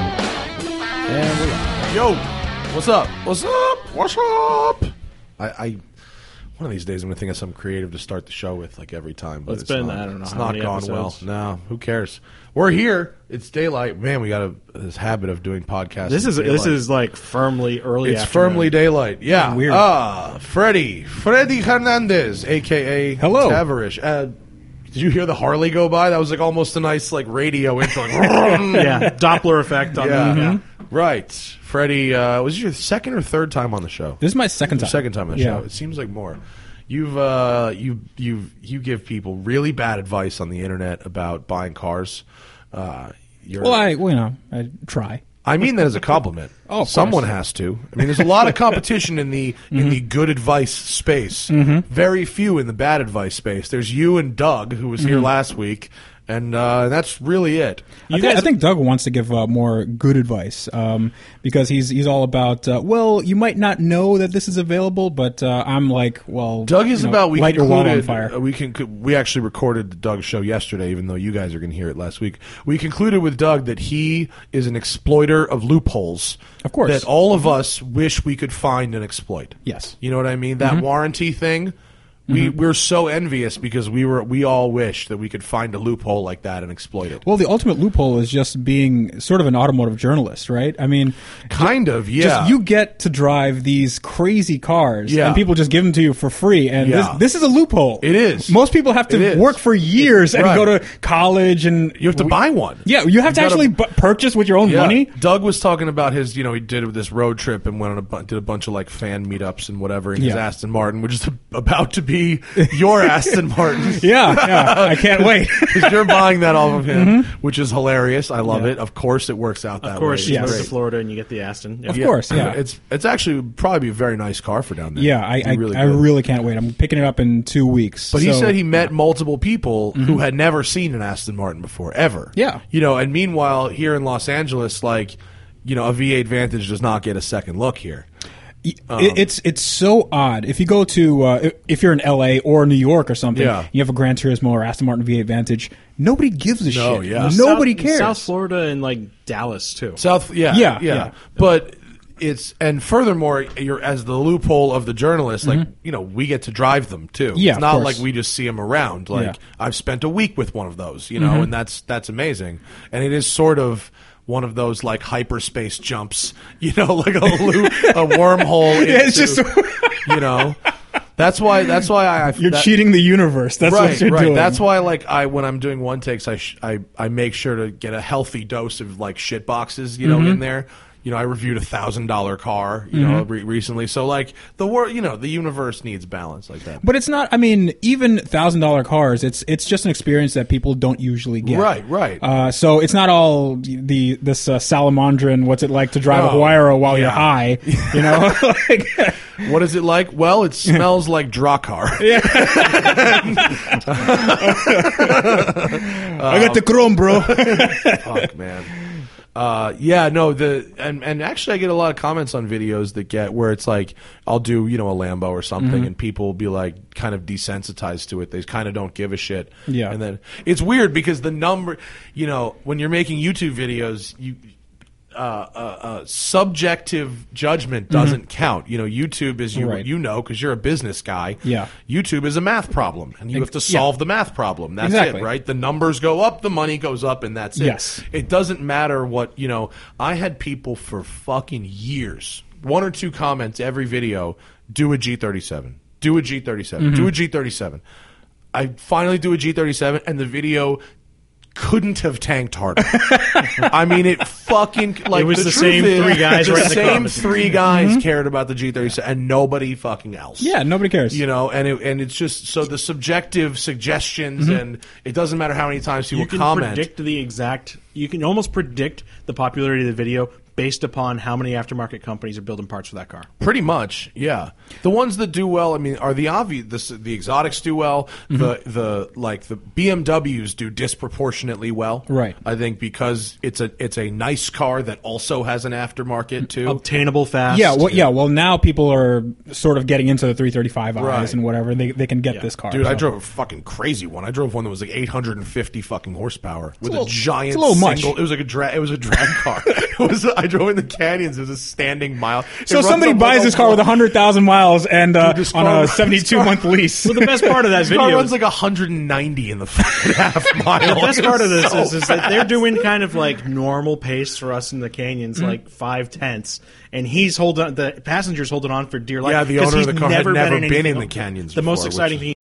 And we're live. Yo, What's up? what's up? What's up? I, I one of these days I'm gonna think of something creative to start the show with, like every time. But It's it's, been- not, I don't know It's how not many gone episodes. well. No, who cares? We're here. It's daylight. Man, we got a, this habit of doing podcasts. This in is this daylight. is like firmly early. It's afternoon. firmly daylight. Yeah. Weird. Ah, Freddy, Freddy Hernandez, aka Hello. Taverish. Uh, did you hear the Harley go by? That was like almost a nice like radio intro. Like, Yeah, Doppler effect on Yeah. Mm-hmm. Mm-hmm. that. Yeah. Right. Freddie, uh, was this your second or third time on the show? This is my second Your time. second time on the Yeah. show. It seems like more. You've uh, you you you give people really bad advice on the internet about buying cars. Uh, you're, Well, I, well, you know, I try. I mean that as a compliment. Oh, of someone course. has to. I mean, there's a lot of competition in the in Mm-hmm. the good advice space. Very few in the bad advice space. There's you and Doug, who was Mm-hmm. here last week, and uh, that's really it. I think, I think Doug wants to give uh, more good advice um, because he's he's all about. Uh, well, you might not know that this is available, but uh, I'm like, well, Doug is you know, about we light your wall on concluded fire. uh, we can we actually recorded the Doug show yesterday, even though you guys are going to hear it last week. We concluded with Doug that he is an exploiter of loopholes. Of course. that all of us wish we could find and exploit. Yes. Mm-hmm. you know what I mean. That warranty thing. We we're so envious because we were we all wish that we could find a loophole like that and exploit it. Well, the ultimate loophole is just being sort of an automotive journalist, right? I mean, kind of, yeah. just you get to drive these crazy cars, Yeah. and people just give them to you for free. And Yeah. this, this is a loophole. It is. Most people have It to is. work for years and Right. go to college, and You have to buy one. Yeah, you have gotta- to actually bu- purchase with your own Yeah. money. Doug was talking about his, you know, he did this road trip and went on a bu- did a bunch of like fan meetups and whatever in his Yeah. Aston Martin, which is about to be your Aston Martin. Yeah, yeah, I can't wait. 'Cause you're buying that off of him, Mm-hmm. which is hilarious. I love it. Of course, it works out that Of course, way. you Yes. move It's to great. Florida and you get the Aston. Yeah. Of course, yeah. It's it's actually probably a very nice car for down there. yeah, I, It'd be I, I good. really can't wait. I'm picking it up in two weeks. But he So- Mm-hmm. said he met multiple people who had never seen an Aston Martin before, ever. Yeah. You know, and meanwhile, here in Los Angeles, like, you know, a V8 Vantage does not get a second look here. it- Oh. it's it's so odd. If you go to uh, if- if you're in L.A. or New York or something, Yeah. you have a Gran Turismo or Aston Martin V8 Vantage. Nobody gives a No, shit. yeah. Nobody South, cares. South Florida and like Dallas too. South, yeah, Yeah, yeah, yeah. But it's and furthermore, you're as the loophole of the journalist. Like you know, we get to drive them too. Mm-hmm. Yeah, of it's not course. like we just see them around. Like Yeah. Mm-hmm. I've spent a week with one of those, you know, and that's that's amazing. And it is sort of. One of those like hyperspace jumps, you know, like a loop, a wormhole. Yeah, it's into- you know, that's why. That's why I. I You're that- cheating the universe. That's right, what you're right. doing. That's why, like, I when I'm doing one takes, I, sh- I I make sure to get a healthy dose of like shit boxes, you know, in Mm-hmm. there. You know, I reviewed a thousand dollar car, you know, re- recently. So like the world, you know, the universe needs balance like that. But it's not. I mean, even thousand dollar cars. It's it's just an experience that people don't usually get. Right, right. Uh, so it's not all the this uh, salamandrin. What's it like to drive a Oh, Huayra while you're yeah. high? You know, like, what is it like? Well, it smells like Drakkar. I got Um, the chrome, bro. Fuck, man. Uh, yeah, no, the and and actually, I get a lot of comments on videos that get where it's like I'll do you know a Lambo or something, Mm-hmm. and people will be like kind of desensitized to it. They kind of don't give a shit. Yeah. and then it's weird because the number, you know, when you're making YouTube videos, you. Uh, uh, uh, subjective judgment doesn't count. You know, YouTube is you Mm-hmm. Right. you know because you're a business guy. Yeah. YouTube is a math problem, and you have to yeah. solve the math problem. That's Exactly. it, right? The numbers go up, the money goes up, and that's it. Yes. It doesn't matter what, you know, I had people for fucking years, one or two comments every video, do a G37, do a Mm-hmm. G37, do a G37. I finally do a G37, and the video couldn't have tanked harder. I mean, it fucking like It was the truth same is, three guys The right in the same comments. Mm-hmm. three guys cared about the G thirty seven, and nobody fucking else. Yeah, nobody cares. You know, and it, and it's just so the subjective suggestions, and it doesn't matter how many times people Mm-hmm. you can comment. predict the exact. You can almost predict the popularity of the video based upon how many aftermarket companies are building parts for that car. Pretty much, yeah. The ones that do well, I mean, are the obvious. The, the exotics do well. Mm-hmm. The the like the BMWs do disproportionately well. Right. I think because it's a it's a nice car that also has an aftermarket too. Oh, Obtainable fast. Yeah, well, yeah. Well, now people are sort of getting into the 335 eyes Right. and whatever. They, they can get this car. Dude, I so. drove a fucking crazy one. I drove one that was like 850 fucking horsepower with a, little- giant it's a little much. single. It was like a drag. It was a drag car. it was. I drove in the canyons. It was a standing mile. It So runs somebody up buys a this car with wall. 100,000 miles and uh, Dude, this on car a runs- 72 month lease. Well, the best part of that This car video. runs like 190 in the fucking half mile. the best It part of was this so is, is that they're doing kind of like normal pace for us in the canyons, Mm-hmm. like five tenths, and he's holding on- the passengers holding on for dear life. Yeah, the 'cause owner of he's the car had never been anything in the else. canyons The most before, exciting which thing.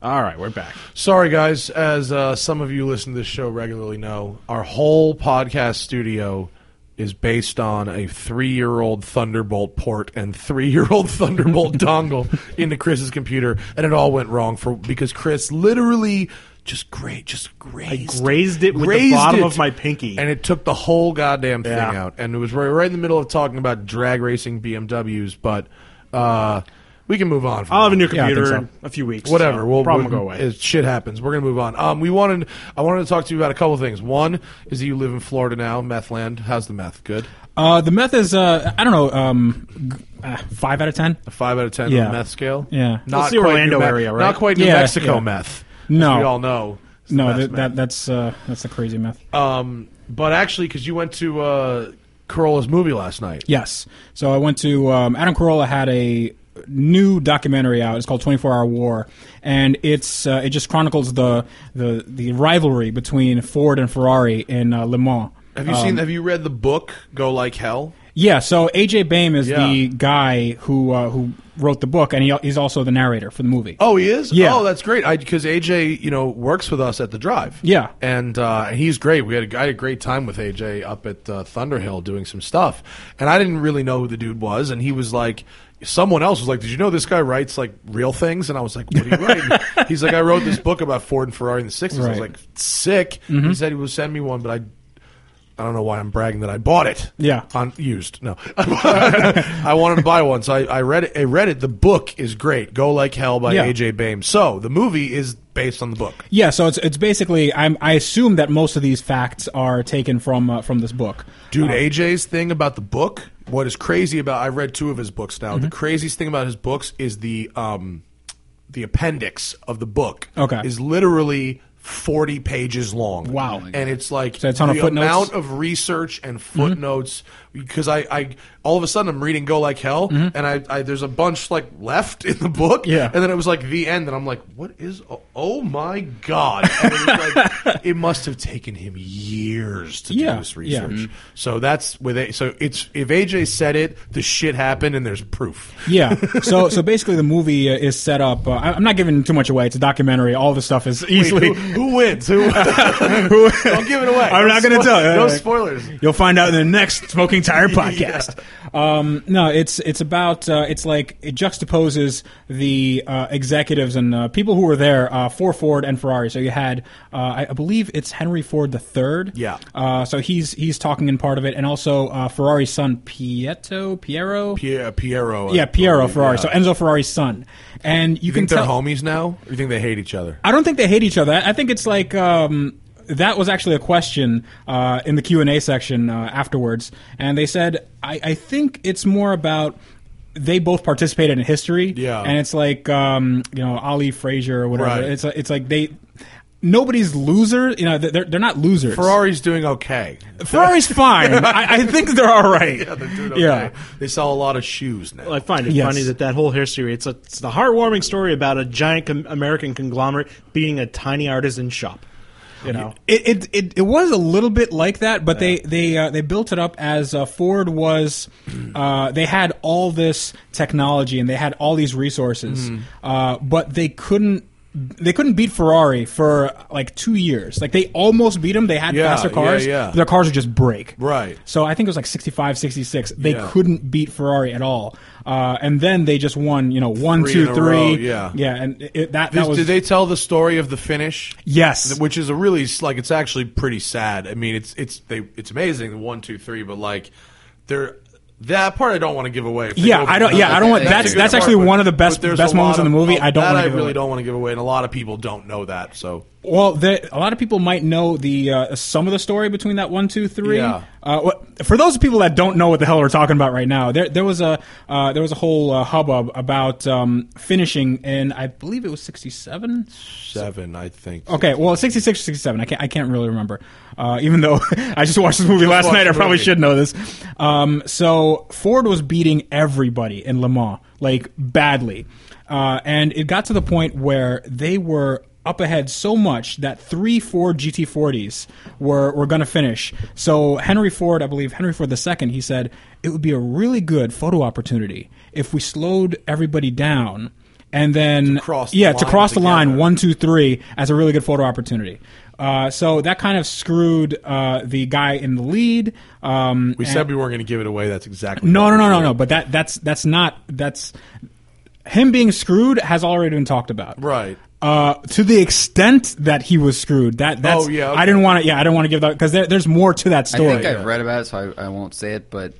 All right, we're back. Sorry, guys. As uh, some of you listen to this show regularly know, our whole podcast studio is based on a three-year-old Thunderbolt port and three-year-old Thunderbolt dongle into Chris's computer, and it all went wrong for because Chris literally just great, just grazed, grazed it with the Grazed bottom of my pinky. and it took the whole goddamn thing Yeah. out. And it was right, right in the middle of talking about drag racing BMWs, but uh, we can move on. From I'll have a new that. Yeah, I think computer so. in a few weeks. Whatever. so we'll problem we will go away. it- shit happens. We're gonna move on. Um, we wanted. I wanted to talk to you about a couple things. One is that you live in Florida now, meth land. How's the meth? Good. Uh, the meth is, uh, I don't know, um, g- uh, 5 out of 10? A five out of ten on Yeah. the meth scale. Yeah. Not That's the quite Orlando New Me- area, right? Not quite New Yeah, Mexico yeah. meth. as No. we all know. It's the No, best that, meth. that, that's uh, that's the crazy Uh, meth. Um, but actually, because you went to uh, Corolla's movie last night. Yes. So I went to um, Adam Carolla had a new documentary out. It's called 24 Hour War, and it's uh, it just chronicles the the the rivalry between Ford and Ferrari in uh, Le Mans. Have you Um, seen? Have you read the book Go Like Hell? Yeah, so AJ Bame is Yeah. the guy who uh, who wrote the book, and he, he's also the narrator for the movie. Oh, he is. Yeah. Oh, that's great. Because AJ, you know, works with us at the drive. Yeah. And uh, he's great. We had a, I had a great time with AJ up at uh, Thunderhill doing some stuff, and I didn't really know who the dude was, and he was like. Someone else was like, "Did you know this guy writes like real things?" And I was like, "What are you writing?" He's like, "I wrote this book about Ford and Ferrari in the '60s." I was Right. Mm-hmm. like, "Sick." He said he would send me one, but I, I don't know why I'm bragging that I bought it. Yeah. on used. No, I wanted to buy one, so I, I read it. I read it. The book is great. Go like hell by Yeah. AJ Bame. So the movie is based on the book. Yeah, so it's it's basically I'm, I assume that most of these facts are taken from uh, from this book. Dude, AJ's thing about the book, what is crazy about I read two of his books now. Mm-hmm. The craziest thing about his books is the um the appendix of the book Okay. is literally 40 pages long. Wow. Oh my and it's like So a ton of the footnotes? amount Mm-hmm. of research and footnotes because I, I all of a sudden I'm reading Go Like Hell and I, I there's a bunch like left in the book Mm-hmm. Yeah. and then it was like the end and I'm like what is oh, oh my god and it, was like, it must have taken him years to Yeah, do this yeah. research. Mhm. So that's with a, so it's if AJ said it, the shit happened, and there's proof. Yeah. So so basically the movie uh, is set up. Uh, I- I'm not giving too much away. It's a documentary. All the stuff is easily. Who, who wins? Who? Don't give it away. I'm No not going to spo- tell. No Uh, spoilers. You'll find out in the next Smoking Tire podcast. um, no, it's it's about uh, it's like it juxtaposes the uh, executives and uh, people who were there uh, for Ford and Ferrari. So you had, uh, I, I believe it's Henry Ford III. Yeah. Uh, so he's he's talking in part of it, and also uh, Ferrari's son Pietro Piero. Pier, uh, Piero. yeah, I Piero believe, Ferrari. yeah. So Enzo Ferrari's son, and you, you can think they're tell. homies now? Or you think they hate each other? I don't think they hate each other. I I think it's like um, that was actually a question uh, in the Q and A section uh, afterwards, and they said, I, "I think it's more about." They both participated in history, Yeah. and it's like um, you know Ali Frazier or whatever. Right. It's it's like they nobody's loser. You know they're they're not losers. Ferrari's doing okay. Ferrari's fine. I, I think they're all right. Yeah, they're doing okay. Yeah. They sell a lot of shoes now. Well, I find it Yes. funny that that whole history, it's, a, it's the heartwarming story about a giant com- American conglomerate being a tiny artisan shop. You know? It, it it it was a little bit like that, but they they uh, they built it up as uh, Ford was. Uh, they had Mm-hmm. all this technology and they had all these resources, uh, but they couldn't. they couldn't beat Ferrari for like two years. Like they almost beat them. They had Yeah, faster yeah, cars. yeah. but Their cars would just break. Right. So I think it was like 65, 66. They Yeah. couldn't beat Ferrari at all. Uh, and then they just won. You know, one, Three two, three. in a row, yeah. Yeah. And it- it, that This- that was did they tell the story of the finish? yes. Th- which is a really s- like it's actually pretty sad. I mean, it's it's they it's amazing the one two three, but like they're that part I don't want to give away. if they Yeah, go for I don't- another yeah, I don't want- thing. that's- a good that's actually part, one of the but- best- but there's best a lot moments in the of- movie oh, I don't that wanna I give really away. don't want to give away, and a lot of people don't know that. So Well, the, a lot of people might know the uh, some of the story between that one, two, three. Yeah. Uh, what, for those people that don't know what the hell we're talking about right now, there there was a uh, there was a whole uh, hubbub about um, finishing in I believe it was sixty seven. seven, I think. Okay, well, sixty six or sixty seven. I can't I can't really remember. Uh, even though I just watched this movie last watched night, I the probably movie. should know this. Um, so Ford was beating everybody in Le Mans like badly, uh, and it got to the point where they were up ahead so much that three Ford GT40s were were going to finish. So Henry Ford, I believe Henry Ford II, he said it would be a really good photo opportunity if we slowed everybody down. And then cross the yeah to line cross the line together. one two three as a really good photo opportunity. Uh, so that kind of screwed uh, the guy in the lead. Um, we and- said we weren't going to give it away. That's exactly no, what no, we no, no, did. no. But that that's that's not that's him being screwed has already been talked about. Right. Uh, to the extent that he was screwed, that that's Oh, yeah, okay. I didn't want to. Yeah, I didn't want to give that because there, there's more to that I story. think I've read about it, so I, I won't say it. But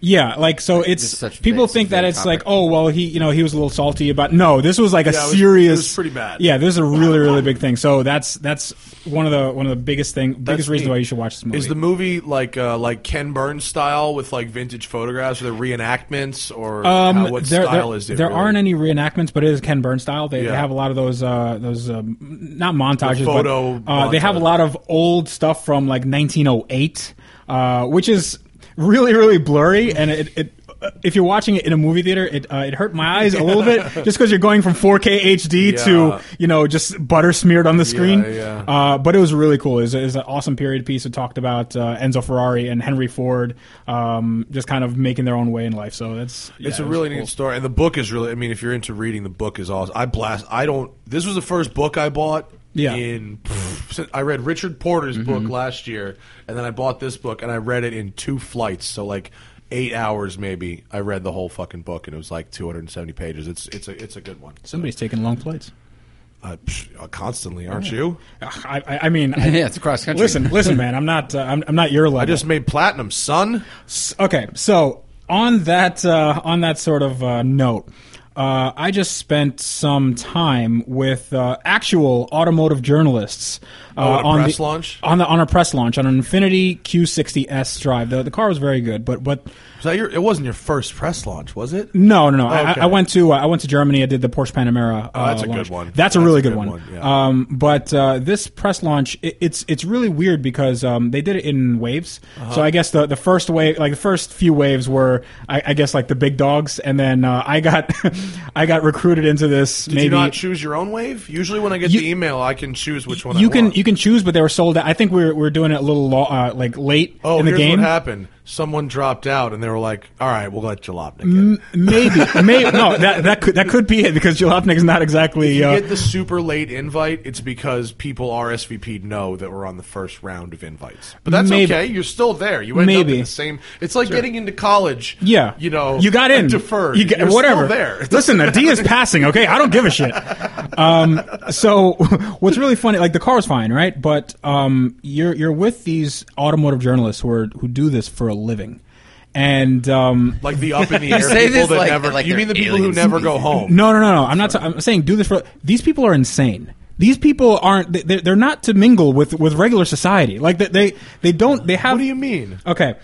Yeah, like so it's Just such people vague- think that vague it's like topic. oh well he you know he was a little salty about no this was like a Yeah, it was- serious it was pretty bad. yeah this is a really really big thing so that's that's one of the one of the biggest thing biggest That's reasons neat. why you should watch this movie Is the movie like uh, like Ken Burns style with like vintage photographs or the reenactments or how, what Um, there, style there, is it? there really? aren't any reenactments, but it is Ken Burns style. They, they Yeah. have a lot of those, uh, those um, not montages, but, photo uh, they have a montage. lot of old stuff from like 1908, uh, which is really really blurry. And it, it uh, if you're watching it in a movie theater, it uh, it hurt my eyes a little bit just because you're going from 4K HD Yeah. to you know just butter smeared on the screen. yeah. Uh, but it was really cool. It was, it was an awesome period piece. It talked about uh, Enzo Ferrari and Henry Ford, um, just kind of making their own way in life. So that's It's a yeah, it was really cool. neat story, and the book is really. I mean, if you're into reading, the book is awesome. I blast. I don't. This was the first book I bought. Yeah. Mm-hmm. In pff, since- I read Richard Porter's book last year, and then I bought this book, and I read it in two flights. So like eight hours, maybe. I read the whole fucking book, and it was like 270 pages. It's it's a it's a good one. Somebody's taking long flights. Uh, psh, uh, constantly, aren't you? I, I, I mean, I- yeah, it's cross country. listen, listen, man. I'm not. Uh, I'm, I'm not your level. I just made platinum, son. okay. So on that uh, on that sort of uh, note, uh, I just spent some time with uh, actual automotive journalists uh, Oh, at a on press the, launch? on the on a press launch on an Infinity Q60s drive. The, the car was very good, but but Was that your? It wasn't your first press launch, was it? No, no, no. Oh, I Okay. I, I went to uh, I went to Germany. I did the Porsche Panamera. Uh, Oh, that's a good launch. one. That's a That's really a good, good one. one, yeah. Um, but uh, this press launch, it, it's it's really weird because um, they did it in waves. Uh-huh. So I guess the, the first wave, like the first few waves, were I, I guess like the big dogs, and then uh, I got I got recruited into this. Did maybe you not choose your own wave? Usually, when I get You- the email, I can choose which one. you I can want. you can choose, but they were sold out. I think we were, we were doing it a little lo- uh, like late Oh, in the here's game. what happened. Someone dropped out, and they were like, "All right, we'll let Jalopnik Mm, in." Maybe, maybe no. That that could that could be it because Jalopnik is not exactly. If you uh, get the super late invite, it's because people RSVP'd know that we're on the first round of invites. But that's Maybe. okay. You're still there. You end up Maybe. in the same. It's like getting into college. Yeah, you know, you got in deferred. You got, You're whatever. Still there. Listen, the D is passing. Okay, I don't give a shit. Um, so, what's really funny? Like the car is fine, right? But um, you're you're with these automotive journalists who are, who do this for a living, and um, like the up in the air say people this that like- never. like you they're mean the people who aliens. never go home? no, no, no, no. I'm not. i I'm saying do this for these people are insane. These people aren't. they- They're, they're not to mingle with with regular society. Like they they, they don't. They have. What do you mean? Okay.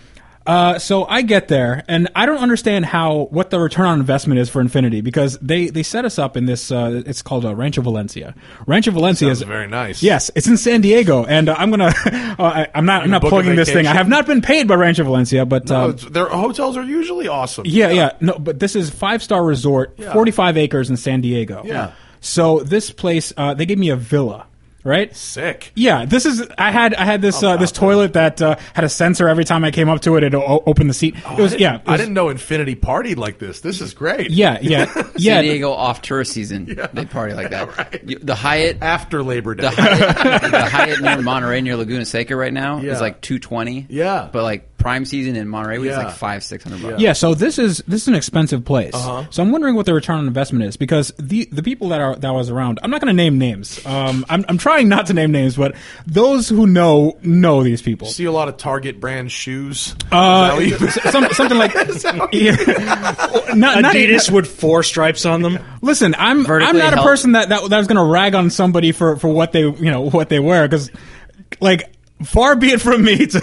Uh, so I get there, and I don't understand how what the return on investment is for Infinity because they they set us up in this. Uh, it's called uh, Rancho Valencia. Rancho Valencia Sounds is very nice. Yes, it's in San Diego, and uh, I'm gonna. Uh, I, I'm not. I'm not book a plugging this thing. I vacation? have not been paid by Rancho Valencia, but Oh, um, it's- their hotels are usually awesome. yeah, yeah. No, but this is five star resort, Yeah. 45 acres in San Diego. Yeah. So this place, uh, they gave me a villa. right? Sick. Yeah, this is. I had I had this uh, proud this of toilet that uh, had a sensor every time I came up to it. It o- opened the seat. Oh, I it was didn't- yeah. it I was- didn't know Infinity partied like this. This is great. Yeah, yeah, yeah. San Diego off tour season. They party like that. You- the Hyatt, After Labor Day. the Hyatt, the Hyatt near Monterey near Laguna Seca right now Yeah. is like two twenty. Yeah. but like prime season in Monterey was Yeah. like five six hundred bucks. Yeah, so this is this is an expensive place. Uh-huh. So I'm wondering what the return on investment is because the the people that are that was around. I'm not going to name names. Um, I'm I'm trying not to name names, but those who know know these people. See a lot of Target brand shoes. Uh, Is that what you- some, something like yeah. not, not, Adidas with four stripes on them. Listen, I'm I'm Vertically not a held. person that that, that was going to rag on somebody for for what they you know what they wear because like far be it from me to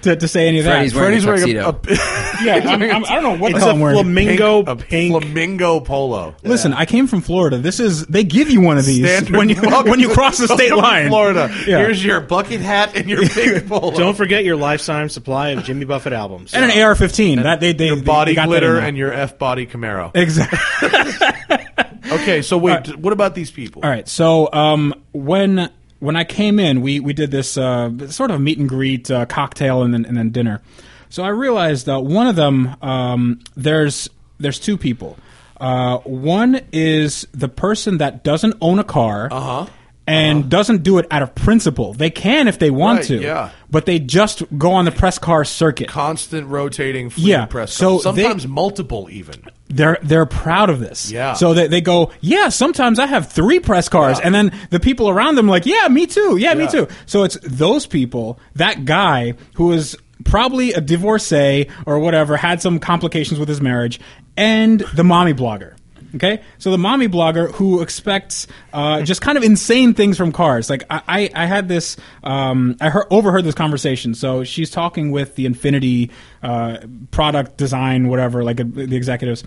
to, to say any of Freddie's that. wearing Freddie's a wearing a, tuxedo. a pink- yeah, I'm, I'm, I don't know what It's color a I'm wearing. flamingo a pink. flamingo polo. Listen, I came from Florida. This is they give you one of these Standard when you welcome when you to- cross the welcome state to line. Florida. Yeah. Here's your bucket hat and your pink polo. Don't forget your lifetime supply of Jimmy Buffett albums. and an AR-15 that they they your they body got that in glitter there. and your F body Camaro. exactly. Okay, so wait, what about these people? All right. So um, when when I came in, we we did this uh, sort of meet and greet uh, cocktail and then and then dinner. So I realized that one of them um, there's there's two people. Uh, one is the person that doesn't own a car. Uh-huh. And doesn't do it out of principle. They can if they want Right, to, yeah. but they just go on the press car circuit. Constant rotating fleet Yeah, press. so conference. they- sometimes multiple even. they're they're proud of this. Yeah. So they, they go, yeah. Sometimes I have three press cars, Yeah. and then the people around them like, yeah, me too. Yeah, me Yeah. too. So it's those people, that guy who is probably a divorcee or whatever, had some complications with his marriage, and the mommy blogger. Okay, so the mommy blogger who expects uh, just kind of insane things from cars. Like I, I, I had this, um, I heard, overheard this conversation. So she's talking with the Infinity uh, product design, whatever, like uh, the executives,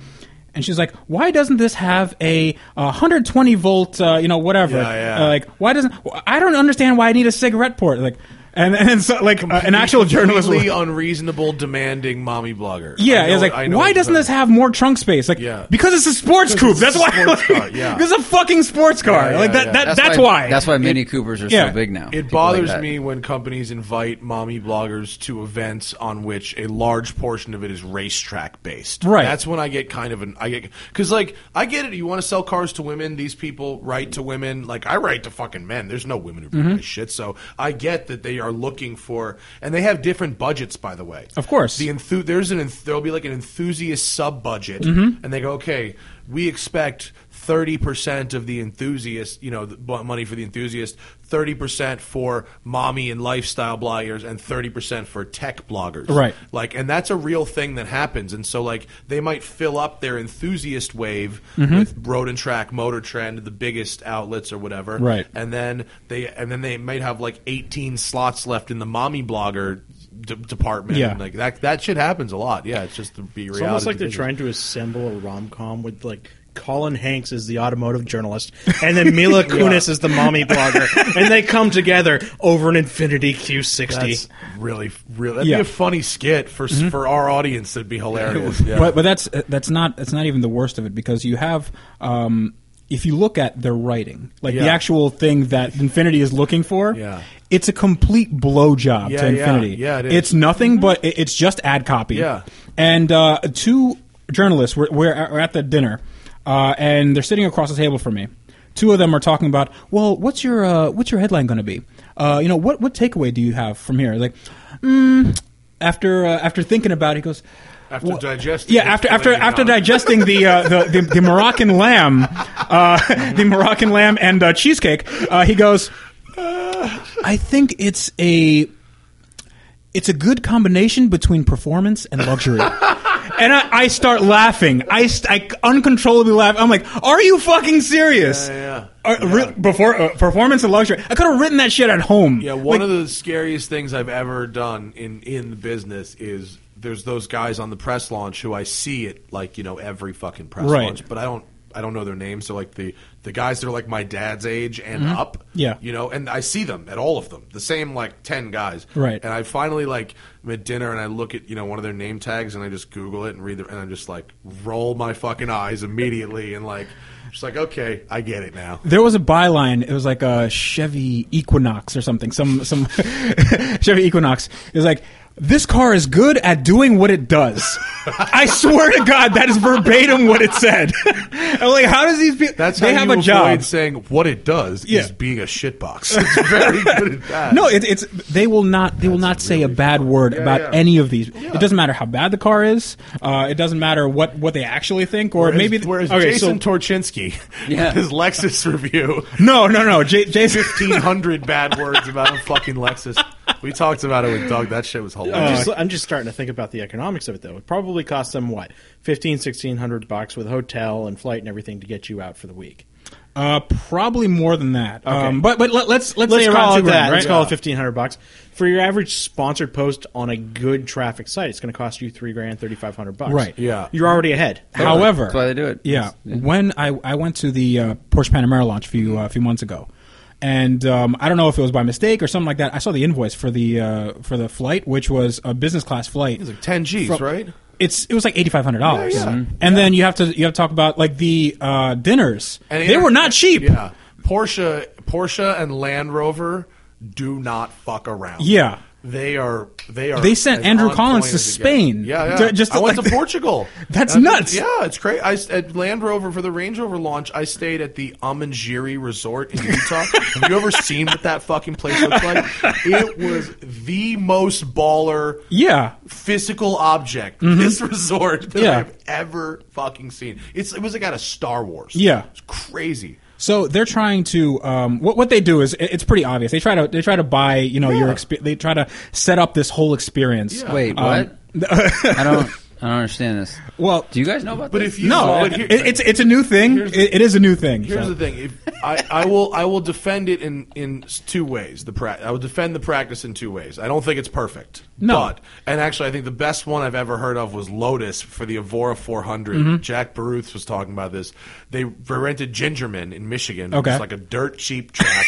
and she's like, "Why doesn't this have a uh, 120 volt, uh, you know, whatever? Yeah, yeah. Uh, like, why doesn't? I don't understand why I need a cigarette port. Like, and and so like uh, an actual journalist." Completely was- unreasonable, demanding mommy blogger. yeah, I it was know- like, I know why what doesn't you're this have more trunk space? Like, Yeah. because it's a sports coupe. it's That's a why. sports like, car, yeah. This is a fucking sports car. Yeah, like yeah, that. yeah. that that's, why, That's why Mini Coopers are yeah. so big now. It People like bothers that. me when companies invite mommy bloggers to events on which a large portion of it is racetrack based. Right. That's when I get kind of an I get because like I get it. You want to sell cars to women. These people write to women. Like I write to fucking men. There's no women who read Mm-hmm. my shit. So I get that they are looking for and they have different budgets. By the way, Of course. the enthu- there's an enth- there'll be like an enthusiast sub budget, Mm-hmm. and they go, okay, we expect thirty percent of the enthusiast, you know, the bu- money for the enthusiast, thirty percent for mommy and lifestyle bloggers, and thirty percent for tech bloggers, Right. Like, and that's a real thing that happens, and so like they might fill up their enthusiast wave Mm-hmm. with Road and Track, Motor Trend, the biggest outlets or whatever, Right. and then they and then they might have like 18 slots left in the mommy blogger d- department Yeah. like that that shit happens a lot yeah it's just the be It's almost like they're trying to assemble a rom com with like Colin Hanks is the automotive journalist, and then Mila Kunis is the mommy blogger, and they come together over an Infinity that's Q60. really really that'd Yeah. Mm-hmm. be a funny skit for s for our audience that'd be hilarious yeah. But but that's uh, that's not that's not even the worst of it because you have. Um, if you look at their writing, like the Yeah. actual thing that Infinity is looking for, Yeah. it's a complete blowjob Yeah, to yeah. Infinity. Yeah, it is. It's nothing but it- it's just ad copy. Yeah. And uh, two journalists were, were at- were at the dinner, uh, and they're sitting across the table from me. Two of them are talking about, well, what's your uh, what's your headline going to be? Uh, you know, what what takeaway do you have from here? Like, mm, after uh, after thinking about it, he goes. After "Well, digesting yeah. it, After it's after laying after on." digesting the, uh, the the the Moroccan lamb, uh, the Moroccan lamb and uh, cheesecake, uh, he goes. I think it's a it's a good combination between performance and luxury. and I, I start laughing. I, st- I uncontrollably laugh. I'm like, are you fucking serious? Yeah, Are- re- before uh, performance and luxury, I could have written that shit at home. Yeah, one of the scariest things I've ever done in in the business is there's those guys on the press launch who I see it like you know every fucking press Right. launch, but I don't I don't know their names. They're like the the guys that are like my dad's age and up. Mm-hmm. Yeah. you know, and I see them at all of them, the same like ten guys. Right. and I finally like I'm at dinner and I look at you know one of their name tags and I just Google it and read the and I just like roll my fucking eyes immediately and like. She's like, okay, I get it now. There was a byline. It was like a Chevy Equinox or something. Some some Chevy Equinox. It was like this car is good at doing what it does. I swear to God, that is verbatim what it said. I'm like, how does these people? That's they how have you a avoid job. saying what it does Yeah. is being a shitbox. It's very good at that. No, it, it's they will not they will not say a bad word about yeah. any of these. It doesn't matter how bad the car is. Uh, it doesn't matter what, what they actually think or Whereas, maybe whereas okay, Jason so, Torchinski, Yeah. his Lexus review, no no no J- Jason fifteen hundred bad words about a fucking Lexus. We talked about it with Doug. That shit was Uh, I'm hilarious. just, I'm just starting to think about the economics of it, though. It probably cost them what, fifteen, sixteen hundred bucks with hotel and flight and everything to get you out for the week. uh, probably more than that. Um, but but let, let's let's Let's say call around it two that. grand, Let's right? call it fifteen hundred bucks for your average sponsored post on a good traffic site. It's going to cost you three grand, thirty five hundred bucks. Right. Yeah. You're already ahead. However, That's why they do it. Yeah, when I, I went to the uh, Porsche Panamera launch a few uh, few months ago, and um, I don't know if it was by mistake or something like that. I saw the invoice for the uh, for the flight, which was a business class flight. It's like ten G's, right? It's it was like eighty five hundred dollars, Yeah, yeah. Mhm. and then you have to you have to talk about like the uh, dinners. And they were not cheap. Yeah, Porsche, Porsche, and Land Rover do not fuck around. Yeah. They are. They are. They sent as Andrew on Collins point to as it gets. Spain Yeah, yeah. to- just to, I went like- to Portugal. That's Uh, nuts. Yeah, it's crazy. I s- at Land Rover for the Range Rover launch. I stayed at the Amangiri Resort in Utah. Have you ever seen what that fucking place looks like? It was the most baller Yeah. physical object this resort that Mm-hmm. Yeah. I've ever fucking seen. It's it was like out of Star Wars. Yeah. it's crazy. So they're trying to um, what what they do is it- it's pretty obvious. They try to they try to buy you know your exp- they try to set up this whole experience. um, Wait, what? I don't. I don't understand this. Well, Do you guys know about But this? if you no, saw it, it- here- it's it's a new thing. It, it is a new thing. Here's so. the thing: if I, I will I will defend it in in s- two ways. The pra- I will defend the practice in two ways. I don't think it's perfect. No. but, and actually, I think the best one I've ever heard of was Lotus for the Avora 400. Mm-hmm. Jack Baruth was talking about this. They rented Gingerman in Michigan. It Okay. was like a dirt cheap track.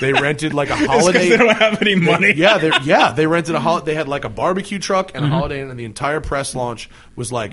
they rented like a 'cause holiday. they don't have any money. They- yeah, they yeah they rented a hol- they had like a barbecue truck and Mm-hmm. a Holiday Inn, and the entire press launch was like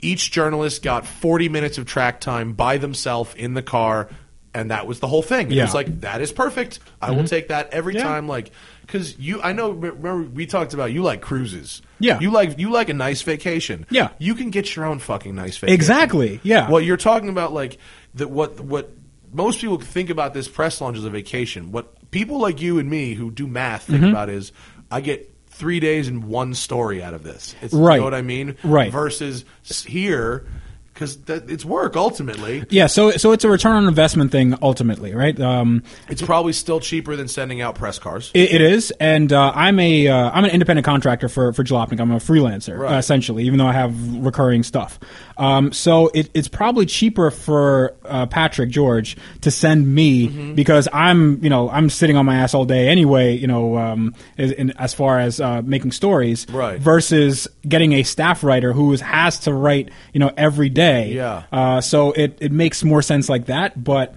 each journalist got 40 minutes of track time by themselves in the car and that was the whole thing. It Yeah. Mm-hmm. was like that is perfect. I will take that every time like cuz you I know remember we talked about you like cruises. Yeah. You like you like a nice vacation. Yeah. You can get your own fucking nice vacation. Exactly. Yeah. What you're talking about, like the, what what most people think about this press launch as a vacation. What people like you and me who do math think Mm-hmm. about is, I get three days and one story out of this. It's, You Right. know what I mean? Right. Versus s- here, because it's work ultimately. yeah. So so it's a return on investment thing ultimately, right? Um, It's probably still cheaper than sending out press cars. It, it is, and uh, I'm a uh, I'm an independent contractor for for Jalopnik. I'm a freelancer Right. uh, essentially, even though I have recurring stuff. Um, so it, it's probably cheaper for uh, Patrick George to send me Mm-hmm. because I'm you know I'm sitting on my ass all day anyway. You know, um, as, in, as far as uh, making stories, Right. Versus getting a staff writer who is, has to write you know every day. Yeah. Uh, so it, it makes more sense like that. But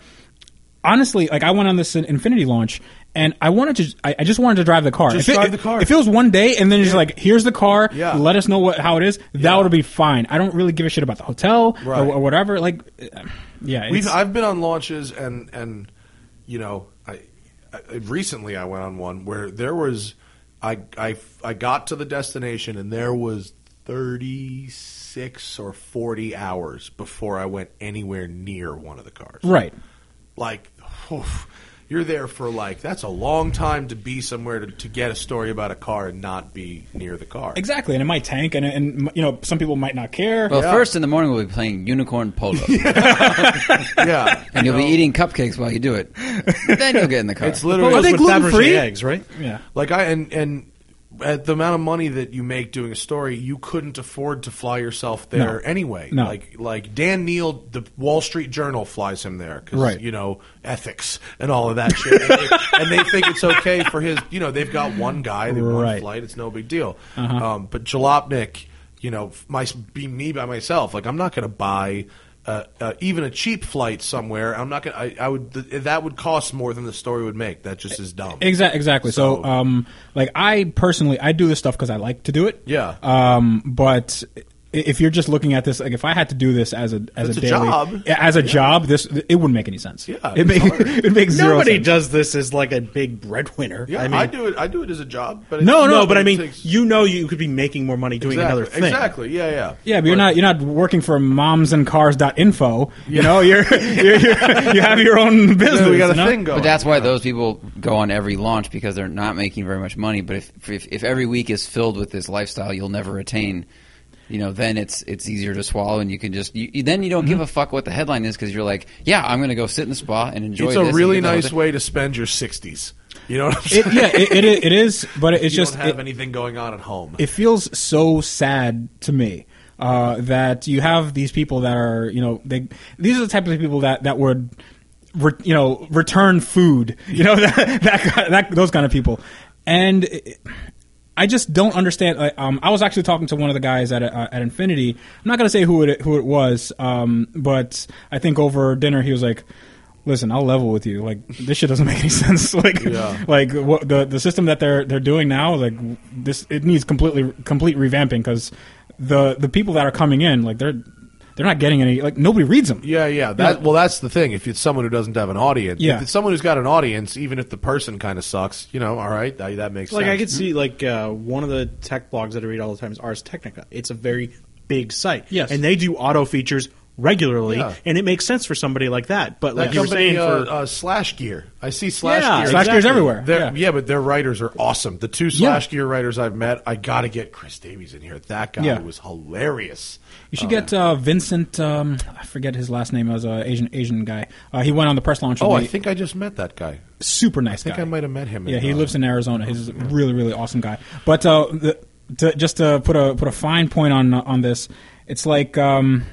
honestly, like I went on this in- Infinity launch and I wanted to, I, I just wanted to drive the car. Just if it, drive the car. If it was one day and then just like, here's the car, Yeah. let us know what, how it is, that would be fine. I don't really give a shit about the hotel or- Right. or, whatever. Like, uh, yeah. We've, it's- I've been on launches, and and you know, I, I recently I went on one where there was, I I I got to the destination, and there was thirty six or forty hours before I went anywhere near one of the cars. right. Like, oof, you're there for like that's a long time to be somewhere to, to get a story about a car and not be near the car. Exactly. And it might tank and, and, you know, some people might not care. well, first in the morning we'll be playing unicorn polo, Yeah, and you'll you be know? eating cupcakes while you do it. then you'll get in the car. It's literally Are they With Fabergé gluten-free? eggs, right? yeah. Like I and and at the amount of money that you make doing a story, you couldn't afford to fly yourself there No. anyway. No. Like like Dan Neal, the Wall Street Journal flies him there because Right. you know ethics and all of that shit, and they, and they think it's okay for his. You know they've got one guy, they have one Right. Uh-huh. flight, it's no big deal. Um, but Jalopnik, you know, my be me by myself. Like I'm not going to buy. Uh, uh, even a cheap flight somewhere, I'm not gonna. I, I would th- that would cost more than the story would make. That just is dumb. Exactly. Exactly. So, So- um, like I personally, I do this stuff because I like to do it. Yeah. Um, but if you're just looking at this, like if I had to do this as a as It's a a daily job. as a job, this it wouldn't make any sense. Yeah, it it's make hard. it makes zero Nobody sense. does this as like a big breadwinner. Yeah, I, I mean, do it. I do it as a job. But No, no, no, but I it mean, takes- you know, you could be making more money doing exactly, another thing. Exactly. Yeah, yeah. Yeah, but you're not you're not working for momsandcars.info. You know, you're, you're, you're you have your own business. we got a you know? thing going. But that's why those people go on every launch because they're not making very much money. But if, if if every week is filled with this lifestyle you'll never attain, you know, then it's it's easier to swallow, and you can just you, you- then you don't give Mm-hmm. a fuck what the headline is because you're like, yeah, I'm going to go sit in the spa and enjoy. it's this a and really get the whole nice thing." way to spend your sixties. You know what I'm saying? It, yeah, it, it, i- it is, but it's you just don't have it- anything going on at home. it feels so sad to me uh, that you have these people that are you know they these are the type of people that that would re, you know return food you know that, that that those kind of people and it- I just don't understand. like, Um, I was actually talking to one of the guys at uh, at Infinity. I'm not going to say who it who it was, um, but I think over dinner he was like, "Listen, I'll level with you. Like this shit doesn't make any sense. like Yeah. like what the the system that they're they're doing now like this it needs completely complete revamping because the the people that are coming in like they're they're not getting any like nobody reads them Yeah, yeah. That well, that's the thing. If it's someone who doesn't have an audience, Yeah. if it's someone who's got an audience, even if the person kind of sucks, you know, all right, that, that makes Like sense. I could see like uh, one of the tech blogs that I read all the time is Ars Technica. It's a very big site. Yes. and they do auto features regularly, Yeah. and it makes sense for somebody like that. But like that you were company, saying, uh, for uh, Slash Gear. I see Slash Yeah, Gear. Slash Gear's Exactly. everywhere. They're- Yeah. yeah. but their writers are awesome. The two Slash Gear writers I've met, I got to get Chris Davies in here. That guy Yeah. was hilarious. you should get uh, Vincent um, I forget his last name as a Asian Asian guy uh, he went on the press launch Oh, with I me. think I just met that guy. super nice I think guy. I might have met him. Yeah, he uh, lives in Arizona. He's a really, really awesome guy. But uh, the, to, just to put a put a fine point on on this, it's like um,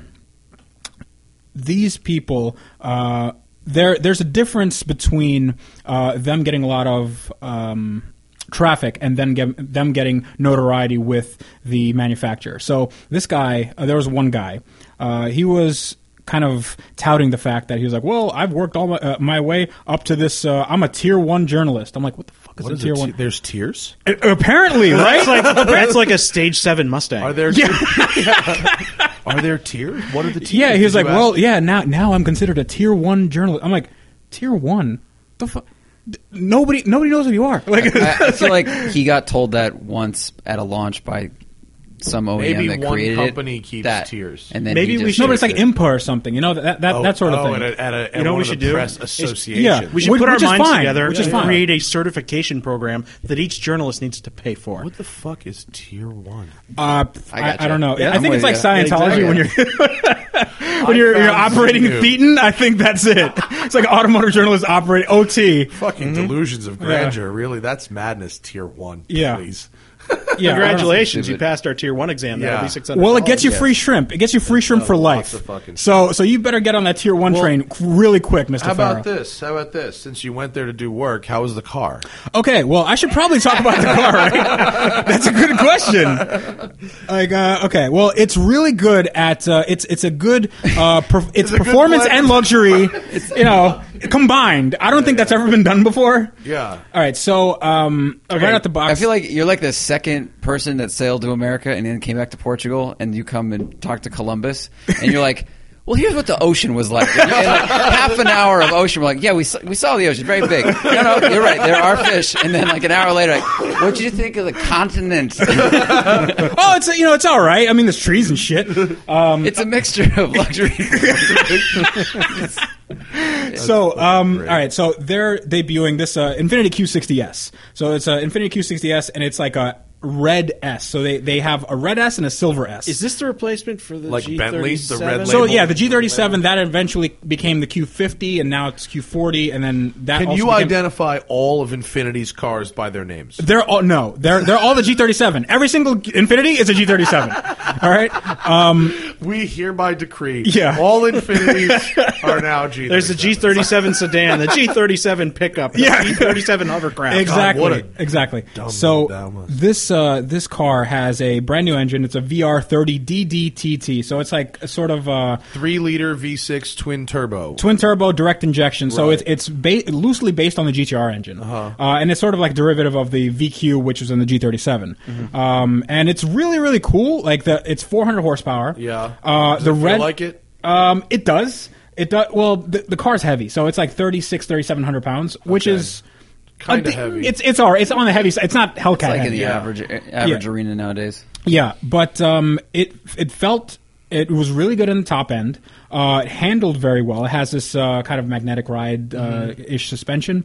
these people. Uh, there, there's a difference between uh, them getting a lot of um, traffic and then get, them getting notoriety with the manufacturer. So this guy, uh, there was one guy, uh, he was kind of touting the fact that he was like, "Well, I've worked all my, uh, my way up to this. Uh, I'm a tier one journalist." I'm like, "What the fuck is What a is tier it? one?" Te- There's tears. A- Apparently, right? that's like that's like a stage seven Mustang. Are there? are there tears? What are the tears? yeah, he was Did like, you ask- "Well, yeah, now now I'm considered a tier one journalist." I'm like, "Tier one? The fuck? Nobody nobody knows who you are." Like, I, I feel like he got told that once at a launch by some OEM Maybe that one created company it, keeps that, tiers. and then Maybe he we just should- no, but takes it's like it. IMPA or something, you know that that, Oh, that sort of oh, thing. Uh, At a, at a, at You know what one we of should the do? Press Is- association. We should Which- put our which is minds fine. together Which is and fine. create a certification program that each journalist needs to pay for. What the fuck is tier one? Uh, I, I I, gotcha. don't know. Yeah, I I'm think with it's like you. Scientology Yeah, when exactly. you're when you're, you're found operating Xenu. Thetan. I think that's it. It's like automotive journalist operate OT. Fucking Mm-hmm. delusions of grandeur. Really, that's madness. Tier one. Yeah. Please. Yeah, Congratulations, you Stupid. passed our tier one exam. That'll Yeah. be six hundred. Well, it gets you yes. free shrimp. It gets you free shrimp for lots of life. fucking So, so you better get on that tier one Well, train really quick, Mister. How about this? How about this? Since you went there to do work, how was the car? Okay, well, I should probably talk about the car, right? That's a good question. Like, uh, okay, well, it's really good at uh, it's it's a good uh, per- it's, a good performance blend. and luxury, you know, combined. I don't think that's ever been done before. Yeah. All right, so um, right out the box, I feel like you're like the second person that sailed to America and then came back to Portugal, and you come and talk to Columbus, and you're like, "Well, here's what the ocean was like." And like half an hour of ocean, we're like, "Yeah, we saw, we saw the ocean, very big." No, no, you're right. There are fish, and then like an hour later, like, what did you think of the continent? oh, it's you know, it's all right. I mean, there's trees and shit. Uh, Um, it's a mixture of luxury. so um, all great. right so they're debuting this uh, infinity q60s so it's an infinity q60s and it's like a red s so they, they have a red s and a silver s Is this the replacement for the Like G37? Bentley's, the red so label? yeah the g37 that eventually became the q50 and now it's q40 and then that Can also you became- identify all of Infinity's cars by their names? They're all no. They're they're all the G37. Every single Infinity is a G37. All right. Um, We hereby decree Yeah. all Infinities are now G. There's the G37 sedan, the G37 pickup, the Yeah. G37 hovercraft. Exactly. what a exactly. dumb So that was. this this uh, this car has a brand new engine. It's a VR30 DDTT, so it's like a sort of uh, Three liter V6 twin turbo. twin turbo direct injection. So Right. Uh-huh. it's it's ba- loosely based on the GTR engine, uh and it's sort of like derivative of the VQ, which was in the G37. Mm-hmm. Um, and it's really really cool. Like the it's 400 horsepower. Yeah. Uh, Does the it feel red like it? Um, it does. It does. Well, the, the car's heavy, so it's like 36, 3700 pounds, which Okay. is Kinda a di- heavy. It's it's all right. It's on the heavy side. It's not Hellcat. like in heavy. the Yeah. average uh, average Yeah. arena nowadays. Yeah, but um, it it felt it was really good in the top end. Uh, it handled very well. It has this uh, kind of magnetic ride uh, ish suspension.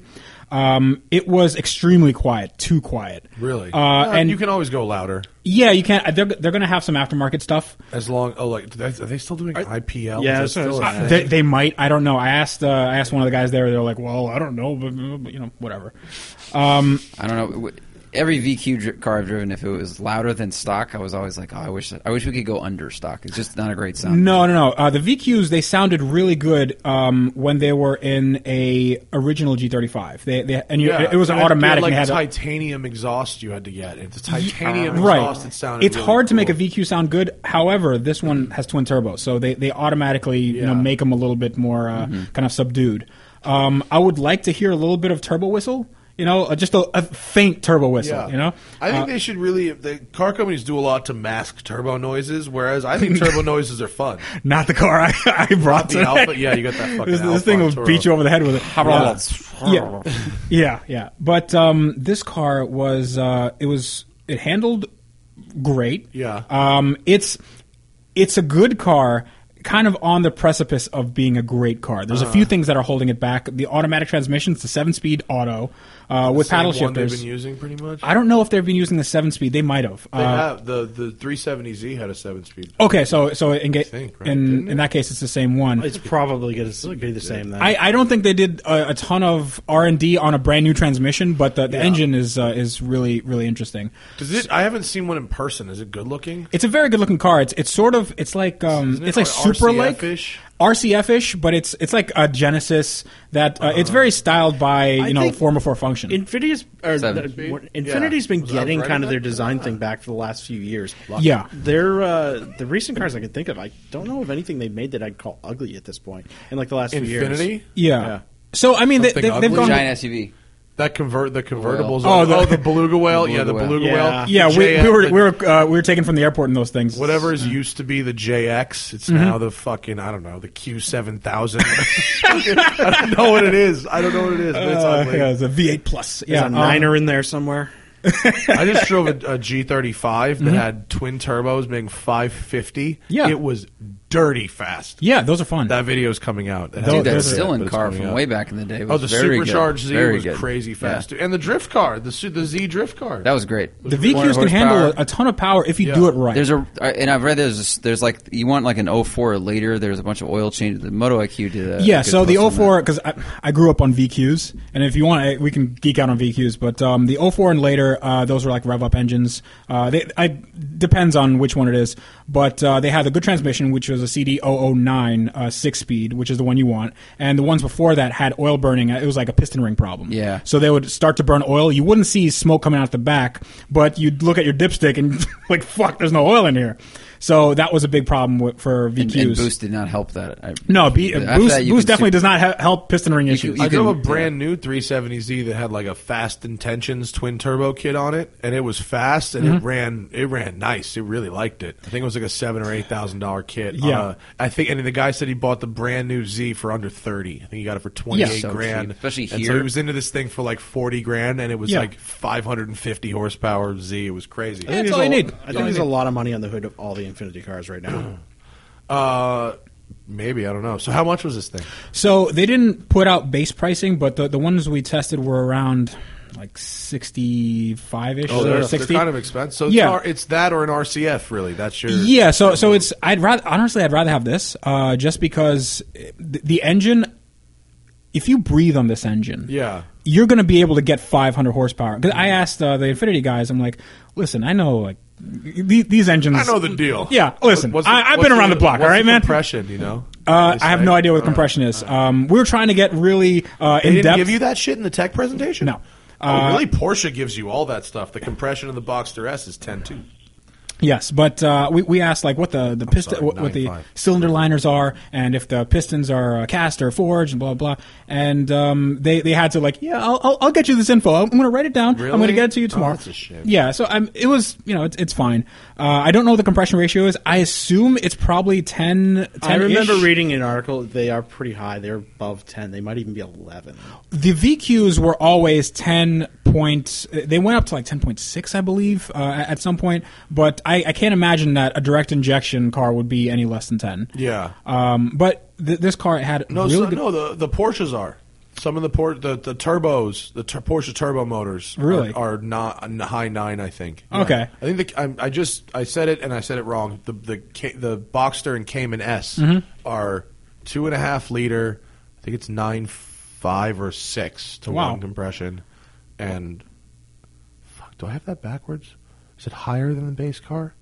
Um, it was extremely quiet, too quiet. really. Uh, Uh, and you can always go louder. yeah, you can. They're they're going to have some aftermarket stuff. As long, oh, like, do they- are they still doing IPL? Yeah, Is that that's what I was still a gonna thing? Uh, They, they might. I don't know. I asked. Uh, I asked one of the guys there. They're like, "Well, I don't know, but, but you know, whatever." Um, I don't know. W- Every VQ dri- car I've driven, if it was louder than stock, I was always like, oh, I wish I wish we could go under stock. It's just not a great sound. No, no, no. Uh, the VQs they sounded really good um, when they were in a original G35. They, they and you, it was you had to an get, automatic. Like and they had a- titanium exhaust, you had to get. It's a titanium right. exhaust. It sounded. it's really hard to make a cool. VQ sound good. However, this one has twin turbos, so they they automatically you know Yeah. Mm-hmm. make them a little bit more uh, kind of subdued. Um, I would like to hear a little bit of turbo whistle. You know, uh, just a, a faint turbo whistle. You know, I think Uh, they should really. The car companies do a lot to mask turbo noises, whereas I think turbo noises are fun. not the car I, I brought The today. alpha, yeah, you got that fucking. this, alpha this thing will Toro. beat you over the head with it. about yeah. yeah, yeah, yeah. But um, this car was uh, it was it handled great. Yeah. um, it's it's a good car. Kind of on the precipice of being a great car. There's Uh-huh. a few things that are holding it back. The automatic transmissions, the seven-speed auto uh, with Same paddle one they've shifters. been using pretty much. I don't know if they've been using the seven-speed. They might have. They Uh, Oh, have the the 370Z had a seven speed. Okay, so so in, ga- think, right? in Didn't in that case, it's the same one. It's probably going to be the same then. I, I don't think they did a, a ton of R and D on a brand new transmission, but the, the engine is uh, is really really interesting. Does it? I haven't seen one in person. Is it good looking? It's a very good looking car. It's it's sort of it's like um Isn't it it's like R- super like RCF-ish? RCF ish, but it's it's like a Genesis that uh, Uh-huh. it's very styled by you know think- form before function. Infinity's or Seven. the- what- Infinity's been Was I getting right kind of about their that? design thing back for the last few years. Yeah. Their uh, the recent cars I can think of, I don't know of anything they've made that I'd call ugly at this point in like the last few years. Infinity. yeah. So I mean they, Something they, they've ugly. gone. giant SUV. That convert the convertibles. Oh, Oh, the, the- beluga whale. The yeah, the beluga whale. beluga Yeah. whale. yeah, we, JX, we were Mm-hmm. the- we were uh, we were taken from the airport in those things. Whatever is used to be the JX, it's Mm-hmm. now the fucking I don't know the Q7000. I don't know what it is. I don't know what it is, but it's Uh, ugly. yeah, the V8 plus. There's Yeah, a um, niner in there somewhere. I just drove a, a G35 that had twin turbos, making 550. Mm-hmm. Yeah. it was dirty fast. Yeah, those are fun. That video's coming out. It Oh, hasn't Dude, that there's been a- still yet, in but it's car coming from out. way back in the day. Oh, Was the very supercharged good. Z Very was good. crazy Yeah. fast, dude. and the drift car, the su- the Z drift car. That was great. the VQs can handle a, a ton of power if you do Yeah. it right. There's a I- and I've read there's there's like you want like an 04 later. There's a bunch of oil changes. The Moto IQ did a yeah good so the post on 04 that. because I, I grew up on vqs and if you want I, we can geek out on vqs but um, the 04 and later uh, those were like rev up engines uh, they, I, depends on which one it is but uh, they had the good transmission which was a cd 009 uh, six speed which is the one you want and the ones before that had oil burning it was like a piston ring problem Yeah. so they would start to burn oil you wouldn't see smoke coming out the back but you'd look at your dipstick and like fuck there's no oil in here so that was a big problem with, for vqs And, and Boost did not help that. I, no, be, After Boost, that, you Boost can definitely see- does not he- help piston ring issues. you I drove can- a brand new 370Z that had like a fast intentions twin turbo kit on it, and it was fast and Mm-hmm. it ran it ran nice. It really liked it. I think it was like a seven or eight thousand dollar kit. Yeah. Uh, I think. And the guy said he bought the brand new Z for under thirty. I think he got it for twenty eight So grand, cheap. Especially And so here. he was into this thing for like forty grand, and it was Yeah. like five hundred and fifty horsepower Z. It was crazy. That's There's all a- you need. I think there's a lot of money on the hood of all the Infinity cars right now. Uh, maybe I don't know. So how much was this thing? So they didn't put out base pricing, but the, the ones we tested were around like 65 ish or Oh, they're, 60. kind of expensive. So Yeah. it's, an R- it's that or an RCF, really. That's your yeah, so so it's I'd rather honestly I'd rather have this uh, just because th- the engine if you breathe on this engine, Yeah. you're going to be able to get 500 horsepower. 'Cause I asked uh, the Infinity guys, I'm like, listen, I know like these, these engines. I know the deal. Yeah, listen, What's I- I've what's been around the block, what's all right, man? Compression, you know. Uh, They I have say. no idea what All right. compression is. Um, we were trying to get really uh, They in didn't depth. give you that shit in the tech presentation. No. Uh, oh, really? Porsche gives you all that stuff. The compression of the Boxster S is 10 2. Yes, but uh, we, we asked like what the the piston sorry, what, what the 95. cylinder liners are, and if the pistons are uh, cast or forged, and blah blah. blah. And um, they they had to like, yeah, I'll, I'll, I'll get you this info. I'm going to write it down. I'm going to Really? get it to you Oh, tomorrow. that's a shame. Yeah, so um, it was you know it's, it's fine. Uh, I don't know what the compression ratio is. I assume it's probably 10 10 I remember reading an article. They are pretty high. They're above ten. They might even be eleven. the VQs were always 10 point they went up to like 10.6 I believe uh, at some point but I, I can't imagine that a direct injection car would be any less than 10 Yeah. um, but th- this car had No, really so, good no, the the Porsches are. Some of the port the, the turbos, the tur- Porsche turbo motors, Really? are, are not a n- high nine. I think. Okay. I think the, I, I just I said it and I said it wrong. The the Ca- the Boxster and Cayman S Mm-hmm. are two and a half liter. I think it's nine five or six to Wow. one compression, and fuck, do I have that backwards? Is it higher than the base car?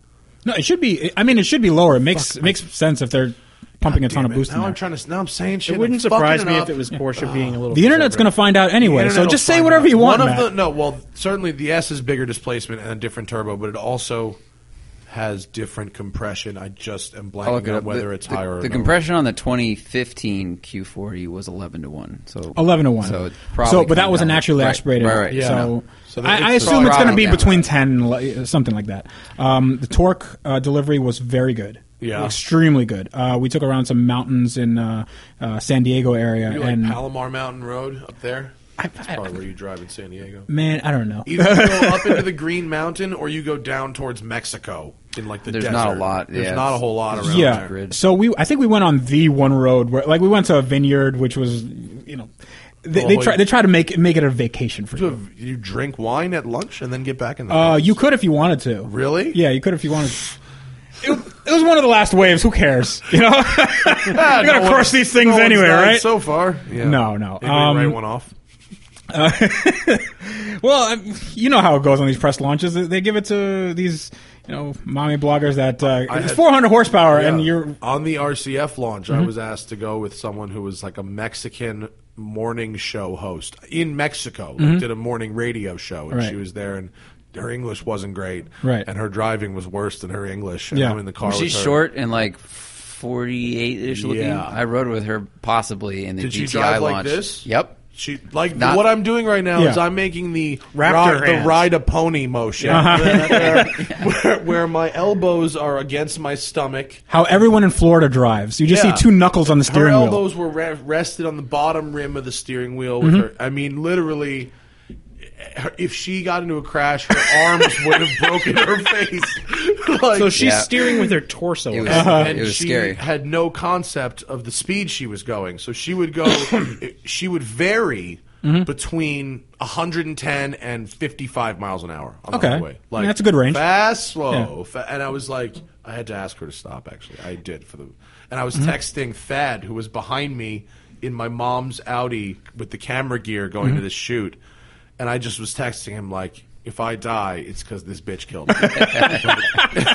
no it should be I mean it should be lower it makes it makes sense if they're pumping a ton Damn of it. boost in Now I'm there. trying to. Now I'm saying shit. It wouldn't I'm fucking surprise me up. if it was Porsche being a little. the internet's going to conservative. find out anyway Internet so will just say find whatever out. you want One Matt. of the no, well, certainly the S is bigger displacement and a different turbo, but it also has different compression. I just am I'll look blanking it on up. whether the, it's the- higher. or The lower. compression on the 2015 Q40 was 11 to one. So 11 to 1 So, it So- probably but that comes was a down to- naturally right, aspirated Right, right. Yeah. so, So I, I it's assume it's going to be probably- between 10 and li- uh, something like that um, the torque uh, delivery was very good Yeah. extremely good uh, we took around some mountains in uh, uh, san diego area You know, like and Palomar Mountain Road up there. That's I- probably where you drive in San Diego. man i don't know Either you go up into the Green Mountain or you go down towards Mexico in like the There's desert. not a lot, There's yeah, not a it's- whole lot around yeah there. grid. so we i think we went on the one road where like we went to a vineyard which was you know they, they Oh, try you- they try to make make it a vacation for You you have- You drink wine at lunch and then get back in the uh, house. you could if you wanted to Really? yeah you could if you wanted to it, it was one of the last waves who cares you know Ah, you gotta no crush one's- these things no one's anyway, died right? So far, yeah. No, no. Anybody Um, write one off. Well, I- you know how it goes on these press launches. They give it to these, you know, mommy bloggers that uh, I it's had- 400 horsepower, and Yeah. you're Mm-hmm. on the RCF launch. I was asked to go with someone who was like a Mexican morning show host in Mexico. Like, did a morning radio show, and Mm-hmm. Right. she was there, and her English wasn't great, Right. And her driving was worse than her English. And Yeah. I'm in the car. She's with her. short and like 48 ish looking. Yeah. I rode with her possibly in the Did GTI she drive launch. like this? Yep. She like Not- what I'm doing right now Yeah. is I'm making the Raptor ri- the hands. ride a pony motion, Uh-huh. where, where, where my elbows are against my stomach. how everyone in Florida drives. You just Yeah. see two knuckles on the her steering wheel. elbows were re- rested on the bottom rim of the steering wheel. Mm-hmm. With her, I mean, literally, her- if she got into a crash, her arms would have broken her face. like, So she's Yeah. steering with her torso. It was, and Uh-huh. it was she scary. had no concept of the speed she was going. So she would go, she would vary Mm-hmm. between 110 and 55 miles an hour on Okay. the highway. I mean, that's a good range. Fast, slow. Fa- and I was like, I had to ask her to stop, actually. I did. for the, And I was Mm-hmm. texting Thad, who was behind me in my mom's Audi with the camera gear going Mm-hmm. to the shoot. And I just was texting him, like, if I die, it's because this bitch killed me.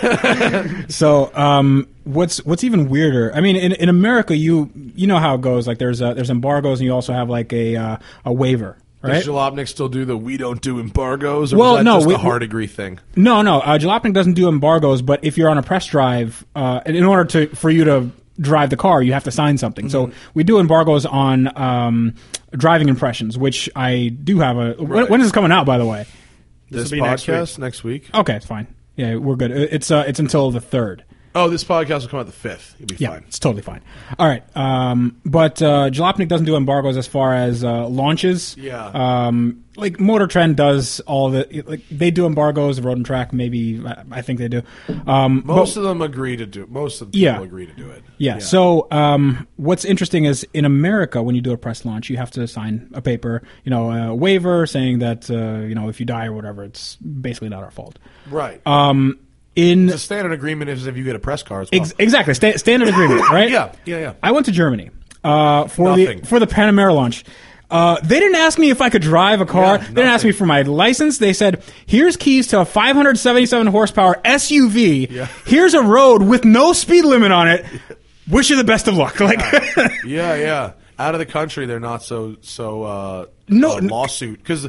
So, um, what's what's even weirder? I mean, in, in America, you you know how it goes. Like there's uh, there's embargoes, and you also have like a uh, a waiver, right? Does Jalopnik still do the we don't do embargoes? Or Well, was that no, just we- a hard agree thing. No, no. Uh, Jalopnik doesn't do embargoes, but if you're on a press drive, uh, in order to for you to drive the car, you have to sign something. Mm-hmm. So we do embargoes on um, driving impressions, which I do have a. When, Right. when is this coming out, by the way? This will be next podcast next week. Okay, it's fine. Yeah, we're good. It- It's uh, it's until the third. Oh, this podcast will come out the fifth. You'll be Yeah, fine. it's totally fine. All right, um, but uh, Jalopnik doesn't do embargoes as far as uh, launches. Yeah. um, like Motor Trend does all the like they do embargoes. Road and Track, maybe I, I think they do. Um, but- Most of them agree to do. Most of the people Yeah. agree to do it. Yeah. So um, what's interesting is in America, when you do a press launch, you have to sign a paper, you know, a waiver saying that uh, you know if you die or whatever, it's basically not our fault. right. Um, in the standard agreement is if you get a press card. ex- exactly sta- standard agreement, right? Yeah, yeah, yeah. I went to Germany uh, for Nothing. the for the Panamera launch. Uh, they didn't ask me if I could drive a Yeah, car. they didn't ask nothing. me for my license. They said, "Here's keys to a 577 horsepower SUV. Yeah. Here's a road with no speed limit on it. Wish you the best of luck." Like, yeah, yeah. Out of the country, they're not so so uh, No, uh, n- lawsuit because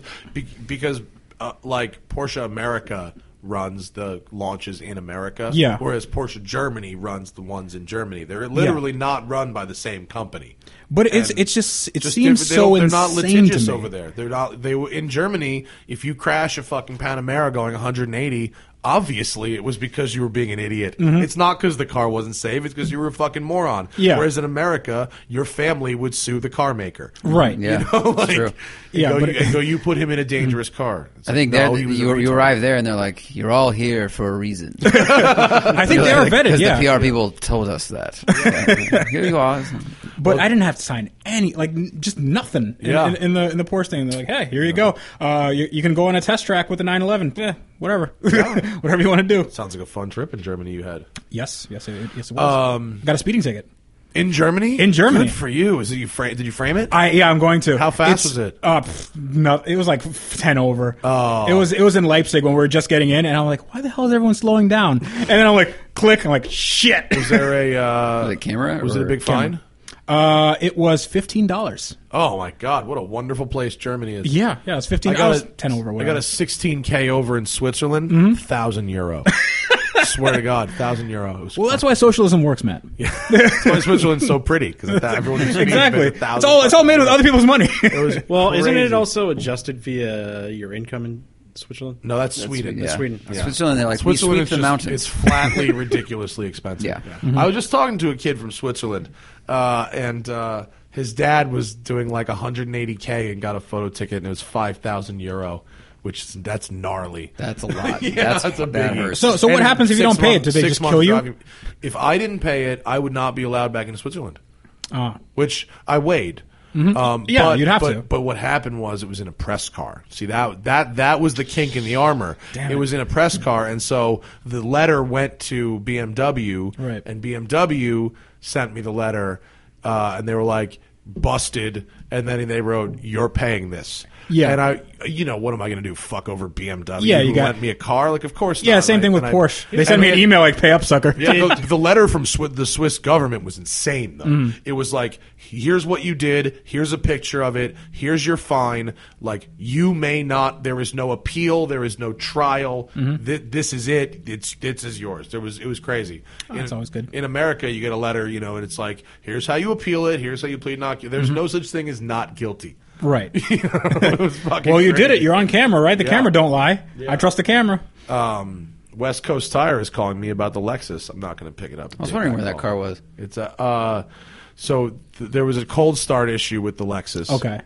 because uh, like Porsche America runs the launches in America, Yeah. Whereas Porsche Germany runs the ones in Germany. They're literally not run by the same company. But it's- And it's just- it just seems different- they don't- They're so not insane to litigious me. over there. They're not. They were- in Germany. If you crash a fucking Panamera going 180. Obviously, it was because you were being an idiot. It's not because the car wasn't safe. It's because you were a fucking moron. Mm-hmm. Yeah. Whereas in America, your family would sue the car maker. right. Yeah, like, it's true. Yeah, yeah, go, but- Mm-hmm. you, go, you put him in a dangerous car. It's I like, think no, there he was a you, you retard. arrive there and they're like, "You're all here for a reason." I I think they are vetted. Yeah, the PR people told us that. Yeah. here you are. But I didn't have to sign any, like n- just nothing. In, Yeah. in, in the in the Porsche thing, they're like, "Hey, here you go. Uh, you, you can go on a test track with the 911. Yeah, whatever, whatever you want to do." Sounds like a fun trip in Germany you had. Yes, yes, it, yes. It was. Um, Got a speeding ticket. In Germany? In Germany. Good for you. Is it you frame? Did you frame it? I yeah, I'm going to. How fast It's- was it? Uh, pff, no, it was like f- ten over. Oh, it was it was in Leipzig when we were just getting in, and I'm like, "Why the hell is everyone slowing down?" And then I'm like, "Click!" I'm like, "Shit." was there a uh, Was it camera Was it a or- big fine? Uh, it was fifteen dollars. Oh my god! What a wonderful place Germany is. Yeah, yeah, it was fifteen. I I, got was a, ten over. I got a whatever. Mm-hmm. 16k over in Switzerland. Thousand euro. Swear to God, thousand euro. It was Well, that's why socialism works, Matt. that's why Switzerland's so pretty because everyone just exactly. It's all it's all made with other people's money. Well, Oh, isn't it Crazy. also adjusted via your income in Switzerland? No, that's Sweden. Yeah. Sweden. Yeah. Switzerland. They're like, we is sweep the just- mountains. It's flatly ridiculously expensive. Yeah. Mm-hmm. I was just talking to a kid from Switzerland, uh, and uh, his dad was doing like 180k and got a photo ticket, and it was 5,000 euro, which is, that's gnarly. That's a lot. Yeah, that's, that's a that biggie. hurts. So, so what And happens if you six don't pay it? months- Do they six just months kill driving- you? If I didn't pay it, I would not be allowed back into Switzerland Uh, which I weighed. Um, Mm-hmm. Yeah, but, you'd have but, to. But what happened was it was in a press car. See that that that was the kink in the armor. Damn it it. was in a press car, and so the letter went to BMW, Right. and BMW sent me the letter, uh, and they were like busted, and then they wrote you're paying this. Yeah. and I, you know, what am I going to do? Fuck over BMW? Yeah, who you got- lent me a car. Like, of course. yeah, not. same And I- thing with and I- Porsche. Yeah, they sent me and an I- email like, "Pay up, sucker." yeah, the, the letter from Swi- the Swiss government was insane, though. Mm. It was like, here's what you did, here's a picture of it, here's your fine. Like, you may not. There is no appeal. There is no trial. Mm-hmm. Th- this is it. It's this is yours. There was it was crazy. Oh, that's In- always good. In America, you get a letter, you know, and it's like, here's how you appeal it. Here's how you plead not. guilty. There's Mm-hmm. no such thing as not guilty. Right. You know, it was fucking well, you did crazy. it. You're on camera, right? The Yeah. camera don't lie. I trust the camera. Um, West Coast Tire is calling me about the Lexus. I'm not going to pick it up. I was wondering where that car was. It's a uh, so th- there was a cold start issue with the Lexus. Okay.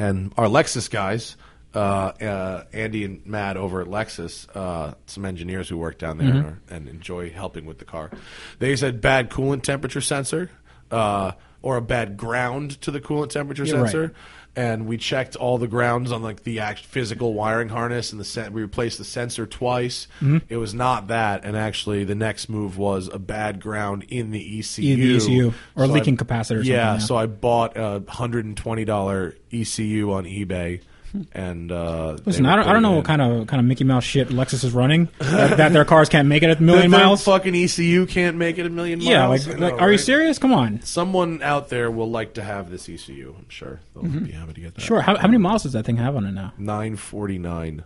and our Lexus guys, uh, uh, Andy and Matt over at Lexus, uh, some engineers who work down there Mm-hmm. and, are, and enjoy helping with the car. They said bad coolant temperature sensor, uh, or a bad ground to the coolant temperature Yeah, sensor right. and we checked all the grounds on like the act- physical wiring harness and the sen- we replaced the sensor twice Mm-hmm. it was not that and actually the next move was a bad ground in the E ECU In the ECU, or I- leaking capacitor or something, yeah, yeah. so I bought a $120 ECU E on eBay and uh Listen, I don't, I don't know what kind of kind of Mickey Mouse shit Lexus is running that, that their cars can't make it at a million miles. fucking ECU can't make it a million miles yeah, like, I like know, are you right? serious? Come on. someone out there will like to have this ECU I'm sure they'll be happy to get that Mm-hmm. Sure. How, how many miles does that thing have on it now? 949.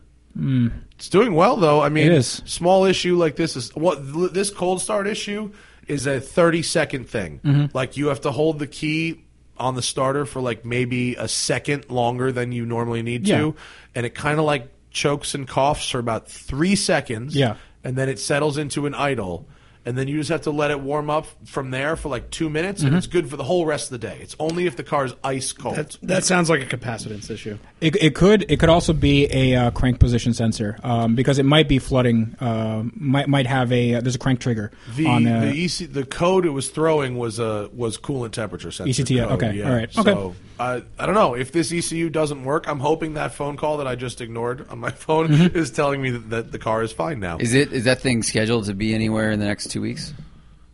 It's doing well though. I mean, Hmm. It is. small issue like this is what this cold start issue is a 30 second thing. Mm-hmm. Like you have to hold the key on the starter for like maybe a second longer than you normally need Yeah. to and it kind of like chokes and coughs for about 3 seconds Yeah. and then it settles into an idle and then you just have to let it warm up from there for like 2 minutes Mm-hmm. and it's good for the whole rest of the day. It's only if the car is ice cold. That, that sounds like a capacitance issue. It, it could it could also be a uh, crank position sensor um, because it might be flooding. Uh, might might have a uh, there's a crank trigger The on uh, the, e the, EC, the code it was throwing was a was coolant temperature sensor. ECTI, code, uh, okay, yeah. all right, okay. So I I don't know if this ECU doesn't work. I'm hoping that phone call that I just ignored on my phone Mm-hmm. is telling me that, that the car is fine now. Is it is that thing scheduled to be anywhere in the next two weeks?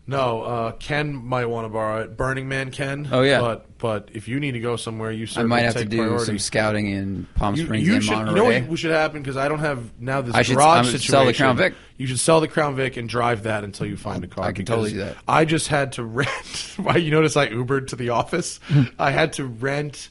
no, uh, Ken might want to borrow it. Burning Man Ken. Oh, yeah. But but if you need to go somewhere, you I certainly might have to take do priority. some scouting in Palm You, Springs you and should, you Monterey. know what you- should happen because I don't have now this I should- garage I should situation. sell the Crown Vic. You should sell the Crown Vic and drive that until you find a car. I can because totally do that. I just had to rent. Why you notice I Ubered to the office? I had to rent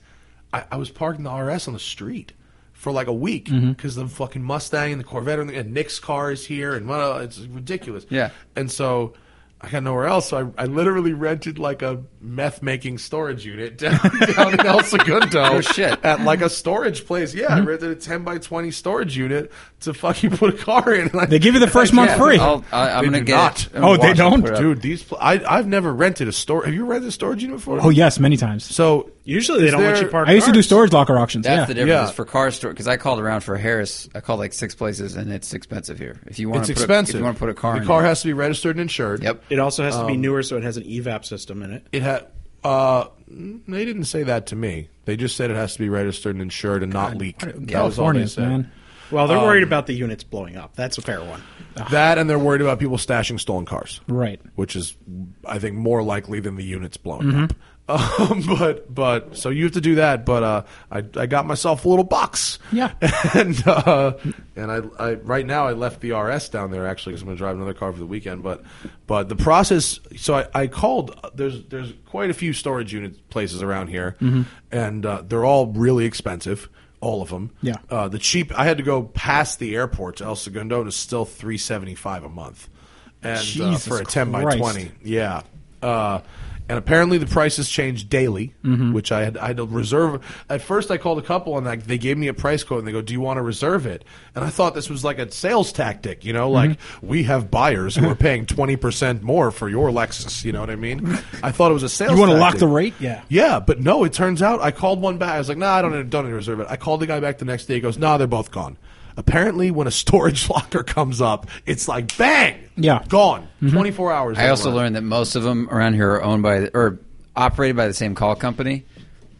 I, I was parking the RS on the street for like a week Mm-hmm. because the fucking Mustang and the Corvette and, the, and Nick's car is here and well, it's ridiculous. Yeah. And so I got nowhere else. So I, I literally rented like a meth making storage unit down, down in El Segundo. Oh, shit. At like a storage place. Yeah, Hmm? I rented a 10 by 20 storage unit to fucking put a car in. And I- They give you the first month Yeah, free. I'll, I, am They gonna do get. not. it and Oh, they watch it don't? put up. Dude, these pl- I I've never rented a store. Have you rented a storage unit before? Oh yes, many times. So Usually they is don't let there- you park. I used to do cars. storage locker auctions. That's yeah. the difference Yeah. for car store because I called around for Harris. I called like six places and it's expensive here. If you want, It's to put expensive. A, if you want to put a car, the in car it. has to be registered and insured. Yep. It also has to be newer, so it has an evap system in it. It had. Uh, mm, they didn't say that to me. They just said it has to be registered and insured and not leak. That was all they uh, Californians, said. man. Well, they're worried about the units blowing up. That's a fair one. That and they're worried about people stashing stolen cars. Right. Which is, I think, more likely than the units blowing Mm-hmm. up. Um, but but so you have to do that. But uh, I I got myself a little box. Yeah. And uh, and I, I right now I left the RS down there actually because I'm going to drive another car for the weekend. But but the process. So I, I called. uh, There's there's quite a few storage unit places around here, Mm-hmm. and uh, they're all really expensive. All of them. Yeah. Uh, the cheap. I had to go past the airport to El Segundo, and it's still three seventy five a month, and uh, Jesus for a ten by Christ. twenty. Yeah. Uh, and apparently the prices change daily, Mm-hmm. which I had I had to reserve. At first, I called a couple and like they gave me a price quote and they go, "Do you want to reserve it?" And I thought this was like a sales tactic, you know, Mm-hmm. like we have buyers who are paying twenty percent more for your Lexus. You know what I mean? I thought it was a sales. You want to lock tactic. the rate? Yeah. Yeah, but no, it turns out I called one back. I was like, nah, I don't don't need to reserve it. I called the guy back the next day. He goes, nah, they're both gone. Apparently, when a storage locker comes up, it's like bang, Yeah. gone. Mm-hmm. Twenty four hours. I also later. learned that most of them around here are owned by or operated by the same call company.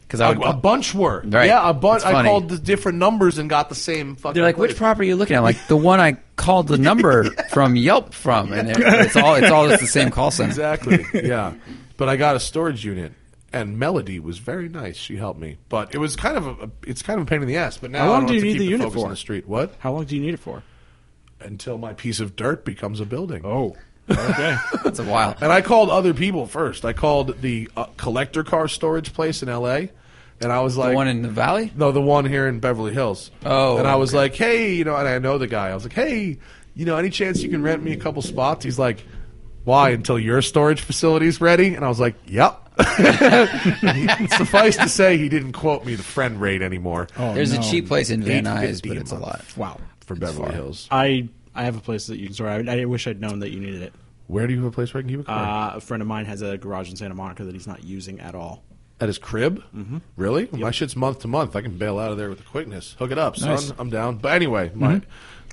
Because I would a, a bunch were. Right. Yeah, a bunch. It's I funny. called the different numbers and got the same fucking. They're like, which place." property are you looking at? I'm like the one I called the number from Yelp from, and they're- it's all it's all just the same call center. Exactly. yeah, but I got a storage unit, and Melody was very nice. She helped me, but it was kind of a, a- it's kind of a pain in the ass. But now How long I don't do have you to need keep the unit focus for? on the street. What How long do you need it for? until my piece of dirt becomes a building? Oh. Okay. It's a while. And I called other people first. I called the uh, collector car storage place in L.A. And I was like, the one in the valley. No, the one here in Beverly Hills. Oh, and I was like, hey, you know, and I know the guy. I was like, hey, you know, any chance you can rent me a couple spots? He's like, why? Until your storage facility's ready? And I was like, yep. Suffice to say, he didn't quote me the friend rate anymore Oh, There's no. a cheap place in Van Nuys, 850 but it's a month. lot. Wow. for Beverly Hills. I I have a place that you can store. I, I wish I'd known that you needed it. Where do you have a place where I can keep a car? Uh, a friend of mine has a garage in Santa Monica that he's not using at all. At his crib? Mm-hmm. Really? My shit's month to month. I can bail out of there with the quickness. Hook it up, son. Nice. Mm-hmm. I'm down. But anyway, my,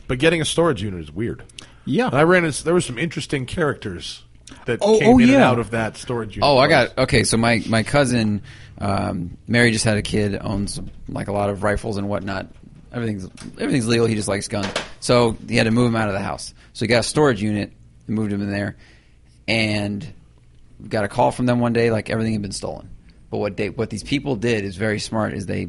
but getting a storage unit is weird. Yeah. And I ran into there were some interesting characters that Oh, came oh, in and yeah. out of that storage unit. Oh, I place. got okay. So my my cousin, um, Mary just had a kid. Owns like a lot of rifles and whatnot. Everything's everything's legal. He just likes guns. So he had to move him out of the house. So he got a storage unit and moved him in there. And got a call from them one day like everything had been stolen. But what they what these people did is very smart. Is they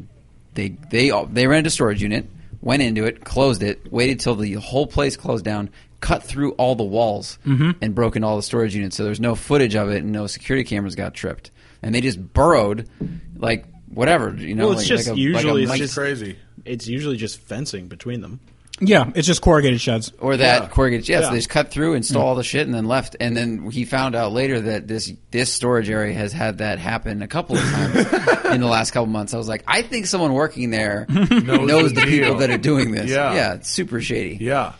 they they all, they rented a storage unit, went into it, closed it, waited till the whole place closed down, cut through all the walls, Mm-hmm. and broke into all the storage units. So there's no footage of it, and no security cameras got tripped. And they just burrowed, like whatever you know. Well, it's like, just like a- usually it's like a mic- just crazy. It's usually just fencing between them. Yeah, it's just corrugated sheds. or that corrugated. Yeah, Yeah. so they just cut through, Mm. install all the shit, and then left. And then he found out later that this this storage area has had that happen a couple of times in the last couple months. I was like, I think someone working there knows, the the people deal. that are doing this. Yeah. yeah, it's super shady. Yeah,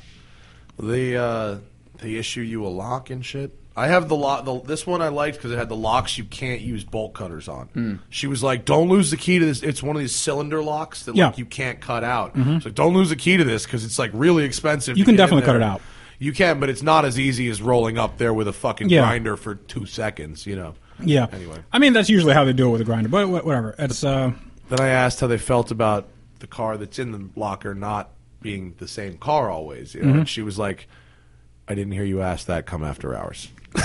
the uh, they issue you a lock and shit. I have the lock. The, this one I liked because it had the locks you can't use bolt cutters on. Hmm. She was like, "Don't lose the key to this." It's one of these cylinder locks that Yeah. Mm-hmm. like you can't cut out. So don't lose the key to this because it's like really expensive. to You can get in definitely cut there. it out. You can, but it's not as easy as rolling up there with a fucking Yeah. grinder for two seconds. You know. Yeah. Anyway. I mean, that's usually how they do it with a grinder, but wha- whatever. It's uh, Then I asked how they felt about the car that's in the locker not being the same car always. You know? Mm-hmm. And she was like, I didn't hear you ask that. Come after hours.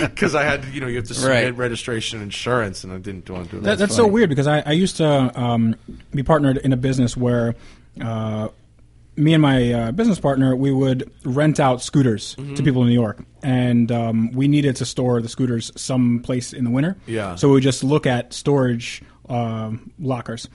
Because I had, you know, you have to submit Right. registration insurance, and I didn't want to do that. that, that's so weird because I, I used to um, be partnered in a business where uh, me and my uh, business partner we would rent out scooters Mm-hmm. to people in New York, and um, we needed to store the scooters someplace in the winter. Yeah. So we would just look at storage um, lockers.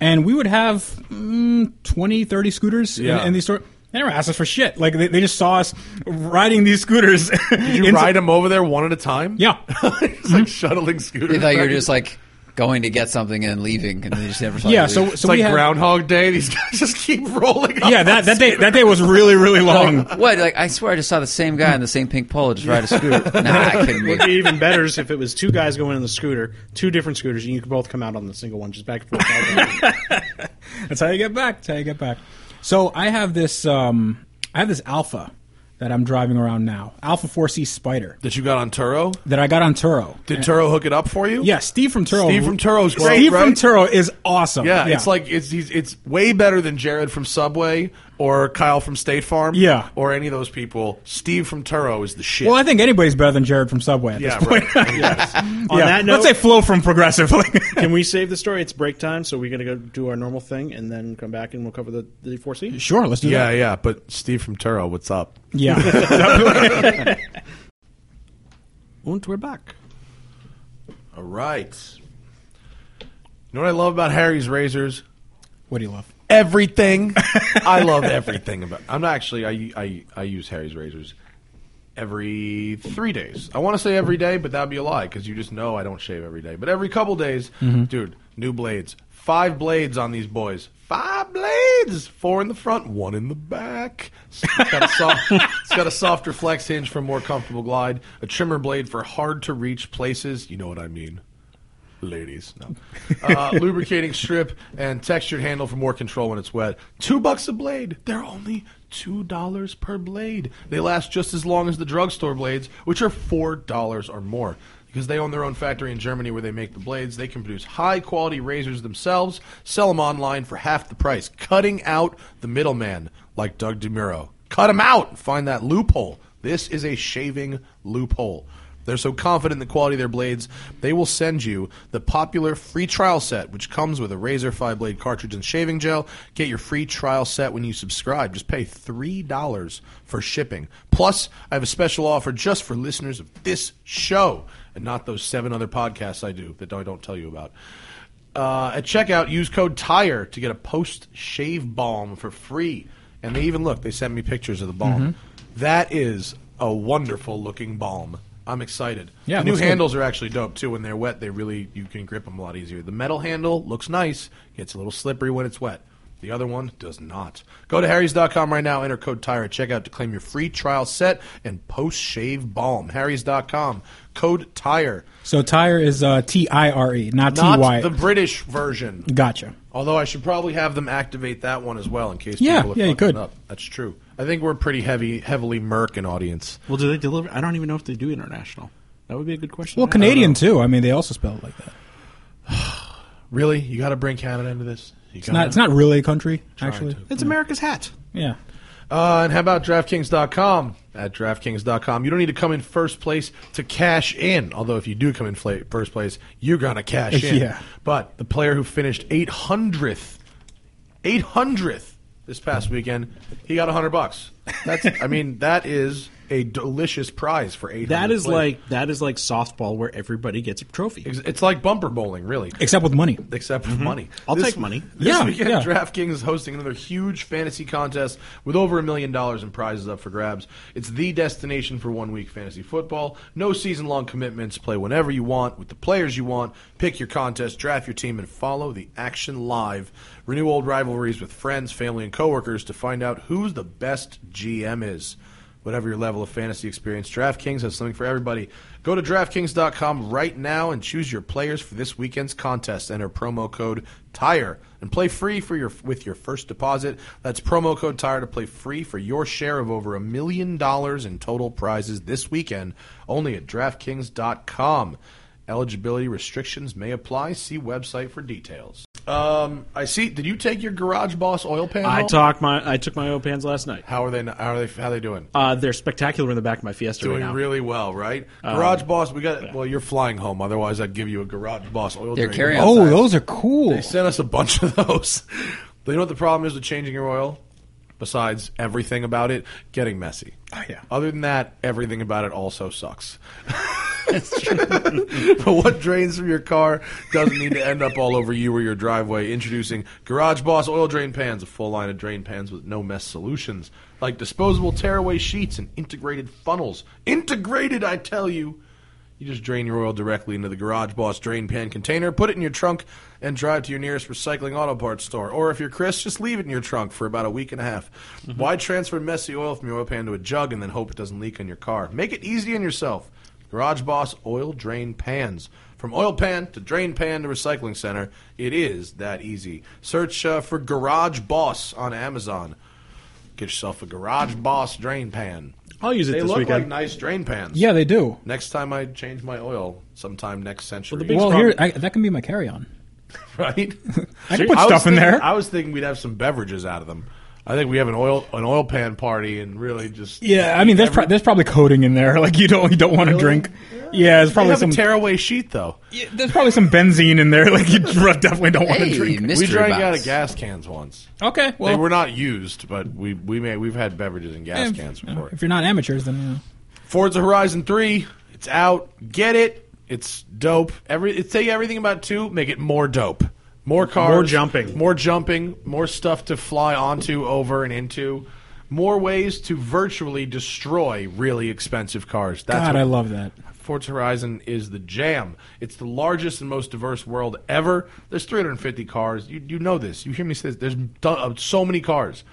And we would have mm, 20, 30 scooters Yeah. in, in these stores. They never asked us for shit. Like, they, they just saw us riding these scooters. Did Did you ride them over there one at a time? Yeah. Mm-hmm. it's like shuttling scooters. They thought you were just like going to get something and leaving, and they just never. Saw Yeah, you so leave. It's so like we had, Groundhog Day. These guys just keep rolling. Up Yeah, that, that day that day was really really long. Like, what? Like I swear, I just saw the same guy in the same pink polo just ride a scooter. nah, I couldn't. Would be Be. even better is if it was two guys going in the scooter, two different scooters, and you could both come out on the single one, just back and forth. That's how you get back. That's how you get back. So I have this um, I have this Alpha that I'm driving around now. Alpha 4C Spider that you got on Turo. that I got on Turo. Did Turo hook it up for you? Yeah, Steve from Turo. Steve from Turo's great, Steve from right? Turo is awesome. Yeah, it's like it's he's, it's way better than Jared from Subway or Kyle from State Farm. Yeah. or any of those people. Steve from Turo is the shit. Well, I think anybody's better than Jared from Subway at yeah, this point. right. yes. On yeah. that note, Let's say Flo from Progressive. like- can we save the story? It's break time, so we're gonna go do our normal thing and then come back and we'll cover the the four C. sure, let's do yeah, that. yeah. But Steve from Turo, what's up? Yeah. And we're back. All right. You know what I love about Harry's razors? what do you love? everything. I love everything about. I'm not actually. I, I I use Harry's razors every three days. I want to say every day, but that'd be a lie because you just know I don't shave every day. But every couple days, dude, new blades. Five blades on these boys. Five blades. Four in the front, one in the back. It's got a, soft, it's got a softer flex hinge for more comfortable glide. A trimmer blade for hard to reach places. You know what I mean ladies. No. Uh, lubricating strip and textured handle for more control when it's wet. Two bucks a blade. They're only two dollars per blade. They last just as long as the drugstore blades, which are four dollars or more. Because they own their own factory in Germany where they make the blades, they can produce high quality razors themselves, sell them online for half the price, cutting out the middleman like Doug DeMuro. Cut him out! Find that loophole. This is a shaving loophole. They're so confident in the quality of their blades, they will send you the popular free trial set, which comes with a razor, five blade cartridge, and shaving gel. Get your free trial set when you subscribe. Just pay $3 for shipping. Plus, I have a special offer just for listeners of this show and not those seven other podcasts I do that I don't tell you about. Uh, at checkout, use code TIRE to get a post shave balm for free. And they even look, they sent me pictures of the balm. Mm-hmm. That is a wonderful looking balm. I'm excited. Yeah, it the new looks good. handles are actually dope too. When they're wet, they really you can grip them a lot easier. The metal handle looks nice, gets a little slippery when it's wet. The other one does not. Go to harrys.com right now, enter code TIRE at checkout to claim your free trial set and post shave balm. harrys.com, code TIRE. So tire is uh, T I R E, not T Not Y. the British version. Gotcha. Although I should probably have them activate that one as well in case Yeah, people are yeah, you fucking could. up. That's true. I think we're pretty heavy, heavily Merc in audience. Well, do they deliver? I don't even know if they do international. That would be a good question. Well, Canadian too. I mean, they also spell it like that. Really, you got to bring Canada into this. You It's not. It's not really a country, actually. It's America's hat. Yeah. Uh, and how about DraftKings.com? At DraftKings.com, you don't need to come in first place to cash in. Although if you do come in fla- first place, you're gonna cash in. Yeah. But the player who finished 800th, 800th this past weekend, he got 100 bucks. That's. I mean, that is a delicious prize for 800. That is players. like that is like softball where everybody gets a trophy. Ex- It's like bumper bowling, really, Except with money. except with money. Mm-hmm. I'll take money. This Yeah, weekend, yeah. DraftKings is hosting another huge fantasy contest with over a million dollars in prizes up for grabs. It's the destination for one week fantasy football. No season long commitments. Play whenever you want with the players you want. Pick your contest, draft your team, and follow the action live. Renew old rivalries with friends, family, and coworkers to find out who's the best GM is. Whatever your level of fantasy experience, DraftKings has something for everybody. Go to DraftKings.com right now and choose your players for this weekend's contest. Enter promo code TIRE and play free for your with your first deposit. That's promo code TIRE to play free for your share of over a million dollars in total prizes this weekend only at DraftKings.com. Eligibility restrictions may apply. See website for details. Um, I see. Did you take your Garage Boss oil panel? I talked my I took my oil pans last night. How are they? How are they? How are they doing? Uh, they're spectacular in the back of my Fiesta doing right now. really well, Um, right? Garage Boss, we got. Well, you're flying home. Otherwise, I'd give you a Garage Boss oil They're drain. carrying- Oh, Outside. those are cool. They sent us a bunch of those. you know what the problem is with changing your oil? Besides everything about it, getting messy. Oh, yeah. Other than that, everything about it also sucks. but what drains from your car doesn't need to end up all over you or your driveway. Introducing Garage Boss Oil Drain Pans, a full line of drain pans with no mess solutions, like disposable tearaway sheets and integrated funnels. Integrated, I tell you. You just drain your oil directly into the Garage Boss drain pan container, put it in your trunk, and drive to your nearest recycling auto parts store. Or if you're Chris, just leave it in your trunk for about a week and a half. Why transfer messy oil from your oil pan to a jug and then hope it doesn't leak on your car? Make it easy on yourself. Garage Boss oil drain pans. From oil pan to drain pan to recycling center, it is that easy. Search uh, for Garage Boss on Amazon. Get yourself a Garage Boss drain pan. I'll use it They this look weekend. like nice drain pans. Yeah, they do. Next time I change my oil, sometime next century, big- well, problem- here I, that can be my carry-on. right? I can put stuff in thinking, there. I was thinking we'd have some beverages out of them. I think we have an oil an oil pan party and really just Yeah, I mean, there's pro- there's probably coding in there. Like you don't you don't want to drink. Yeah, there's They probably have some a tearaway sheet though. yeah, there's probably some benzene in there. Like you definitely don't want to Hey, drink. mystery we drank box. out of gas cans once. Okay, well, they were not used, but we we may we've had beverages in gas eh, cans you know, before. If you're not amateurs, then uh, you know. Forza Horizon Three, it's out. Get it. It's dope. Every it's take everything about two, make it more dope. More cars, More jumping. more jumping, more stuff to fly onto, over, and into. More ways to virtually destroy really expensive cars. That's God, what I love that. Forza Horizon is the jam. It's the largest and most diverse world ever. There's 350 cars. You, you know this. You hear me say this. There's do- uh, so many cars.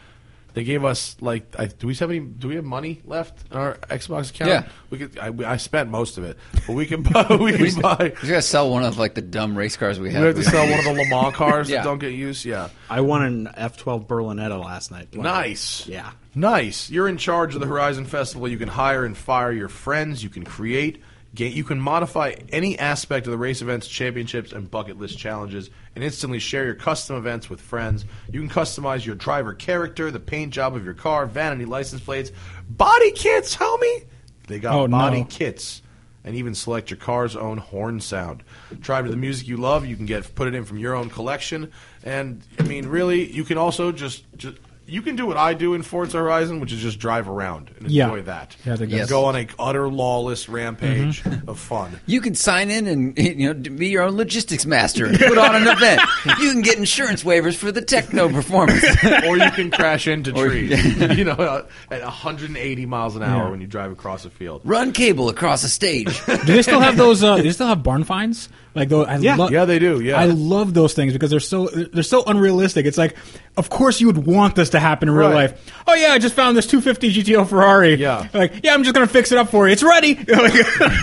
They gave us like, I, do we have any? Do we have money left in our Xbox account? Yeah. we could. I, I spent most of it, but we can buy. We can buy. We gotta sell one of like the dumb race cars we We have. have to sell one of the Le Mans cars Yeah. that don't get used. Yeah, I won an F12 Berlinetta last night. Nice. Yeah. Nice. You're in charge of the Horizon Festival. You can hire and fire your friends. You can create. Ga you can modify any aspect of the race events, championships, and bucket list challenges, and instantly share your custom events with friends. You can customize your driver character, the paint job of your car, vanity license plates, body kits, homie. They got Oh, no. body kits and even select your car's own horn sound. Drive to the music you love. You can get put it in from your own collection, and I mean, really, you can also just, just you can do what I do in Forza Horizon, which is just drive around and Yeah. enjoy that. Yeah, I think Mm-hmm. Yes. that's- Go on a utter lawless rampage of fun. You can sign in and you know be your own logistics master and put on an event. You can get insurance waivers for the techno performance. or you can crash into Or- trees, you know, uh, at 180 miles an hour when you drive across a field. Run cable across a stage. Do they still have those? Uh, do they still have barn finds? Like those? I Yeah. lo- Yeah, they do, yeah. I love those things because they're so they're so unrealistic. It's like, of course you would want this to happen in real Right. life. Oh yeah, I just found this 250 GTO Ferrari. Yeah. like yeah, I'm just gonna fix it up for you. It's ready. Like- Well,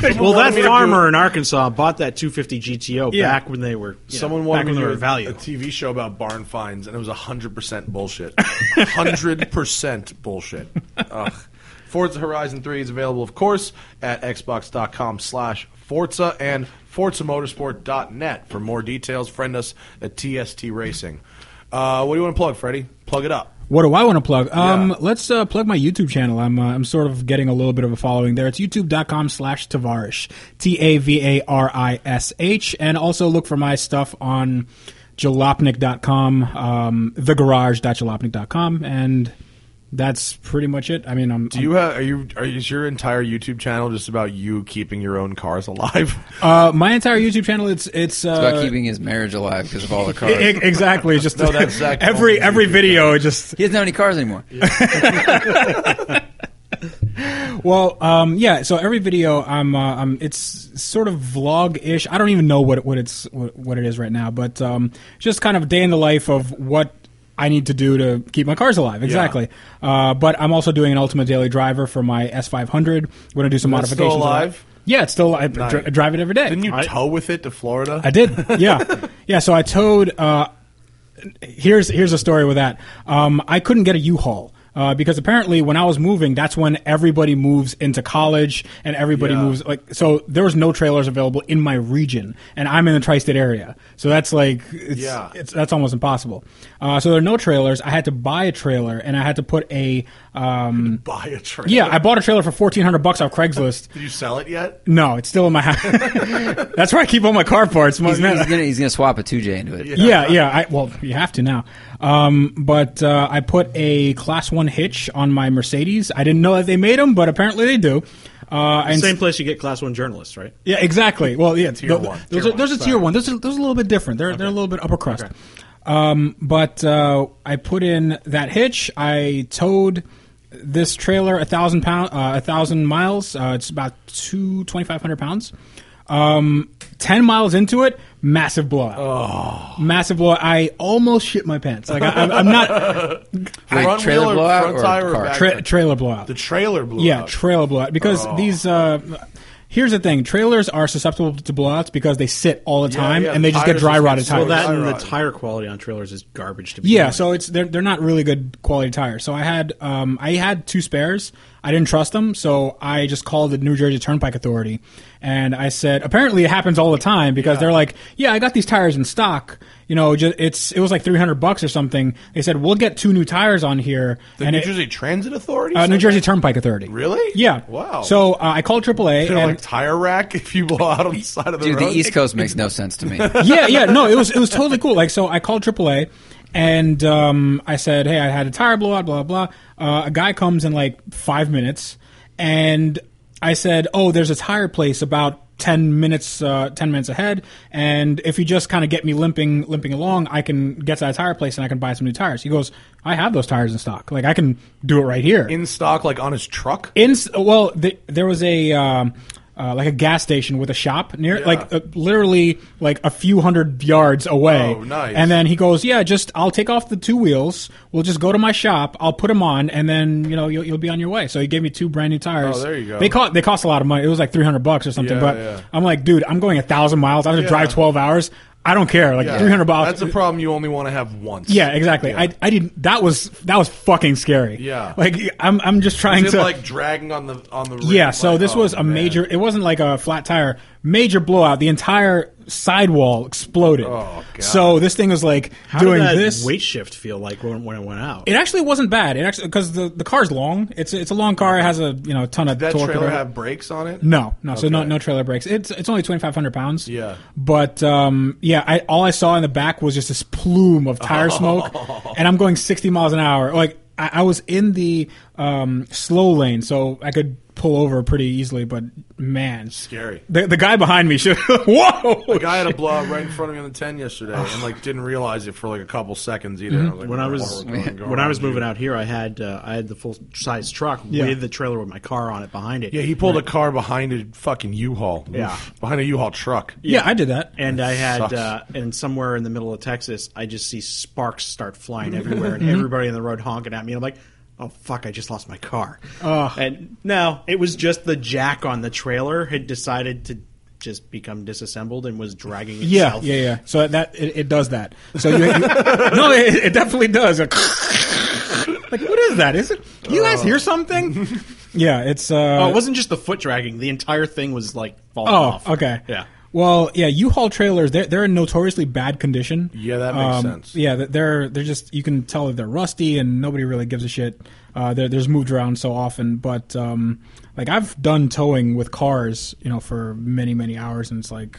that Wanted me to farmer in Arkansas bought that 250 GTO Yeah. back when they were you Someone know, wanted back when me they to were do a value. TV show about barn finds, and it was hundred percent bullshit. Hundred percent bullshit. Ugh. Forza Horizon Three is available, of course, at Xbox.com/slash Forza and ForzaMotorsport.net for more details. Friend us at TST Racing. Uh, what do you want to plug, Freddie? Plug it up. What do I want to plug? Um, Yeah. Let's uh, plug my YouTube channel. I'm uh, I'm sort of getting a little bit of a following there. It's youtube.com slash Tavarish. T A V A R I S H. And also look for my stuff on jalopnik.com, um, thegarage.jalopnik.com. And that's pretty much it. I mean, I'm. Do you have? Are you? Are, is your entire YouTube channel just about you keeping your own cars alive? uh, my entire YouTube channel, it's. It's, uh, It's about keeping his marriage alive because of all the cars. e- e- exactly. Just No, that's Zach every Coleman's every YouTube video, just he doesn't have any cars anymore. Well, um, yeah. So every video, I'm, uh, I'm, it's sort of vlog-ish. I don't even know what what it's what, what it is right now, but um, just kind of day in the life of what I need to do to keep my cars alive. Exactly. Uh, but I'm also doing an Ultimate Daily Driver for my S500. We're gonna do some That's still modifications. of that. alive? Yeah, it's still. I dri- Nice. drive it every day. Didn't you tow with it to Florida? I did. Yeah, yeah. So I towed. Uh, here's here's a story with that. Um, I couldn't get a U-Haul. Uh, because apparently, when I was moving, that's when everybody moves into college and everybody Yeah. moves like so. There was no trailers available in my region, and I'm in the tri-state area, so that's like it's, Yeah. it's that's almost impossible. Uh, so there are no trailers. I had to buy a trailer, and I had to put a um, buy a trailer. yeah. I bought a trailer for fourteen hundred bucks off Craigslist. Did you sell it yet? No, it's still in my house. that's where I keep all my car parts. My- He's, he's gonna he's gonna swap a 2J into it. Oh, yeah, yeah. I, well, you have to now. Um, but uh, I put a class one hitch on my Mercedes. I didn't know that they made them, but apparently they do. Uh, and Same place you get class one journalists, right? yeah, exactly. Well, yeah, tier one. Those, Tier are, those one, are tier sorry. one. Those are, those are a little bit different. They're they're a little bit upper crust. Um, but uh, I put in that hitch. I towed this trailer a thousand pound, uh, a thousand miles. Uh, it's about two twenty five hundred pounds. Um, ten miles into it, massive blowout. Oh. Massive blowout. I almost shit my pants. Like I, I'm, I'm not Wait, Front trailer wheel or blowout front or tire or car? back tra- tire? trailer blowout. The trailer blew Yeah, out. trailer blowout. Because Oh. these. Uh, here's the thing: trailers are susceptible to blowouts because they sit all the Yeah, time yeah, and they just get tires dry just get rotted so tires. Well, that Tire and the rod. tire quality on trailers is garbage to be. Oh, yeah, so it's they're they're not really good quality tires. So I had um, I had two spares. I didn't trust them, so I just called the New Jersey Turnpike Authority, and I said, apparently it happens all the time because they're like, yeah, I got these tires in stock. You know, just, it's it was like three hundred bucks or something. They said we'll get two new tires on here. The and New it- Jersey Transit Authority? uh, New said Jersey that? Turnpike Authority. Really? Yeah. Wow. So uh, I called AAA. They're and- like tire rack if you blow out on the side of the Dude, the road. East Coast makes no sense to me. yeah, yeah. No, it was it was totally cool. Like, so I called AAA, and um, I said, "Hey, I had a tire blowout, blah blah." Uh, a guy comes in like five minutes, and I said, "Oh, there's a tire place about." 10 minutes uh, 10 minutes ahead and if you just kind of get me limping limping along i can get to that tire place and i can buy some new tires he goes i have those tires in stock like i can do it right here in stock, like on his truck. in well th there was a um, uh, like a gas station with a shop near Yeah. like uh, literally like a few hundred yards away Oh, nice. and then he goes yeah just i'll take off the two wheels we'll just go to my shop i'll put them on and then you know you'll, you'll be on your way so he gave me two brand new tires Oh, there you go. they cost they cost a lot of money it was like 300 bucks or something Yeah, but yeah. i'm like dude i'm going a thousand miles i have to Yeah. drive 12 hours i don't care like Yeah. 300 bucks That's a problem you only want to have once. yeah, exactly. Yeah. I, I didn't. That was that was fucking scary. Yeah. like I'm I'm just trying Is it to like dragging on the on the. Rim, yeah, so like, this oh, was a man. major. It wasn't like a flat tire, major blowout. The entire sidewall exploded. Oh, God. So this thing was like How doing did that this. weight shift feel like when, when it went out? It actually wasn't bad. It actually because the the car's long. It's it's a long car. It has a you know ton of That torque. or trailer whatever. have brakes on it? No, no. So no, Okay. no trailer brakes. It's it's only twenty five hundred pounds. Yeah. But um, yeah, I all I saw in the back was just this plume of tire smoke, and I'm going sixty miles an hour. Like I, I was in the um, slow lane, so I could pull over pretty easily. But man, Scary. The, the guy behind me should. Whoa. The guy had a blowout right in front of me on the ten yesterday, and like didn't realize it for like a couple seconds Mm-hmm. either. I was like, when I "Oh, was we're going- going when I was around moving you." out here, I had uh, I had the full size truck Yeah. with the trailer with my car on it behind it. Yeah, he pulled a car behind a fucking U-Haul. Yeah. Oof. behind a U-Haul truck. yeah, I did that. and I had Sucks. uh, and somewhere in the middle of Texas, I just see sparks start Mm-hmm. flying everywhere, and everybody on the road honking at me. I'm like. Oh fuck! I just lost my car. And no, it was just the jack on the trailer had decided to just become disassembled and was dragging Yeah, itself. yeah, yeah. So that it, it does that. So you, you- no, it, it definitely does. Like, what is that? Is it? You guys hear something? yeah, it's. Uh, Oh, it wasn't just the foot dragging; the entire thing was like falling Oh, off. okay. Yeah. Well, yeah, U-Haul trailers they're they're in notoriously bad condition. Um, Yeah, that makes sense. Yeah, th- they're they're just you can tell that they're rusty and nobody really gives a shit. Uh, they're, they're just moved around so often, but um, like I've done towing with cars, you know, for many many hours, and it's like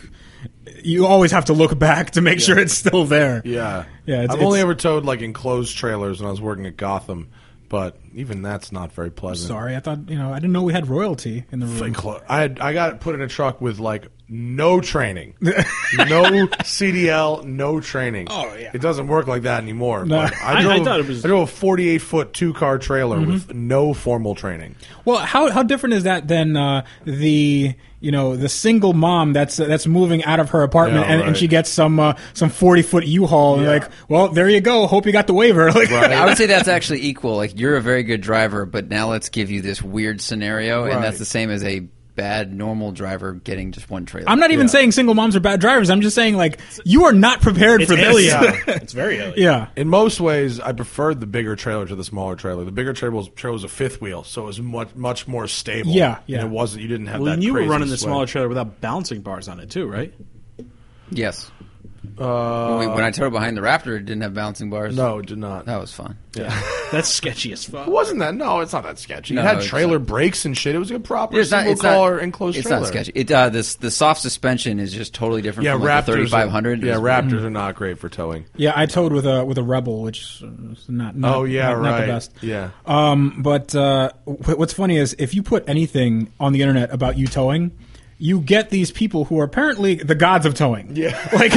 you always have to look back to make sure it's still there. Yeah, Yeah, it's- I've only it's- ever towed like enclosed trailers when I was working at Gotham, but even that's not very pleasant. Sorry, I thought you know I didn't know we had royalty in the room. Enclo- I had, I got put in a truck with like no training, no CDL, no training. Oh, yeah. it doesn't work like that anymore. No. but I- I I, drove, thought it was- I drove a forty-eight foot two car trailer Mm-hmm. with no formal training. Well, how how different is that than uh, the you know the single mom that's that's moving out of her apartment Yeah, and, and right. she gets some uh, some forty foot U haul and Yeah. like, well, there you go. Hope you got the waiver. Like, I would say that's actually equal. Like you're a very good driver, but now let's give you this weird scenario, Right. and that's the same as a bad normal driver getting just one trailer. I'm not even Yeah. saying single moms are bad drivers. I'm just saying like you are not prepared It's for this. alien. Yeah. it's very alien. yeah. In most ways, I preferred the bigger trailer to the smaller trailer. The bigger trailer was, trailer was a fifth wheel, so it was much much more stable. Yeah, yeah. And it wasn't. You didn't have Well, that. and you were crazy running the sway. smaller trailer without bouncing bars on it too, right? Yes. Uh, When, we, when I towed it behind the Raptor, it didn't have bouncing bars. no, it did not. that was fun. That's sketchy as fuck. It wasn't that? No, it's not that sketchy. No, it had it's trailer breaks and shit. It was a proper It's not. single It's not. collar enclosed it's trailer. not sketchy. It uh, this the soft suspension is just totally different. Yeah, from like Raptors. the are- 3500. Yeah, It's- Raptors are not great for towing. Yeah, I towed with a with a Rebel, which is not, not Oh, yeah, not, not right. the best. Yeah. Um, but uh, wh- what's funny is if you put anything on the internet about you towing. You get these people who are apparently the gods of towing. Yeah, like,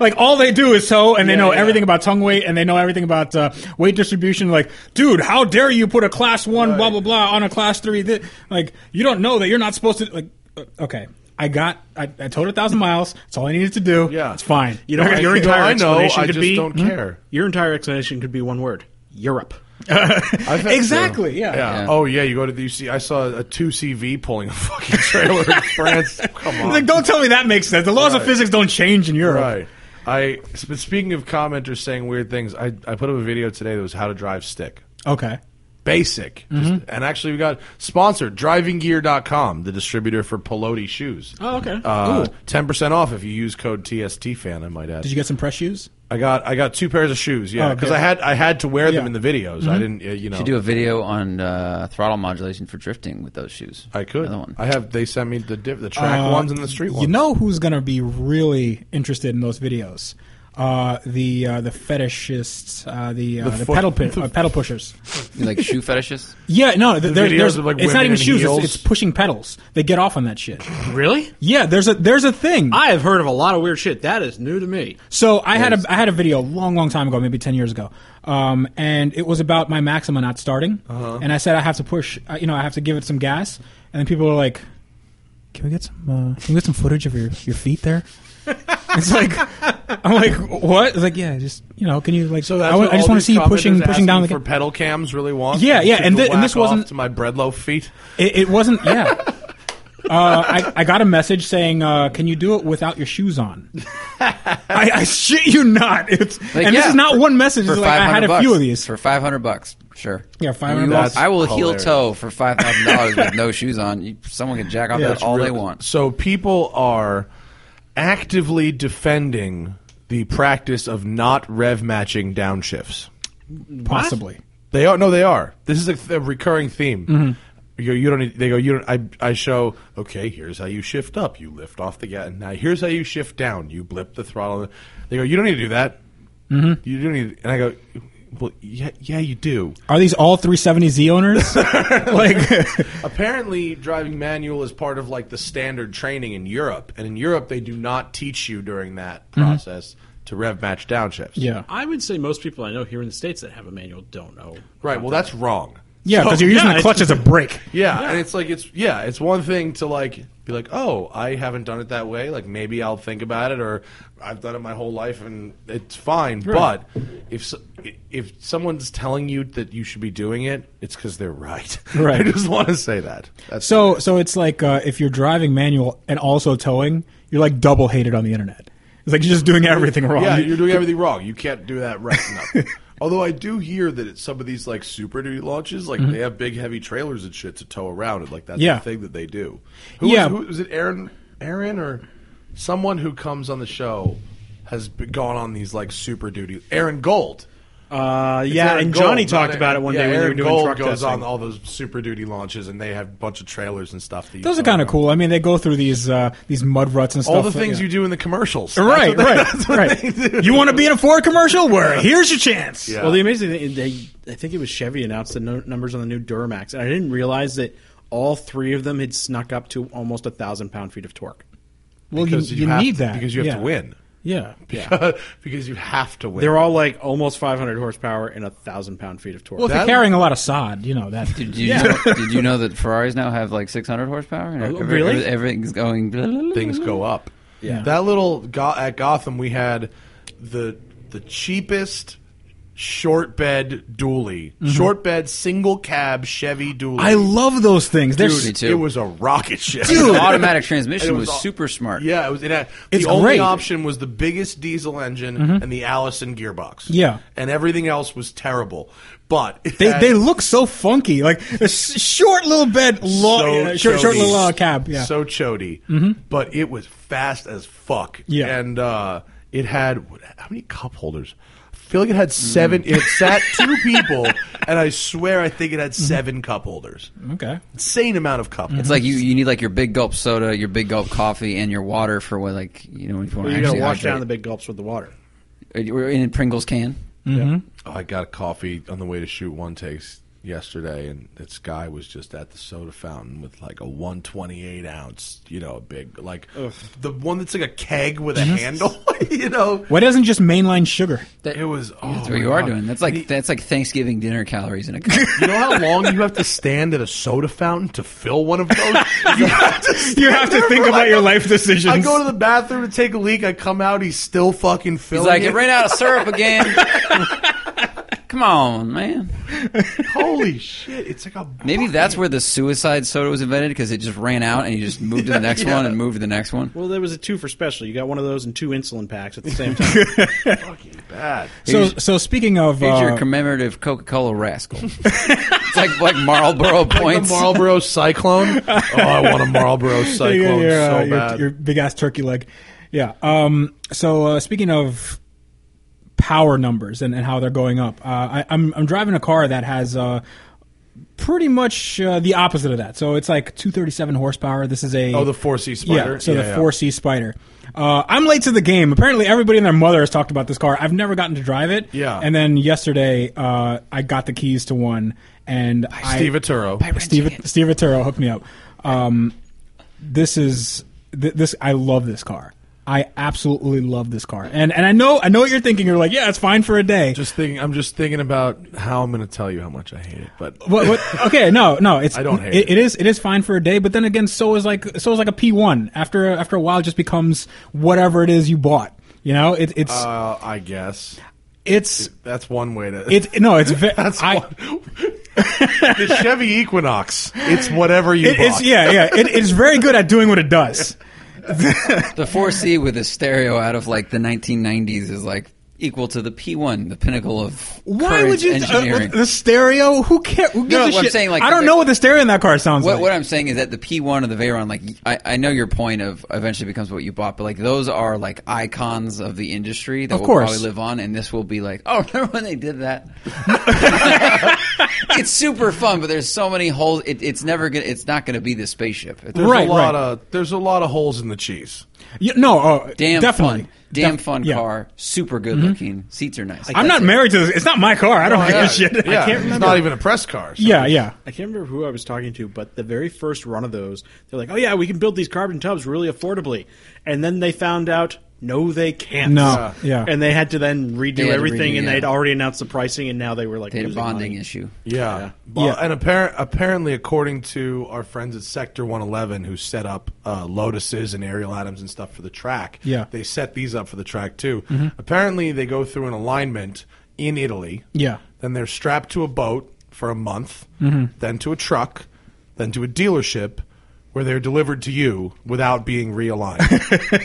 like all they do is tow, and they know everything about tongue weight, and they know everything about uh, weight distribution. Like, dude, how dare you put a class one blah blah blah on a class three? Th- like, you don't know that you're not supposed to. Like, uh, okay, I got, I, I towed a thousand miles. That's all I needed to do. Yeah. it's fine. You know, I- your no, entire I know, explanation I could just be don't care. Your entire explanation could be one word: Europe. I've had- Exactly, yeah. Yeah. Oh yeah. You go to the UC. I saw a two CV pulling a fucking trailer in France. Come on. Like, don't tell me that makes sense. The laws of Right. physics don't change in Europe. Right. I. But speaking of commenters saying weird things, I I put up a video today that was how to drive stick. Okay. Basic. Just- and actually, we got sponsored drivinggear.com, the distributor for Pelote shoes. Uh, Oh, okay. Ooh. Ten percent off if you use code TST fan. I might add. Did you get some press shoes? I got I got two pairs of shoes. Yeah, Oh, okay. because I had I had to wear them Yeah. in the videos. I didn't. uh, You know, You should do a video on uh, throttle modulation for drifting with those shoes. I could. Another one. I have. They sent me the diff, the track Uh, ones and the street ones. You know who's going to be really interested in those videos? Uh, the uh, the fetishists, uh, the uh, the, foot- pedal pi- uh, pedal pushers. You like shoe fetishists. Yeah, no, th- there- videos there's, of, like, it's women not even in shoes. It's, heels? it's pushing pedals. They get off on that shit. Really? Yeah, there's a there's a thing. I have heard of a lot of weird shit. That is new to me. So I had a I had a video a long, long time ago, maybe ten years ago, um, and it was about my Maxima not starting. Uh-huh. And I said I have to push, uh, you know, I have to give it some gas. And then people were like, "Can we get some? Uh, can we get some footage of your, your feet there?" it's like I'm like, "What?" It's like, "Yeah, just you know, can you like?" So that's I, wa- what I just all want to these see you pushing commenters pushing down the. asking for pedal cams. Really want? Yeah, yeah, To and thi- and whack this off wasn't- to my breadloaf feet. It, it wasn't. Yeah. Uh, I, I got a message saying, uh, "Can you do it without your shoes on?" I, I shit you not. It's Like, and this yeah, is not for- one message. It's like I 500 had a bucks. few of these. for five hundred bucks. Sure. Yeah, I, 500 mean, bucks. I will hilarious. heel toe for five thousand dollars with no shoes on. You, someone can jack off that That's all real- they want. So people are actively defending the practice of not rev matching downshifts. possibly. They are no, they are. This is a, th- a recurring theme. Mm-hmm. You, go, you don't. Need, they go. You don't. I, I show. Okay, here's how you shift up. You lift off the gas. Now here's how you shift down. You blip the throttle. They go. You don't need to do that. Mm-hmm. You don't need. And I go. Well, yeah, yeah, you do. Are these all 370Z owners? like, Apparently, driving manual is part of like the standard training in Europe, and in Europe they do not teach you during that process to rev match downshifts. Mm-hmm. yeah, I would say most people I know here in the states that have a manual don't know. Right. Well, that's wrong. yeah, because you're yeah, using the it's- clutch as a brake. Yeah, and it's like it's yeah, it's one thing to like be like, oh, I haven't done it that way. Like maybe I'll think about it, or I've done it my whole life and it's fine. But if so- if someone's telling you that you should be doing it, it's because they're right. Right. I just want to say that. That's So, so it's like uh, if you're driving manual and also towing, you're like double hated on the internet. It's like you're just doing everything wrong. yeah, you're doing everything wrong. You can't do that right now. Although I do hear that it's some of these like super duty launches, like they have big heavy trailers and shit to tow around, and like that's Mm-hmm. Yeah. the thing that they do. Who Yeah. was, who, was it Aaron, Aaron, or someone who comes on the show has been, gone on these like super duty? Aaron Gold. Uh, It's yeah, Aaron and Gold, Johnny not talked Aaron- about it one yeah, day when Aaron they were doing Gold truck goes testing. on all those super duty launches, and they have a bunch of trailers and stuff. That you Those are tow kind of around. cool. I mean, they go through these uh, these mud ruts and stuff. All the things yeah. you do in the commercials. Right, That's what they- right, that's what they do. right. You want to be in a Ford commercial? Where here's your chance. Yeah. Well, the amazing thing, they, I think it was Chevy announced the no- numbers on the new Duramax, and I didn't realize that all three of them had snuck up to almost a thousand pound feet of torque. Well, you, Because you, have need to- that because you have Yeah. to win. Yeah, because you have to win. They're all like almost 500 horsepower and a thousand pound feet of torque. well, if you're That- carrying a lot of sod, you know that. Did you, know, did you know that Ferraris now have like 600 horsepower? And Oh, really? everything's going. blah, blah, blah. things go up. Mm-hmm. Yeah. That little go- at Gotham, we had the the cheapest short bed dually, short bed single cab Chevy dually. Mm-hmm. I love those things. They're Dude, s- me too. It was a rocket ship. The automatic And transmission it was, all- super smart. Yeah, it was. It had, It's the only great. Mm-hmm. option was the biggest diesel engine and the Allison gearbox. Yeah. and everything else was terrible. But it They, had- they look so funky, like a s- short little bed, long, so uh, short, short chody. little uh, cab. Yeah, So chody. But it was fast as fuck. Yeah. And uh, It had what- how many cup holders? I feel like it had seven. It sat two people, and I swear I think it Mm-hmm. had seven cup holders. Okay. Insane amount of cup. It's like you, you need like your big gulp soda, your big gulp coffee, and your water for what like you know if you want Well, you to got to actually wash down the hydrate. big gulps with the water. We're in a Pringles can. Oh, I got a coffee on the way to shoot one takes yesterday, and this guy was just at the soda fountain with like a 128 ounce, you know, a big, like the one that's like a keg with a handle, you know. Why doesn't just mainline sugar? It was. Oh That's my what you are God. doing. That's like The- that's like Thanksgiving dinner calories in a cup. you know how long you have to stand at a soda fountain to fill one of those? You have to, stand You have to there think for, about like, your a- life decisions. I go to the bathroom to take a leak. I come out. He's still fucking He's filling. like, it. it ran out of syrup again. Come on, man. Holy shit! It's like a Maybe bucket. that's where the suicide soda was invented because it just ran out and you just moved to the next one and moved to the next one. Well, there was a two for special. You got one of those and two insulin packs at the same time. fucking bad. So, so speaking of Here's your uh, commemorative Coca-Cola rascal. it's like like Marlboro points. Like the Marlboro Cyclone. Oh, I want a Marlboro you got Cyclone your, so uh, your- bad. your big ass turkey leg, yeah. Um, so uh, speaking of power numbers and, and how they're going up, uh, I, I'm I'm driving a car that has. Uh, Pretty much uh, the opposite of that. So it's like 237 horsepower. This is a oh, the four C spider. Yeah, so the four C Spider. Uh, I'm late to the game. Apparently, everybody and their mother has talked about this car. I've never gotten to drive it. Yeah. And then yesterday, uh, I got the keys to one, and I, Steve Aturo. Steve, Steve Arturo hooked me up. Um, this is th- this. I love this car. I absolutely love this car. And and I know I know what you're thinking. You're like, yeah, it's fine for a day. Just thinking, I'm just thinking about how I'm going to tell you how much I hate it. But What, what, okay, no, no, it's I don't hate it. It is it is fine for a day, but then again, so is like so is like a P one. After after a while, it just becomes whatever it is you bought. You know, it, it's uh, I guess it's that's one way to. it. No, it's ve- that's I- one. the Chevy Equinox. It's whatever you it- bought. it's yeah, yeah. It, it's very good at doing what it does. The 4C with a stereo out of like the 1990s is like equal to the P1, the pinnacle of Why current would you uh, engineering. the stereo? Who cares? Who gives No, a what I'm shit? saying, like, I don't the- know what the stereo in that car sounds what, like. what I'm saying is that the P1 of the Veyron, like I, I know your point of eventually becomes what you bought, but like those are like icons of the industry that Of will course. probably live on, and this will be like, oh, remember when they did that? it's super fun, but there's so many holes. It, it's never gonna, it's not gonna be the spaceship. It's There's Right, a lot right. of there's a lot of holes in the cheese. You- no, oh, damn definitely, fun, damn Def- fun yeah. Mm-hmm. car, super good looking, seats are nice. I'm not married to this. It's not my car. I don't give a shit. Yeah, I can't it's remember. not even a press car. so yeah, it's- yeah. I can't remember who I was talking to, but the very first run of those, they're like, "Oh yeah, we can build these carbon tubs really affordably," and then they found out. No, they can't. No, Yeah. yeah. and they had to then They redo had to everything, redo, and yeah. they'd already announced the pricing, and now they were like They had a losing bonding money. issue. Yeah. Yeah. Well, Yeah. And appar- apparently, according to our friends at Sector 111, who set up uh, Lotuses and aerial atoms and stuff for the track, Yeah. Mm-hmm. they set these up for the track too. Apparently, they go through an alignment in Italy. Yeah. Mm-hmm. Then they're strapped to a boat for a month, then to a truck, then to a dealership. Where they're delivered to you without being realigned,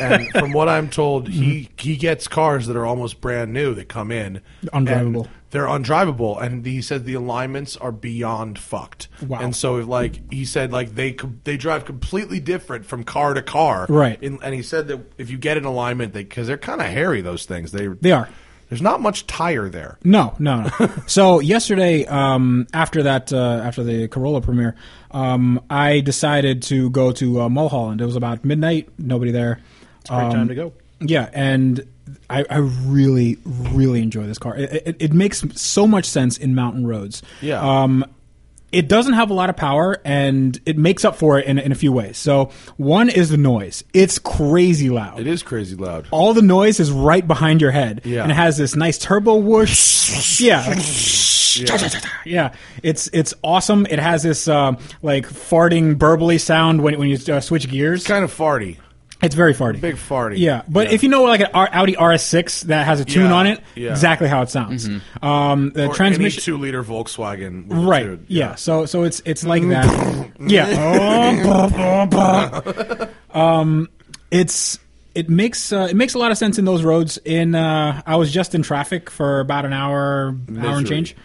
and from what I'm told, he Mm-hmm. he gets cars that are almost brand new that come in Undrivable. and they're undrivable and he said the alignments are beyond fucked Wow. and so like he said like they com- they drive completely different from car to car Right. In- and he said that if you get an alignment they because they're kind of hairy those things they They are. there's not much tire there No, no, no. so yesterday, um, after that, uh, after the Corolla premiere, um, I decided to go to uh, Mulholland. It was about midnight. Nobody there. It's a great time to go. Yeah, and I, I really, really enjoy this car. It, it, it makes so much sense in mountain roads. Yeah. Um, it doesn't have a lot of power, and it makes up for it in, in a few ways. So one is the noise. It's crazy loud it is crazy loud all the noise is right behind your head. Yeah. And it has this nice turbo whoosh. yeah. like, yeah. It's it's awesome. It has this um, like farting burbly sound when when you uh, switch gears. kind of farty It's very farty. Big farty. Yeah. But Yeah. if you know like an R- Audi RS6 that has a tune Yeah. on it, Yeah. exactly how it sounds. Um, the Or transmission any two liter Volkswagen with a Right. two- yeah. So so it's it's like that. yeah. um, it's it makes uh, it makes a lot of sense in those roads. In uh, I was just in traffic for about an hour, hour Misery. and change.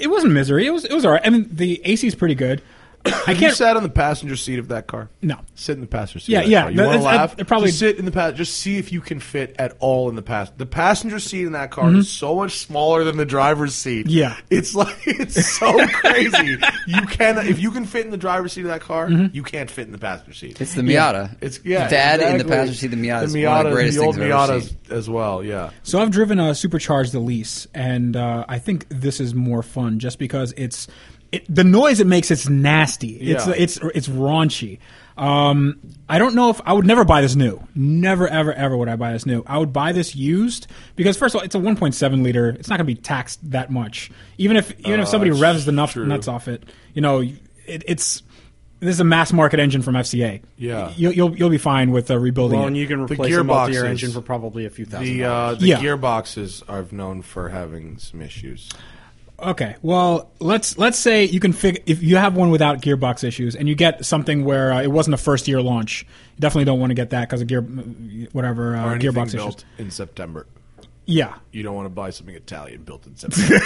It wasn't misery. It was it was all right. I mean, the AC is pretty good. I You can't. sat on the passenger seat of that car. No. sit in the passenger seat. Yeah, of that yeah, Car. You that- want to that's- laugh? I- I probably- just sit in the pass. Just see if you can fit at all in the pass. The passenger seat in that car is so much smaller than the driver's seat. Mm-hmm. Yeah. it's like it's so crazy. You can if you can fit in the driver's seat of that car, Mm-hmm. you can't fit in the passenger seat. It's the Miata. It's yeah. To add in the exactly. passenger seat, the Miata is the one of Miata, the greatest old things I've ever Miatas seen. as well. Yeah, So I've driven a supercharged Elise, and uh, I think this is more fun just because it's it, the noise it makes. It's nasty. It's Yeah. it's it's raunchy. Um, I don't know if I would never buy this new. Never ever ever would I buy this new. I would buy this used because first of all, it's a 1.7 liter. It's not going to be taxed that much. Even if even if somebody Uh, that's revs the nuts, true. nuts off it, you know, it, it's this is a mass market engine from FCA. Yeah. you, you'll you'll be fine with uh, rebuilding. Well, it. and you can The replace a multi-year gearboxes. engine for probably a few thousand the uh, dollars. the Yeah. gearboxes are known for having some issues. Okay, well let's let's say you can figure if you have one without gearbox issues and you get something where uh, it wasn't a first year launch. You definitely don't want to get that because of gear whatever uh, Or anything gearbox built issues. in September. Yeah, You don't want to buy something Italian built in September.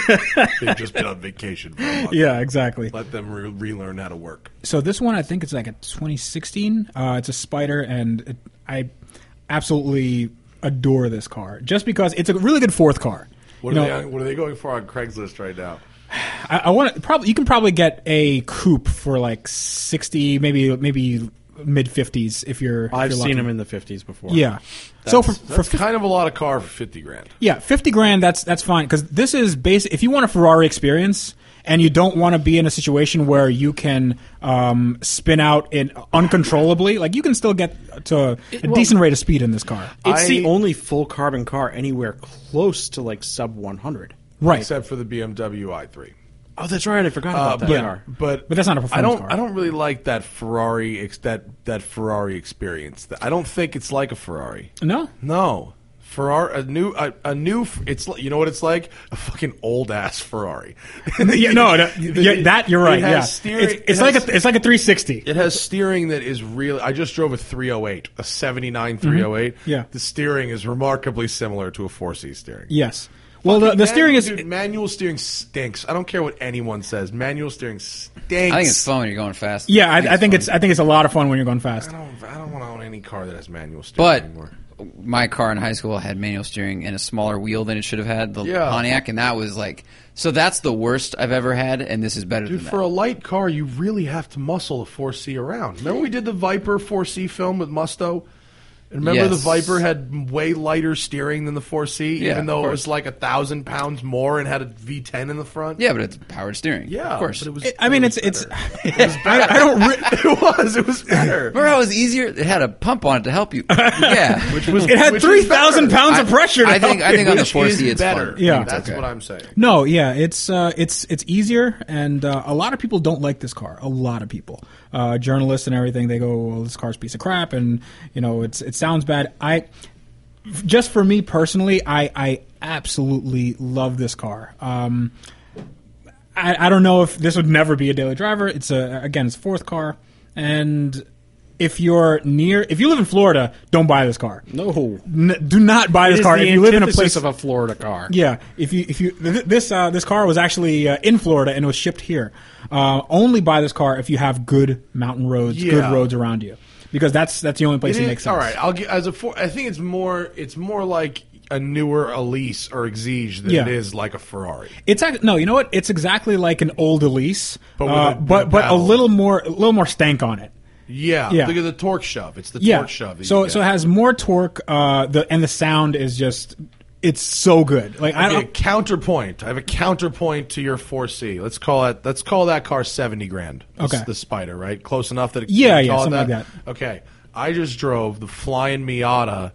They've just been on vacation for a month. yeah, exactly. Let them re- relearn how to work. so this one I think it's like a 2016. Uh, it's a spider, and it, I absolutely adore this car just because it's a really good fourth car. What You are, know, they on, what are they going for on Craigslist right now? I, I want to probably you can probably get a coupe for like 60, maybe maybe mid 50s if you're. if I've you're seen lucky. them in the 50s before. Yeah. so Oh, for, That's- for that's kind of a lot of car for fifty grand. yeah, fifty grand. That's that's fine because this is basic. If you want a Ferrari experience and you don't want to be in a situation where you can um, spin out in uncontrollably, like you can still get to a, decent rate of speed in this car. It's the I- only full carbon car anywhere close to like sub 100. right. except for the BMW i3. Oh, that's right. I forgot Uh, about that but, car. but But that's not a performance I don't car. I don't really like that Ferrari ex- that that Ferrari experience. I don't think it's like a Ferrari. no. No. Ferrari, a new, a, a new. It's like- you know what it's like a fucking old ass Ferrari. Yeah, no, no, It- yeah, that you're it right. has Yeah, steering- it's, it it's has- like a it's like a 360. It has steering that is really. I just drove a 308, a 79 308. Mm-hmm. Yeah. The steering is remarkably similar to a 4C steering. yes. Well, the, the Man- steering is Dude, manual steering stinks. I don't care what anyone says. Manual steering stinks. I think it's fun when you're going fast. yeah. I, I think it's fun. I think it's a lot of fun when you're going fast. I don't, I don't want to own any car that has manual steering But anymore. my car in high school had manual steering and a smaller wheel than it should have had, the Yeah. Pontiac, and that was like so. That's the worst I've ever had, and this is better Dude, than for that. a light car, you really have to muscle a 4C around. Remember we did the Viper 4C film with Musto? And remember the Yes. Viper had way lighter steering than the 4C, Yeah, even though of it course. was like a thousand pounds more and had a V10 in the front? yeah, but it's powered steering. Yeah, of course. But it was, I mean, it's it's. I, I don't. Re- it was. It was better. Remember how it was easier? It had a pump on it to help you. Yeah, which was- it had Which is three thousand better. pounds of pressure. To I think. help I think you. on the Which four is C, it's better. fun. Yeah. It's that's okay. what I'm saying. No, yeah, it's uh, it's it's easier, and uh, a lot of people don't like this car. A lot of people, uh, journalists and everything, they go, "Well, this car's a piece of crap," and you know, it's it sounds bad. I just for me personally, I I absolutely love this car. Um, I, I don't know if this would never be a daily driver. It's a again, it's a fourth car, and if you're near, if you live in Florida, don't buy this car. no. N- do not buy It this is car. the If you live in a antithesis place of a Florida car. yeah, if you if you th- this uh, this car was actually uh, in Florida and it was shipped here. Uh, only buy this car if you have good mountain roads, good Yeah. roads around you, because that's that's the only place it, It is- makes sense. All right, I'll get as a four. I think it's more. It's more like a newer Elise or Exige than Yeah. it is like a Ferrari. It's ac- no, you know what? It's exactly like an old Elise, But with uh, a- but with but a paddle. little more a little more stank on it. Yeah, Yeah. look at the torque shove. It's the Yeah, torque shove. that so you so it get. has more torque. Uh, the and the sound is just it's so good. Like I Okay, don't. counterpoint. I have a counterpoint to your 4C. Let's call it. Let's call that car 70 grand. This- Okay. the Spider, right? Close enough that it, Yeah, you yeah, call it something that? like that. Okay, I just drove the flying Miata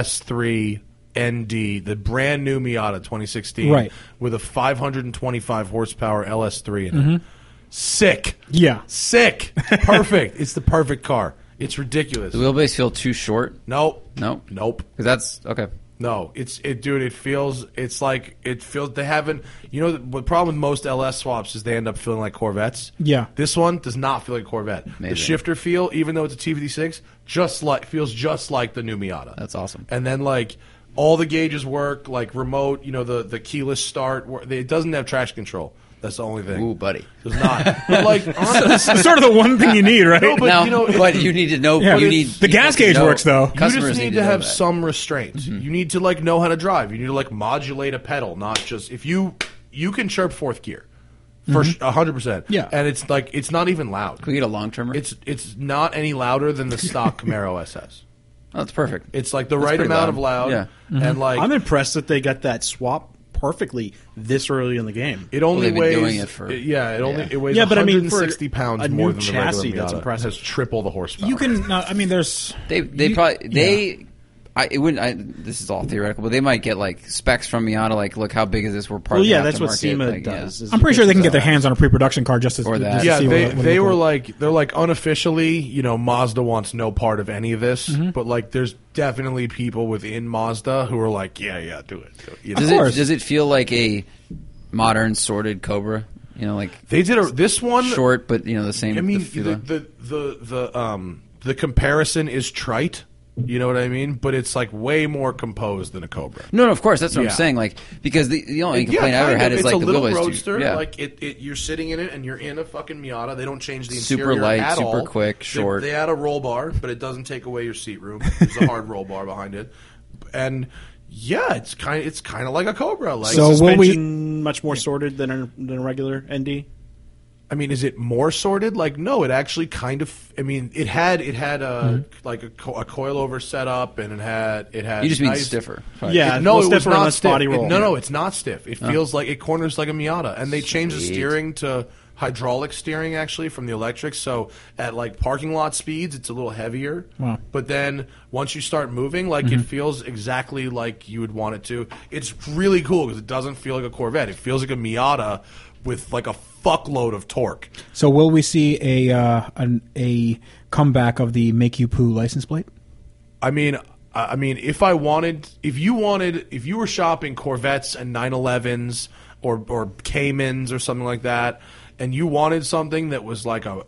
LS3 ND, the brand new Miata 2016, Right. with a 525 horsepower LS3 in it. Sick. Mm-hmm. Yeah. Sick. Perfect. it's the perfect car. It's ridiculous. The wheelbase feel too short Nope. Nope. Nope. because that's okay. No, it's it, dude. It feels it's like it feels they haven't. You know, the, the problem with most LS swaps is they end up feeling like Corvettes. Yeah. this one does not feel like Corvette. Amazing. The shifter feel, even though it's a T56, just like feels just like the new Miata. That's awesome. And then like all the gauges work, like remote. You know, the the keyless start. wor- It doesn't have traction control. That's the only thing. Ooh, buddy. It's not. But like, honestly, It's sort of the one thing you need, right? No, but now, you know, but you need to know. Yeah. you need The you gas need to gauge know- works, though. You you Customers just need need to know have that. some restraint. You need to like know how to drive. You need to like modulate a pedal, not just if you you can chirp fourth gear for hundred percent. Yeah. and it's like it's not even loud. Can we get a long termer? It's it's not any louder than the stock Camaro SS. oh, that's perfect. It's like the That's right pretty amount of loud. Yeah. and like I'm impressed that they got that swap perfectly this early in the game. It only they've been weighs. doing it for- yeah, it only yeah. it weighs. Yeah, but I mean, for 160 pounds a more new than the chassis, regular that's Miata. impressive. It has triple the horsepower. You can. No, I mean, there's They they you- probably they yeah. I it wouldn't I this is all theoretical, but they might get like specs from Miata like look how big is this? We're part well, of the yeah, that's what aftermarket, SEMA like, yeah. does. is I'm pretty sure they can get their that. hands on a pre-production car just as Or Just that. to Yeah, see what they, it- what it they looked were like. like they're like unofficially, you know, Mazda wants no part of any of this, Mm-hmm. but like there's definitely people within Mazda who are like, yeah, yeah, do it. do it," you know? Does Of course. it does it feel like a modern sorted Cobra? You know, like They did a this one short but you know the same. I mean, the the, feel. the, the, the, um, the comparison is trite. You know what I mean? But it's like way more composed than a Cobra. no, no, of course that's what Yeah. I'm saying. Like because the, the only complaint I kind ever had of. is it's like a the little wheelbase. dude. roadster. Yeah. Like it, it, you're sitting in it and you're in a fucking Miata. They don't change the Super interior light, at super all. quick, They- short. They, add a roll bar, but it doesn't take away your seat room. There's a hard roll bar behind it, and yeah, it's kind. It's kind of like a Cobra. Like So- will we- suspension much more sorted than a, than a regular ND. I mean, is it more sorted? Like, no, it actually kind of. I mean, it had it had a like a, co- a coilover setup, and it had it had. Mm-hmm. you just mean nice- stiffer. Yeah, It- no, it's it was stiffer and not less stiff. body It- roll. no, no, it's not stiff. It feels like it corners like a Miata, and they changed the Sweet. steering to hydraulic steering actually from the electric. So at like parking lot speeds, it's a little heavier. Wow. But then once you start moving, like Mm-hmm. it feels exactly like you would want it to. It's really cool because it doesn't feel like a Corvette. It feels like a Miata with like a fuckload of torque. So will we see a uh, an, a comeback of the make you poo license plate? I mean, I I mean, if I wanted, if you wanted, if you were shopping Corvettes and 911s or or Caymans or something like that, and you wanted something that was like a,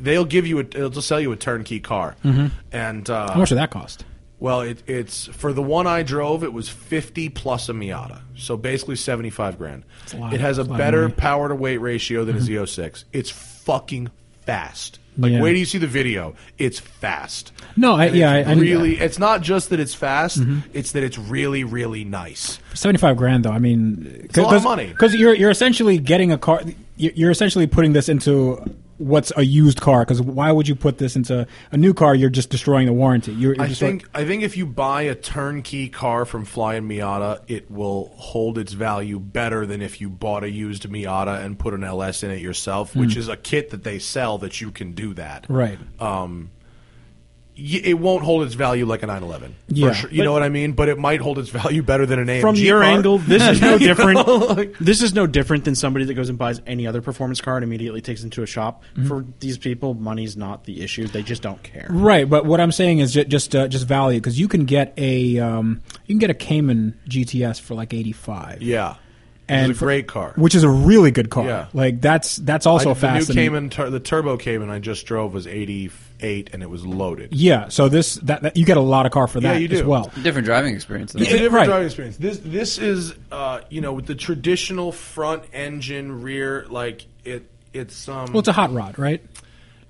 they'll give you a, they'll just sell you a turnkey car, Mm-hmm. and uh, How much did that cost? well, it, it's for the one I drove. It was fifty plus a Miata, so basically seventy five grand. a lot. It has a That's a lot of better money. Mm-hmm. power to weight ratio than a Z06. It's fucking fast. Like, Yeah. wait till you see the video. It's fast. No, I- And yeah, it's I- Mm-hmm. I- really. It's not just that it's fast. It's that it's really, really nice. Seventy five grand though. I mean, it's a lot of money. because you're you're essentially getting a car. You're you're essentially putting this into what's a used car. Because why would you put this into a new car? You're just destroying the warranty. You're, you're I just think I think if you buy a turnkey car from Flying Miata, it will hold its value better than if you bought a used Miata and put an LS in it yourself, which is a kit that they sell that you can do that. Mm. Right. Um, y- it won't hold its value like a 911. for Yeah. sure. you know what I mean. But it might hold its value better than an AMG. From your car. angle, this is no You know, different. like- this is no different than somebody that goes and buys any other performance car and immediately takes into a shop. For these people, money's not the issue; they just don't care. Mm-hmm. Right, but what I'm saying is just just, uh, just value because you can get a um, you can get a Cayman GTS for like 85. yeah, and it's a for- great car. which is a really good car. Yeah. Like that's that's also I, fast. the and- new Cayman, tur- the turbo Cayman I just drove was 88, and it was loaded. Yeah, so this that, that you get a lot of car for that Yeah, you do. as well. Different driving experience. Though. It's a different right. driving experience. This this is uh, you know with the traditional front engine rear like it it's um Well, it's a hot rod, right?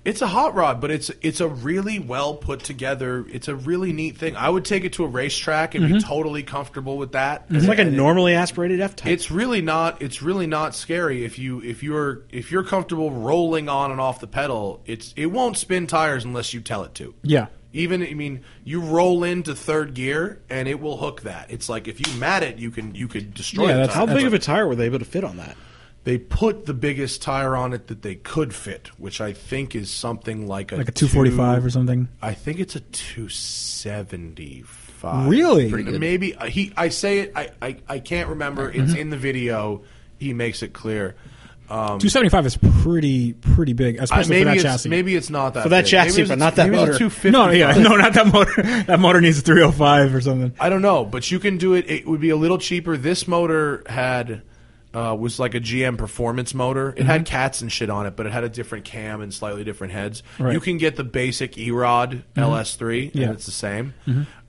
it's a hot rod, but it's it's a really well put together. It's a really neat thing. I would take it to a racetrack and be Mm-hmm. totally comfortable with that. It's like a And it- normally aspirated F type. It's really not. It's really not scary if you if you're if you're comfortable rolling on and off the pedal. It's it won't spin tires unless you tell it to. Yeah. Even I mean, you roll into third gear and it will hook that. It's like if you mat it, you can you could destroy. Yeah, the that's- tire. How big of a tire were they able to fit on that? They put the biggest tire on it that they could fit, which I think is something like a Like a 245 or something. I think it's a two seventy five. Really? Pretty good. Maybe uh, he. I say it. I. I, I can't remember. It's in the video. He makes it clear. Um, 275 is pretty pretty big, I, especially maybe for that it's chassis. maybe it's not that For that big. chassis, Maybe it's but a- not that maybe it's a motor. 250. no, yeah, no, not that motor. that motor needs a 305 or something. I don't know, but you can do it. It would be a little cheaper. This motor had uh, was like a GM performance motor. It had Mm-hmm. cats and shit on it, but it had a different cam and slightly different heads. Right. Mm-hmm. You can get the basic Erod LS3, Yeah. Mm-hmm. and it's the same.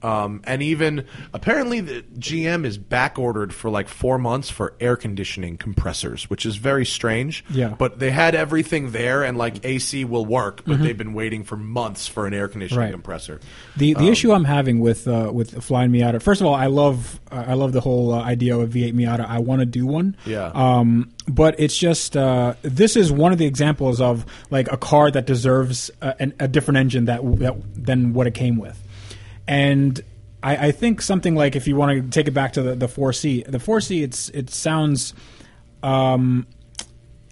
Um, and even apparently, the GM is back ordered for like four months for air conditioning compressors, which is very strange. Yeah. But they had everything there, and like AC will work, but they've been waiting for months for an air conditioning Mm-hmm. Right. compressor. The the issue I'm having with uh, with flying Miata. First of all, I love uh, I love the whole uh, idea of a V8 Miata. I want to do one. Yeah. Um, but it's just uh, this is one of the examples of like a car that deserves a, an, a different engine that, that than what it came with, and. I, I think something like if you want to take it back to the, the 4C, the 4C, it's it sounds um,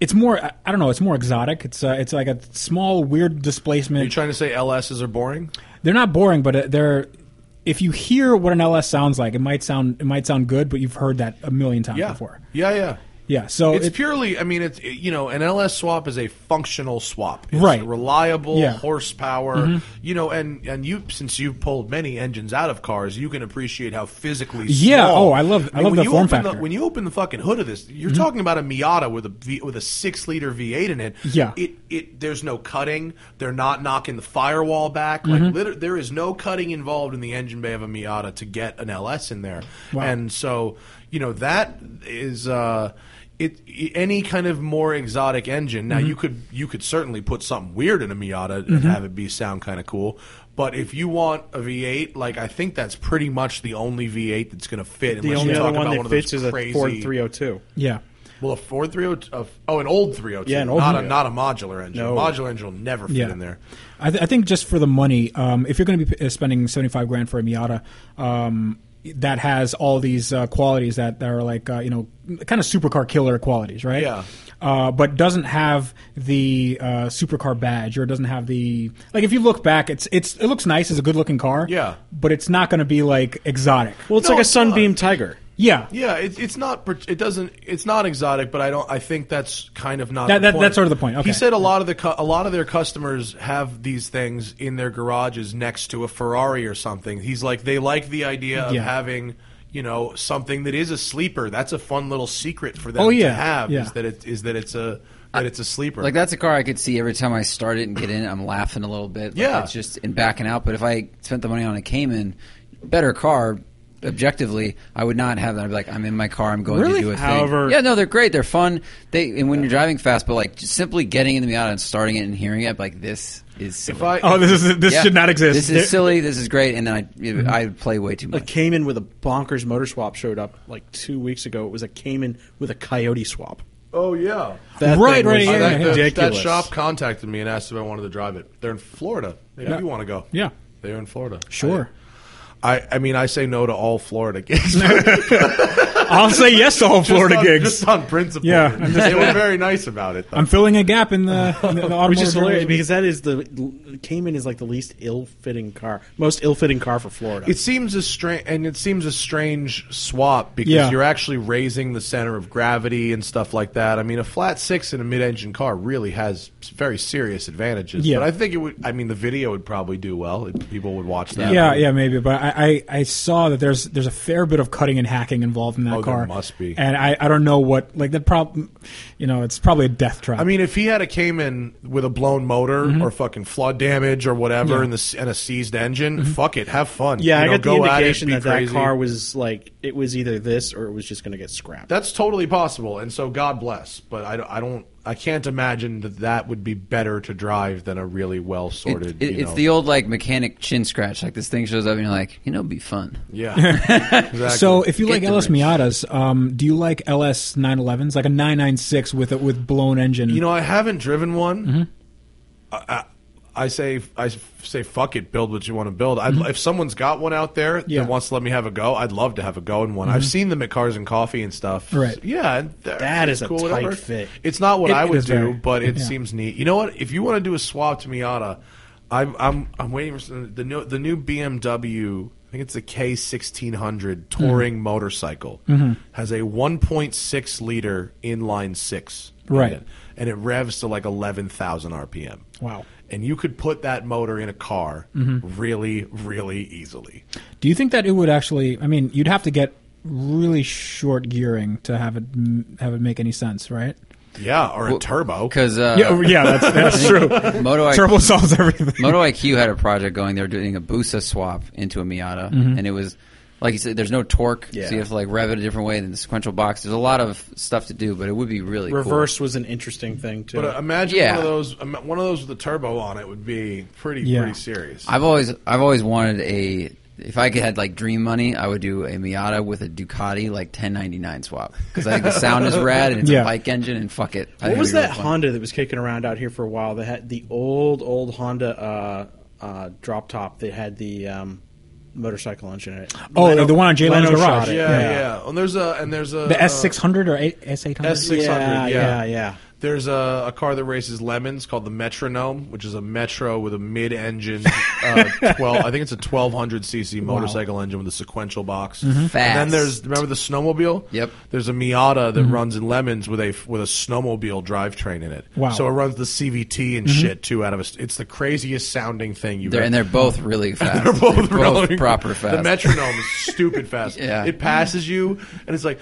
it's more I, I don't know, it's more exotic. It's uh, it's like a small weird displacement. Are you trying to say LSs are boring? they're not boring, but uh, they're. If you hear what an LS sounds like, it might sound it might sound good, but you've heard that a million times Yeah. before. Yeah, yeah. Yeah, so It's it- purely, I mean, it's it- you know, an LS swap is a functional swap, it's Right. Reliable Yeah. Mm-hmm. horsepower, you know, and and you since you've pulled many engines out of cars, you can appreciate how physically. Yeah, small- oh, I love- I love when the you form open factor. Mm-hmm. when you open the fucking hood of this, you're talking about a Miata with a v, with a six liter V eight in it. Yeah. it it there's no cutting. They're not knocking the firewall back. Mm-hmm. Like liter- there is no cutting involved in the engine bay of a Miata to get an LS in there. And so you know that is. Uh, it, i- any kind of more exotic Mm-hmm. engine. Now you could you could certainly put something weird in a Miata and have it be sound kind of cool. But if you want a V8, like I think that's pretty much the only V8 that's going to fit. The Unless only you talk other one about that one of those fits is a crazy, Ford 302. yeah, Well, a Ford 302. a- Oh, an old 302. Yeah, an old not, a, 302. not a modular engine. No. A modular engine will never fit oh. yeah. in there. I, th- I think just for the money, um, if you're going to be p- spending seventy five grand for a Miata. Um, that has all these uh, qualities that, that are like uh, you know kind of supercar killer qualities, right? Yeah. Uh, but doesn't have the uh, supercar badge or doesn't have the like. If you look back, it's it's it looks nice. It's a good looking car. Yeah. But it's not going to be like exotic. Well, it's No, like a it's not. Sunbeam Tiger. Yeah. Yeah, it, it's not. per- It doesn't. It's not exotic, but I don't. I think that's kind of not. That- the that- point. that's sort of the point, okay. He said a lot of the cu- a lot of their customers have these things in their garages next to a Ferrari or something. He's like they like the idea of Yeah. having you know something that is a sleeper. That's a fun little secret for them Oh, yeah, to have. yeah. Is that it is that it's a that it's a sleeper. Like that's a car I could see every time I start it and get in. it, I'm laughing a little bit. Like, Yeah. it's just in backing out. But if I spent the money on a Cayman, better car. Objectively, I would not have that. I'd be like, I'm in my car. I'm going Really? to do a thing. However- yeah, no, they're great. They're fun. They and when you're driving fast, but like just simply getting in the Miata and starting it and hearing it, like this is silly. if I Oh, this is this Yeah. should not exist. This is There- silly. This is great. And then I I play way too A much. Cayman with a bonkers motor swap showed up like two weeks ago. It was a Cayman with a coyote swap. oh yeah. That Right, thing was right, yeah, that, yeah. that- ridiculous. that shop contacted me and asked if I wanted to drive it. They're in Florida. Maybe Yeah. you want to go. Yeah. They're in Florida. Sure. I, I mean, I say no to all Florida gigs. I'll say yes to all Florida just on, gigs. Just on principle. Yeah, I'm just- they were very nice about it. Though. I'm filling a gap in the, in the automotive. Which is hilarious journalism. because that is the Cayman is like the least ill-fitting car, most ill-fitting car for Florida. it seems a strange, and it seems a strange swap because Yeah. you're actually raising the center of gravity and stuff like that. I mean, a flat six in a mid-engine car really has s- very serious advantages. Yeah. But I think it would. I mean, the video would probably do well. It, people would watch that. yeah, yeah, maybe. But I, I, I saw that there's there's a fair bit of cutting and hacking involved in that Oh, there car. must be. And I, I don't know what like the problem. You know, it's probably a death trap. I mean, if he had a Cayman with a blown motor Mm-hmm. or fucking flood damage or whatever, and, the, s- and a seized engine, fuck it, have fun. Mm-hmm. yeah, You I know, got the go at it, indication be that that crazy. car was like it was either this or it was just going to get scrapped. That's totally possible, and so God bless. But I, don't- I don't, I can't imagine that that would be better to drive than a really well It- sorted. it- it's the old like mechanic chin scratch. Like this thing shows up and you're like, you know, it'd be fun. yeah. exactly. so if you Get like the LS wrench. Miatas, um, do you like LS 911s, like a 996 with a, with blown engine? you know, I haven't driven one. Mm-hmm. I, I, I say, I say, fuck it, build what you want to build. I'd, If someone's got one out there Mm-hmm. Yeah. Mm-hmm. that wants to let me have a go, I'd love to have a go in one. I've seen them at Cars and Coffee and stuff. Right. Yeah, and they're- That it's is a cool, tight whatever. fit. It's not what It- I it would is do, very- but it yeah. seems neat. You know what? If you want to do a swap to Miata, I'm I'm I'm waiting for some, the new the new BMW. I think it's the K sixteen hundred Mm-hmm. touring motorcycle. Has a one point six liter inline six. in Right. it, and it revs to like eleven thousand RPM. Wow. Mm-hmm. And you could put that motor in a car really, really easily. do you think that it would actually? I mean, you'd have to get really short gearing to have it m- have it make any sense, right? Yeah, or a turbo. Because uh, yeah, oh, yeah, that's that's true. Moto I- Turbo solves everything. Moto IQ had a project going. They were doing a Busa swap into a Miata, Mm-hmm. and it was like you said, there's no torque, Yeah. so you have to like rev it a different way than the sequential box. There's a lot of stuff to do, but it would be really cool. Reverse was an interesting thing too. But uh, imagine Yeah. one of those. um, One of those with a turbo on it would be pretty Yeah. pretty serious. I've always I've always wanted a. If I could had like dream money, I would do a Miata with a Ducati like 1099 swap because I think the sound is rad and it's Yeah. a bike engine and fuck it. I what think was it'd be that real fun. Honda that was kicking around out here for a while? That had the old old Honda uh, uh, drop top that had the um, motorcycle engine in it. Oh, the one on Jay Leno's garage. shot it. yeah, yeah. yeah, And there's a and there's a The S six hundred or S eight hundred. S six Yeah, hundred. yeah, Yeah, yeah. There's a, a car that races lemons called the Metronome, which is a Metro with a mid-engine uh, twelve. I think it's a twelve hundred cc motorcycle engine with a sequential box. And then Mm-hmm. Fast. there's remember the snowmobile. Yep. Mm-hmm. There's a Miata that runs in lemons with a with a snowmobile drivetrain in it. Wow. So it runs the CVT and shit too out of a. s- It's the craziest sounding thing you've Mm-hmm. They're, ever. and they're both really fast. They're both, rolling. proper fast. The metronome is stupid fast. Yeah. It passes you, and it's like.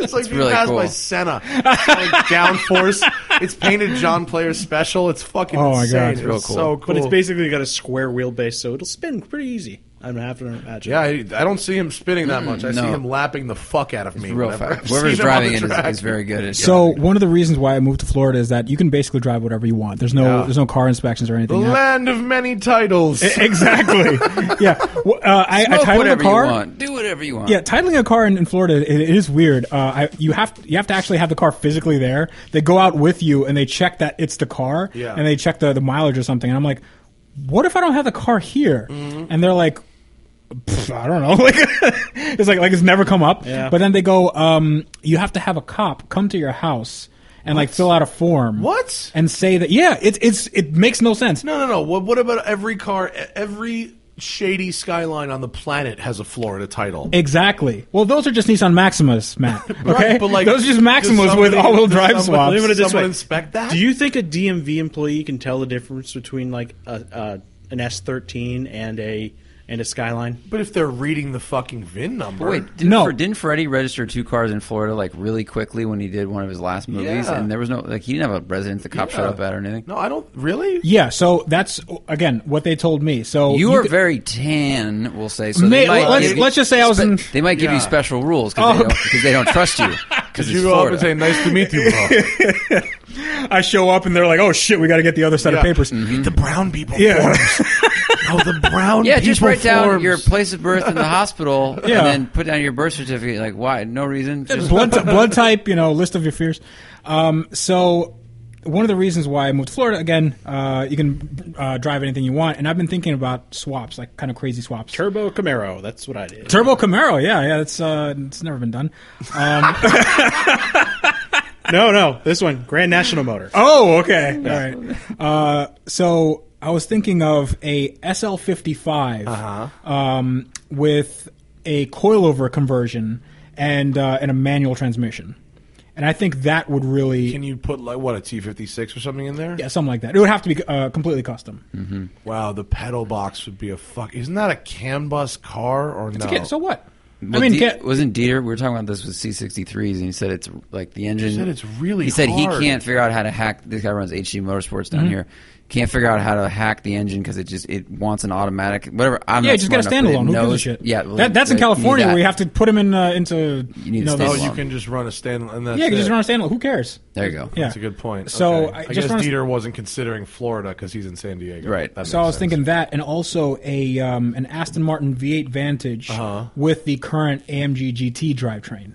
it's like being really passed by cool. Senna. like downforce. It's painted John Player special. It's fucking Oh my God, insane. it's real cool. so cool. But it's basically got a square wheelbase, so it'll spin pretty easy. I'm having to imagine. Yeah, I, I don't see him spinning that much. I see Mm, no. him lapping the fuck out of me. real whenever fast. I've Whoever's seen him on driving the it is, track. is very good. At So one of the reasons why I moved to Florida is that you can basically drive whatever you want. There's no Yeah. there's no car inspections or The anything. land of many titles. E- exactly. yeah. Well, uh, I, I Smoke titled a whatever car. you want. Do whatever you want. Yeah, titling a car in, in Florida it, it is weird. Uh, I, you have to, you have to actually have the car physically there. They go out with you and they check that it's the car, Yeah. and they check the, the mileage or something. And I'm like, what if I don't have the car here? Mm-hmm. And they're like, "Pff, I don't know. Like it's like like it's never come up. Yeah. But then they go, um, you have to have a cop come to your house and like fill out a form. What? And say that yeah, it's it's it makes no sense. No, no, no. What, what about every car? e-, Every shady skyline on the planet has a Florida title. Exactly. Well, those are just Nissan Maximas, Matt. Okay, Right, but like, those are just does Maximas with somebody- all-wheel does drive someone- swaps. Leave it at this Someone way. inspect that? Do you think a DMV employee can tell the difference between like a, a an S13 and a and a Skyline? But if they're reading the fucking VIN number, But Wait, didn't, No. Fre- didn't Freddie register two cars in Florida like really quickly when he did one of his last movies? Yeah. And there was no like he didn't have a residence the cop showed up at or anything. no, I don't really. Yeah, so that's again what they told me. So You are could- very tan, we'll say. So May- they might let's- give you- let's just say I was in- They might give Yeah. you special rules because Oh. they, don't- 'cause they don't trust you. Because you go up and say, "Nice to meet you"? bro." I show up and they're like, "Oh shit, we got to get the other set Yeah. of papers." Mm-hmm. The brown people. Yeah. Forms. no, the brown. yeah, just people write down forms. your place of birth and the hospital, Yeah. and then put down your birth certificate. Like, why? No reason. Just, blood, t- blood type, you know, list of your fears. Um, so one of the reasons why I moved to Florida again, uh, you can uh, drive anything you want, and I've been thinking about swaps, like kind of crazy swaps. Turbo Camaro. That's what I did. Turbo Camaro, yeah, yeah, it's uh, it's never been done. no, no, this one Grand National Motor. Oh, okay. All right. Uh, so I was thinking of a SL55 Uh-huh. um, with a coilover conversion and uh, and a manual transmission, and I think that would really Can you put like what a T fifty six or something in there? yeah something like that. It would have to be uh, completely custom. Wow, the pedal box would be a fuck. Isn't that a CAN bus car or no? Okay, so what? Well, I mean, De- can't- wasn't Dieter? We were talking about this with C63s, and he said it's like the engine. said it's really He said hard. he can't figure out how to hack. This guy runs HD Motorsports Mm-hmm. down here. Can't figure out how to hack the engine because it just it wants an automatic whatever. I'm yeah, not just smart get a enough, but it standalone. Who gives a knows- shit? Yeah, well, that, that's in they- you need California that. where you have to put them in uh, into You need know, a those- Oh, standalone. you can just run a stand. And that's yeah, you it. just run a standalone. Who cares? There you go. Yeah. That's a good point. So, Okay. I I, just guess wanna- Dieter wasn't considering Florida because he's in San Diego. Right. That So I makes was sense. thinking that, and also a um, an Aston Martin V8 Vantage Uh-huh. with the current AMG GT drivetrain.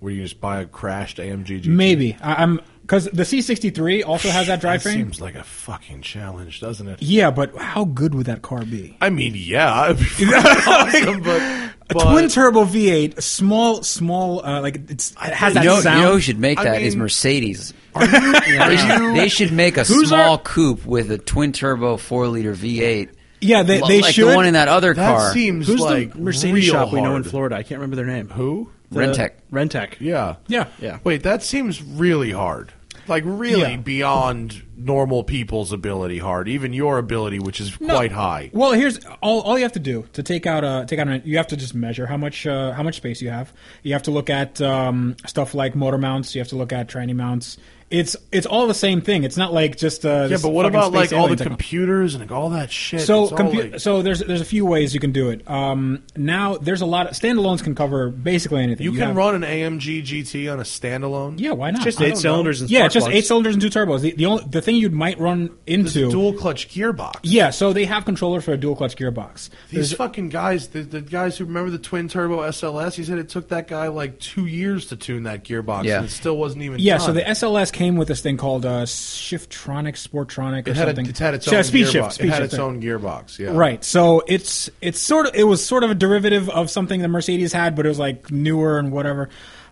where you just buy a crashed AMG. GT. Maybe I, I'm because the C63 also has that That drivetrain. seems like a fucking challenge, doesn't it? yeah, but how good would that car be? I mean, yeah, it'd be fucking awesome, but, A but- twin turbo V8, a small, small, uh, like it's, it has You that know, you sound. know who should make I that is mean- Mercedes. Are you- they should make a Who's small our- coupe with a twin turbo four liter V8. yeah, they, Lo- they like should. the one in that other that car. seems Who's like the Mercedes real shop we know hard. in Florida? I can't remember their name. Who? The- Rentec. Rentec. Yeah, yeah, Yeah. Wait, that seems really hard. like really Yeah. beyond normal people's ability hard, even your ability, which is No. quite high. Well, here's all, all you have to do to take out a take out an, you have to just measure how much uh, how much space you have. You have to look at um, stuff like motor mounts. You have to look at tranny mounts. It's it's all the same thing. It's not like just uh, Yeah, this but what fucking about space like all the alien techno- computers and like, all that shit? So, It's all, compu- like- so there's there's a few ways you can do it. Um, now there's a lot of standalones can cover basically anything. you can have- run an AMG GT on a standalone. yeah, why not? Just I eight don't know. cylinders and yeah, spark just plugs. eight cylinders and two turbos. The the, only, the thing you might run This into. dual clutch gearbox. yeah, so they have controllers for a dual clutch gearbox. These fucking guys, the, the guys who remember the twin turbo SLS, he said it took that guy like two years to tune that gearbox, Yeah. and it still wasn't even. Yeah, done. so the SLS came with this thing called uh, Shiftronic, Sportronic, or it had, a, something. it had its Yeah, own speed gearbox. shift. Speed it had shift its thing. own gearbox. Yeah, Right, so it's it's sort of it was sort of a derivative of something the Mercedes had, but it was like newer and whatever.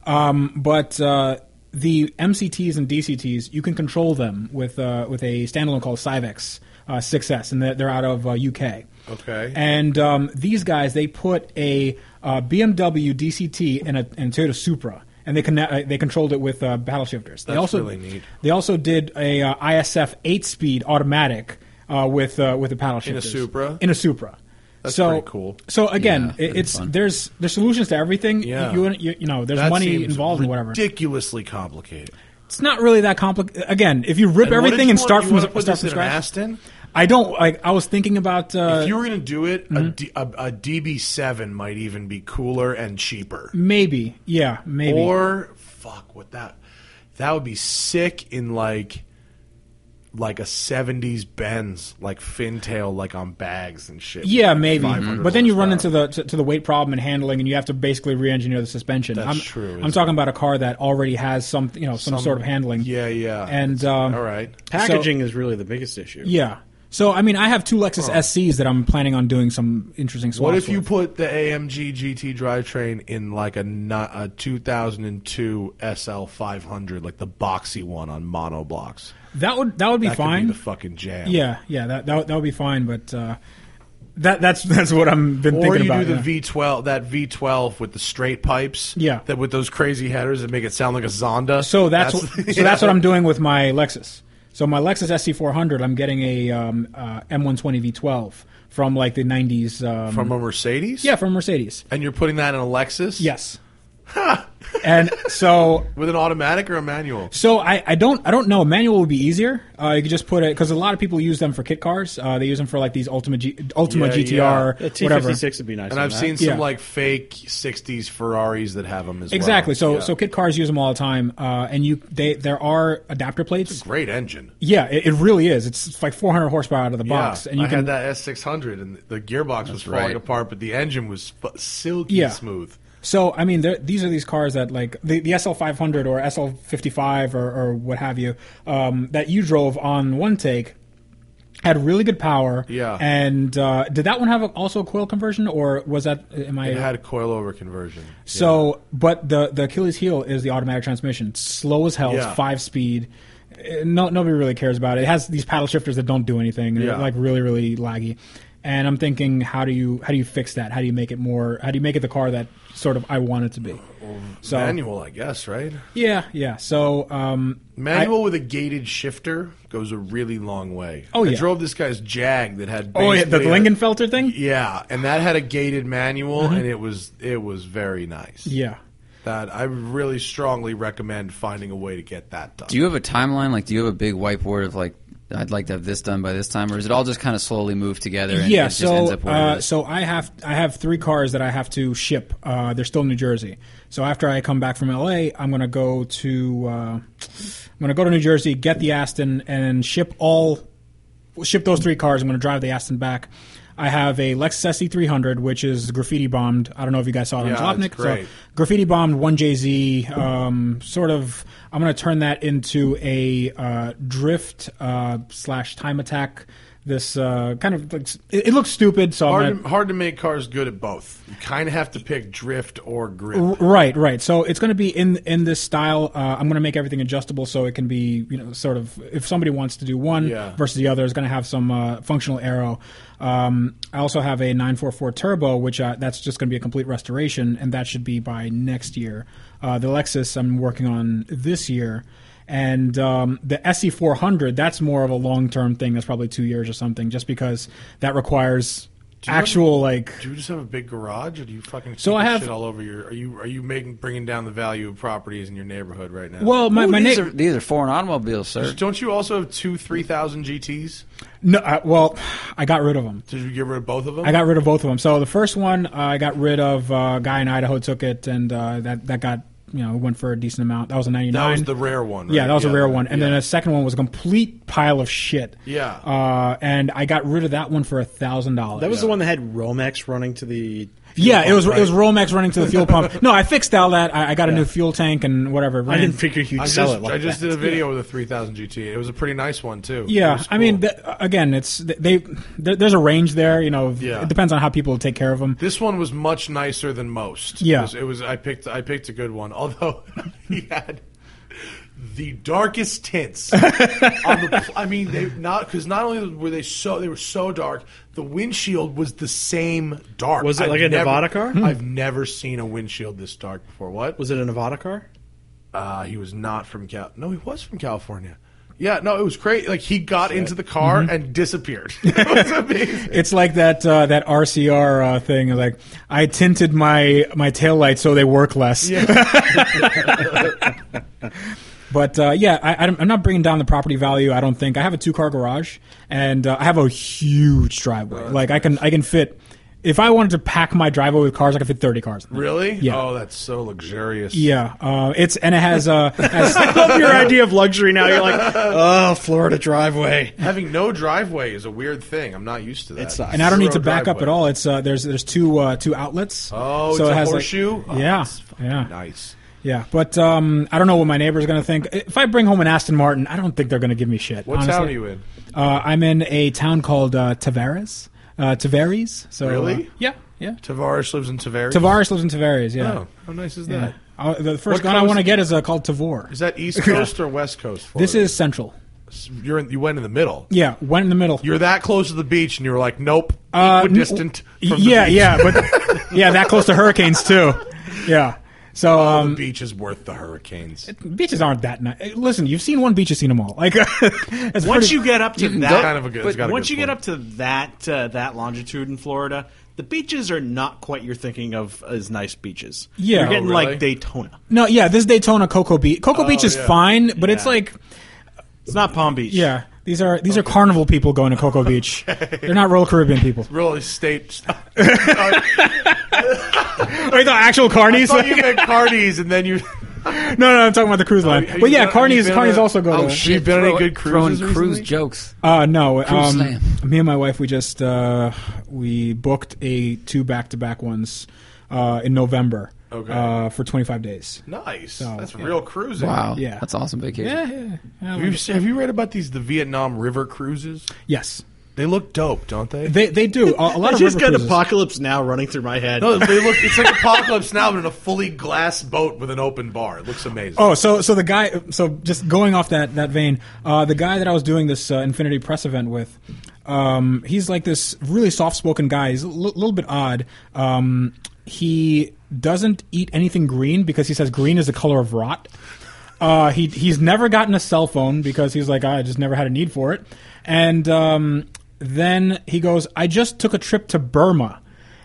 Um, but uh, the MCTs and DCTs, you can control them with uh, with a standalone called Cyvex uh, 6S, and they're, they're out of uh, UK. Okay. And um, these guys, they put a uh, BMW DCT in a, in Toyota Supra, and they conne- uh, they controlled it with uh, paddle shifters. they That's also really neat. they also did a uh, ISF eight speed automatic uh, with uh, with the paddle shifters Supra? in a Supra. That's so, pretty cool. So again, Yeah, it, pretty it's fun. there's there's solutions to everything. Yeah. You, you, you know there's That money seems involved and whatever. Ridiculously complicated. It's not really that complicated. Again, if you rip And what did everything you and want- start you from wanna put start this from in an scratch, Aston? I don't. Like I was thinking about. Uh, mm-hmm. If you were going to do it, a D- a, a DB7 might even be cooler and cheaper. Maybe, yeah, maybe. Or fuck what that that would be sick in like like a 70s Benz, like fintail like on bags and shit. Yeah, maybe. 500 But then you run into horsepower. the to, to the weight problem and handling, and you have to basically re-engineer the suspension. That's I'm, true, I'm isn't talking about a car that already has some, you know, some, sort of handling. Yeah, yeah. And That's- um, all right. Packaging is really the biggest issue. yeah. So I mean, I have two Lexus SCs that I'm planning on doing some interesting. What swaps if you with. put the AMG GT drivetrain in like a, ni- a 2002 SL 500, like the boxy one on monoblocks? that would that would be That fine. could be the fucking jam. yeah, yeah. That that would, that would be fine. But uh, that that's that's what I'm been Or thinking you about. do yeah. the V12, that V12 with the straight pipes, Yeah. that with those crazy headers that make it sound like a Zonda. So that's, wh- so that's what I'm doing with my Lexus. So my Lexus SC400, I'm getting a um, uh, M120 V12 from like the 90s. Um, from a Mercedes. yeah, from Mercedes. and you're putting that in a Lexus. Yes. and so with an automatic or a manual. so I, I don't I don't know. Manual would be easier. Uh, you could just put it because a lot of people use them for kit cars. Uh, they use them for like these Ultima G, Ultima Yeah, GTR A whatever. T56 would be nice. And on I've that. seen some Yeah. like fake '60s Ferraris that have them as Exactly. So well. Yeah. so kit cars use them all the time. Uh, and you they there are adapter plates. great engine. Yeah, it, it really is. It's like 400 horsepower out of the box, yeah, and you I can had that S600, and the gearbox was falling right. apart, but the engine was fu- silky Yeah. smooth. So I mean, there- these are these cars that like the, the SL 500 or SL 55 or, or what have you um, that you drove on one take had really good power. Yeah. And uh, did that one have a, also a coil conversion or was that am I? It had a coilover conversion. so, but the the Achilles heel is the automatic transmission. Slow as hell. Yeah. It's five speed. Uh, No, nobody really cares about it. It has these paddle shifters that don't do anything. They're Yeah. like really, really laggy. And I'm thinking, how do you how do you fix that? How do you make it more? How do you make it the car that sort of I want it to be? So manual, I guess, right? yeah, yeah. So, um, Manual with a gated shifter goes a really long way. Oh, I yeah. drove this guy's Jag that had oh yeah, the basically uh, a- Lingenfelter thing. Yeah, and that had a gated manual, and it was it was very nice. Mm-hmm. Yeah. That I really strongly recommend finding a way to get that done. Do you have a timeline? Like, do you have a big whiteboard of like, I'd like to have this done by this time, or is it all just kind of slowly moved together? And yeah. it just So, ends up where it uh, is? so I have I have three cars that I have to ship. Uh, they're still in New Jersey. So after I come back from LA, I'm gonna go to uh, I'm gonna go to New Jersey, get the Aston, and ship all ship those three cars. I'm gonna drive the Aston back. I have a Lexus SC300, which is graffiti bombed. I don't know if you guys saw it Yeah, on it's Jalopnik. great. So graffiti bombed one JZ. Um, sort of, I'm going to turn that into a uh, drift uh, slash time attack. This uh, kind of looks, it, it looks stupid. So I'm hard gonna- to, hard to make cars good at both. You kind of have to pick drift or grip. R- Right, right. So it's going to be in in this style. Uh, I'm going to make everything adjustable so it can be you know sort of if somebody wants to do one Yeah. versus the other, it's going to have some uh, functional arrow. Um, I also have a 944 turbo, which uh, that's just going to be a complete restoration, and that should be by next year. Uh, the Lexus I'm working on this year. And um, the SE 400, that's more of a long term thing. That's probably two years or something, just because that requires you have- actual like. Do you just have a big garage, or do you fucking So keep I this have- shit all over your? Are you are you making bringing down the value of properties in your neighborhood right now? Well, my, Ooh, my these, neigh- are, these are foreign automobiles, sir. don't you also have two three thousand GTS? no, I, well, I got rid of them. Did you get rid of both of them? I got rid of both of them. So the first one, uh, I got rid of. Uh, a guy in Idaho took it, and uh, that that got you know went for a decent amount. That was a ninety that nine. was the rare one. Right? Yeah, that was a rare that- one. And yeah. then a second one was a complete pile of shit. Yeah. Uh, and I got rid of that one for a thousand dollars. That was the one that had Romex running to the. Yeah, it was Right. it was Romex running to the fuel pump. No, I fixed all that. I, I got a new fuel tank and whatever. I Ran- didn't figure you'd I sell just, it like I just that. did a video with a 3000 GT. It was a pretty nice one too. It Yeah, was I mean, cool. th- again, it's they. There, there's a range there, you know. Yeah. It depends on how people take care of them. this one was much nicer than most. Yeah. it was, it was- I picked I picked a good one, although he had the darkest tints. on the, pl- I mean, they not because not only were they so they were so dark, the windshield was the same dark. Was it like a Nevada car? I've never seen a windshield this dark before. What Was it a Nevada car? Uh, he was not from Cal. No, he was from California. Yeah, no, it was great. Like he got into the car Mm-hmm. and disappeared. it was amazing. It's like that uh, that RCR uh, thing. Like I tinted my my taillights so they work less. But uh, yeah, I, I'm I'm not bringing down the property value. I don't think I have a two car garage, and uh, I have a huge driveway. Oh, like I can I can fit. If I wanted to pack my driveway with cars, I could fit 30 cars. in there. Really? Yeah. Oh, that's so luxurious. Yeah, uh, it's and it has. Uh, has I love your idea of luxury now. You're like, oh, Florida driveway. Having no driveway is a weird thing. I'm not used to that. It sucks. and I don't need to Zero back up driveway. at all. It's uh, there's there's two uh, two outlets. Oh, it's a like- horseshoe? Oh, yeah, that's fucking yeah, Nice. yeah. But um, I don't know what my neighbor's gonna think. If I bring home an Aston Martin, I don't think they're gonna give me shit. What honestly. town are you in? Uh, I'm in a town called uh, Tavares. Uh, Tavares. So uh, Really? yeah, yeah. Tavares lives in Tavares. Tavares lives in Tavares. Yeah. Oh, how nice is Yeah. that? Is Uh, the first What gun I want to coast- get is uh, called Tavor. that East Coast or West Coast? Florida? This is central. you're in, you went in the middle. Yeah, one in the middle. You're that close to the beach, and you were like, nope, Uh, equidistant. n- from the yeah, beach. yeah, but yeah, that close to hurricanes too. Yeah. So Oh, um, the beach is worth the hurricanes. beaches aren't that nice. Listen, you've seen one beach, you've seen them all. Like Once it's pretty- you get up to can that go- kind of a good. it's But got a once good you get point. up to that uh, that longitude in Florida, the beaches are not quite you're thinking of as nice beaches. Yeah. you're Oh, getting really? like Daytona. no, yeah, this is Daytona Cocoa Beach. Cocoa Beach is yeah. fine, but it's Yeah. like It's not Palm Beach. yeah, these are these are carnival people going to Cocoa Beach. They're not Royal Caribbean people. real estate. Are you the actual carnies? Oh, so you met Cardi's, and then you. no, no, I'm talking about the cruise line. have you But yeah, been- have you carnies been carnies on a- also go. Oh to, shit! been on any throw- good cruises Throwing cruise recently? jokes. Uh, no, um, slam. me and my wife we just uh, we booked a two back to back ones uh, in November Okay. uh, for 25 days. Nice. That's real cruising. Wow. Yeah. That's awesome vacation. Yeah, yeah, yeah. Have you, se- have you read about these the Vietnam River cruises? Yes, They look dope, don't they? they they do a, a lot I of just river got cruises. apocalypse now running through my head. no, they look. It's like Apocalypse Now, but in a fully glass boat with an open bar. It looks amazing. Oh, so so the guy, so just going off that that vein, uh, the guy that I was doing this uh, Infinity Press event with, um, he's like this really soft spoken guy. He's a li- little bit odd. Um, he doesn't eat anything green because he says green is the color of rot. Uh, he he's never gotten a cell phone because he's like "Ah, I just never had a need for it. And um, then he goes, I just took a trip to Burma,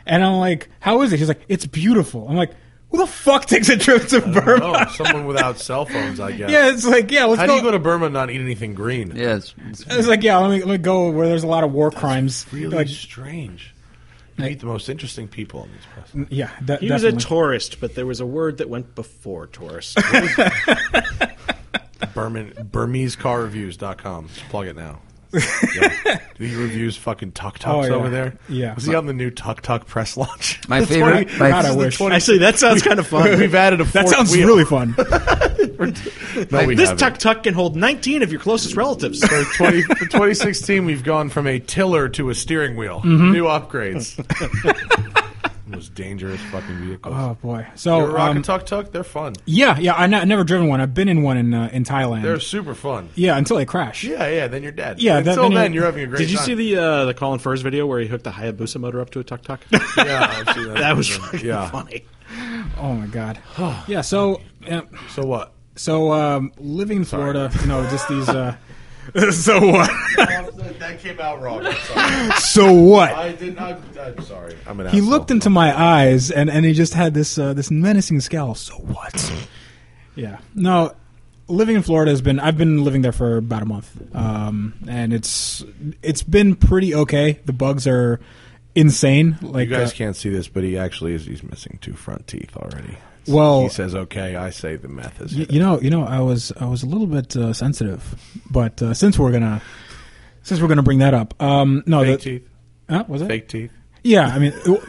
and I'm like, how is it? He's like, it's beautiful. I'm like. Who the fuck takes a trip to Burma? Oh, someone without cell phones, I guess. Yeah, it's like yeah, let's How go. do you go to Burma and not eat anything green? Yeah, it's, it's- it's like yeah, let me let me go where there's a lot of war crimes. Really Like, strange. You meet the most interesting people on these places. yeah, de- he definitely. was a tourist, but there was a word that went before tourist. Burman, BurmeseCarReviews.com. Plug it now. yeah. Do he reviews fucking tuk tuks Oh, yeah. over there? Yeah. Was he on the new tuk tuk press launch? My The favorite- 20 this my- God, I is the wish. 20 Actually, that sounds kind of fun. We've added a fourth that sounds wheel. really fun. No, we this haven't. tuk tuk can hold 19 of your closest relatives. For 20, for 2016, we've gone from a tiller to a steering wheel. Mm-hmm. New upgrades. Most dangerous fucking vehicles. oh boy, You're so rocking um, tuk tuk. They're fun. yeah, yeah, I have never driven one. I've been in one in uh, in Thailand. They're super fun. yeah, until they crash. Yeah, yeah. Then you're dead. Yeah, that- Until then then, you're- you're having a great. Did you time. see the uh, the Colin Furs video where he hooked a Hayabusa motor up to a tuk tuk? Yeah, I've seen that was video. fucking yeah. funny. Oh my god. yeah, so uh, So what? So um, living in Florida, you know, just these. Uh, so what? that came out wrong. I'm sorry. So what? did not. I'm sorry. I'm an He looked into my eyes and, and he just had this uh, this menacing scowl. So what? Yeah. No, living in Florida has been I've been living there for about a month, um, and it's it's been pretty okay. The bugs are insane. Like You guys uh, can't see this, but he actually is. He's missing two front teeth already. Well- he says, "Okay, I say the meth is." Y- uh, You know, you know, I was I was a little bit uh, sensitive, but uh, since we're gonna since we're gonna bring that up, um, no, fake the, teeth. Huh, was it? Fake teeth. Yeah, I mean, w-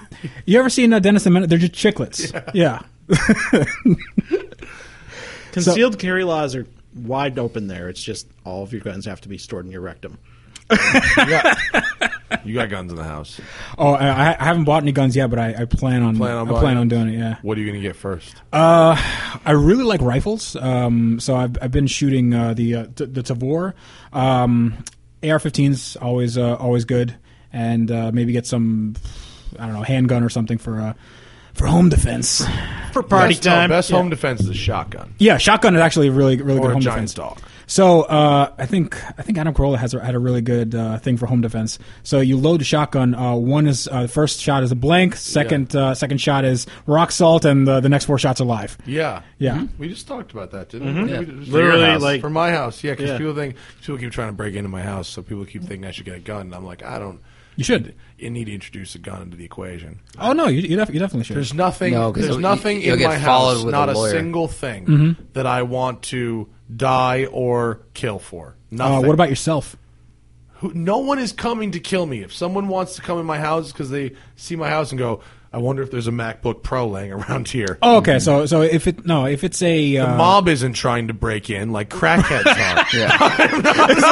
you ever seen uh, a dentist? and men- They're just chiclets. Yeah. Concealed carry laws are wide open there. It's just all of your guns have to be stored in your rectum. You got, you got guns in the house. Oh, I, I haven't bought any guns yet, but I, I plan on Plan on I buying plan on guns? doing it. Yeah. What are you going to get first? Uh, I really like rifles. Um, so I've, I've been shooting uh, the uh, t- the Tavor. Um, AR-15s always uh, always good, and uh, maybe get some I don't know handgun or something for uh, for home defense. For party best, no, time. best home defense is a shotgun Yeah, shotgun is actually a really really or good a home giant defense. dog. So uh, I think I think Adam Carolla has had a really good uh, thing for home defense. So you load the shotgun. Uh, one is uh, the first shot is a blank. Second uh, second shot is rock salt, and uh, the next four shots are live. Yeah, Mm-hmm. Yeah. We just talked about that, didn't we? we? just- Mm-hmm. Literally, for your house. like- for my house. Yeah, because Yeah. people think people keep trying to break into my house, so people keep thinking I should get a gun. And I'm like, I don't. You should. You need to introduce a gun into the equation. Oh no, you you, def- you definitely should. Uh, There's nothing. No, 'cause there's you- nothing you'll in get my followed house. with a Not a, lawyer. single thing Mm-hmm. that I want to die or kill for. Uh, Nothing. what about yourself? Who, no one is coming to kill me. If someone wants to come in my house because they see my house and go, I wonder if there's a MacBook Pro laying around here. Oh, okay. So so if it no, if it's a The uh, mob isn't trying to break in like crackheads are. it's,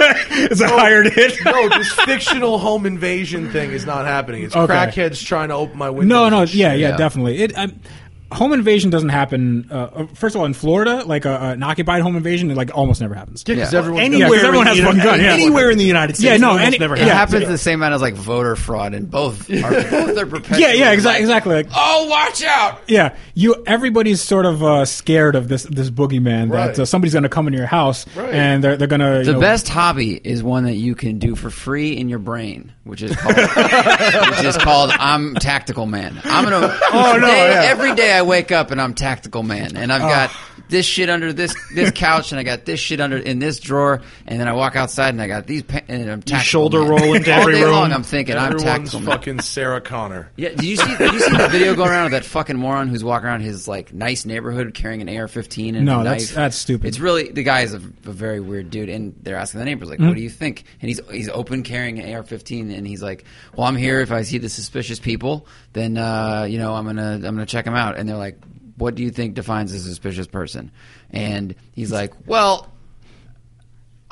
a hired hit. no, this fictional home invasion thing is not happening. It's Okay. crackheads trying to open my window. No, no, yeah, yeah, definitely. It um, home invasion doesn't happen. Uh, uh, first of all, in Florida, like a, an occupied home invasion, it like almost never happens. Yeah, 'cause Yeah. everyone's Yeah, 'cause anywhere everyone in has the a fucking United- gun, yeah. Anywhere in the United States. Yeah, no, it's any- never It yeah. happened. happens the same amount as like voter fraud, and both are both are perpetual. Yeah, yeah, exactly, exactly. Like, Oh, watch out! yeah, you everybody's sort of uh, scared of this this boogeyman Right. that uh, somebody's going to come into your house Right. and they're they're going to The best hobby is one that you can do for free in your brain, which is called, which is called I'm tactical man. I'm gonna oh, no, yeah. every day I wake up and I'm tactical man, and I've got this shit under this this couch, and I got this shit under in this drawer, and then I walk outside and I got these pa- and I'm tactical. shoulder man. roll into All every day room. long. I'm thinking I'm Everyone's tactical man. fucking Sarah Connor. Yeah, did you see? Did you see the video going around of that fucking moron who's walking around his like nice neighborhood carrying an AR-15 and No, a that's- knife? that's stupid. It's really the guy is a, a very weird dude, and they're asking the neighbors like, Hmm. "What do you think?" And he's he's open carrying an AR-15, and he's like, "Well, I'm here. If I see the suspicious people, then uh, you know I'm gonna I'm gonna check them out." And they're like, "What do you think defines a suspicious person?" And he's like, "Well."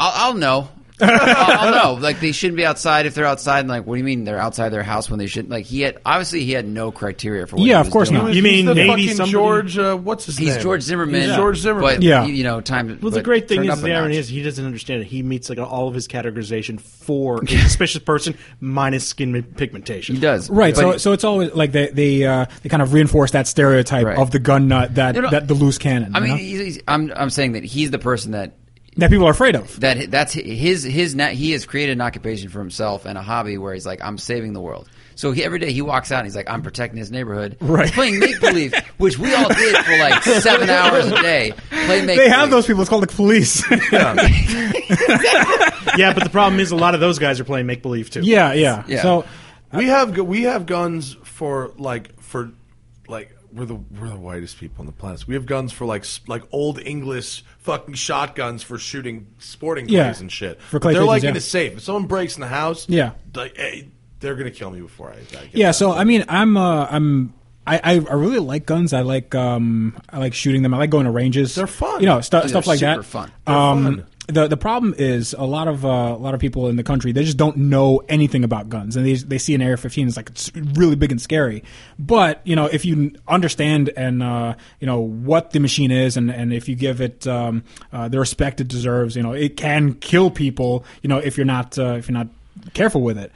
I'll, I'll know. I'll, I'll know. Like they shouldn't be outside if they're outside. And like, what do you mean they're outside their house when they shouldn't? Like he had obviously he had no criteria for. What Yeah, he of was course doing. not. You mean the maybe fucking somebody- George? Uh, what's his name? He's George Zimmerman. He's George Zimmerman. But, Yeah. you know, time. Well, the but great thing turned is up the a irony notch. is he doesn't understand it. He meets like all of his categorization for a suspicious person minus skin pigmentation. he does Right, But- so so it's always like they they uh, they kind of reinforce that stereotype Right. of the gun nut that, No, no. that the loose cannon. I you mean, know? he's, he's- I'm I'm saying that he's the person that that people are afraid of. that that's his his na he has created an occupation for himself and a hobby where he's like I'm saving the world. So he, every day he walks out and he's like I'm protecting his neighborhood. Right. He's playing make believe, which we all did for like seven hours a day. Play make they have those people. It's called the police. yeah, but the problem is a lot of those guys are playing make believe too. yeah, yeah, Yeah. So We have gu- we have guns for like for like we're the we're the whitest people on the planet. We have guns for like s- like old English fucking shotguns for shooting sporting Yeah. clays and shit. For But clay they're pigeons, like in yeah. a safe. If someone breaks in the house, Yeah. like, eh, they're gonna kill me before I. I get yeah that. so i mean i'm uh i'm I, I I really like guns. I like um I like shooting them. I like going to ranges. They're fun. You know, stu- Dude, stuff they're like super that. fun. They're Um, fun. the the problem is a lot of uh, a lot of people in the country they just don't know anything about guns, and they they see an AR-15 it's like it's really big and scary. But you know, if you understand and uh, you know what the machine is, and, and if you give it um, uh, the respect it deserves, you know it can kill people. You know if you're not uh, if you're not careful with it.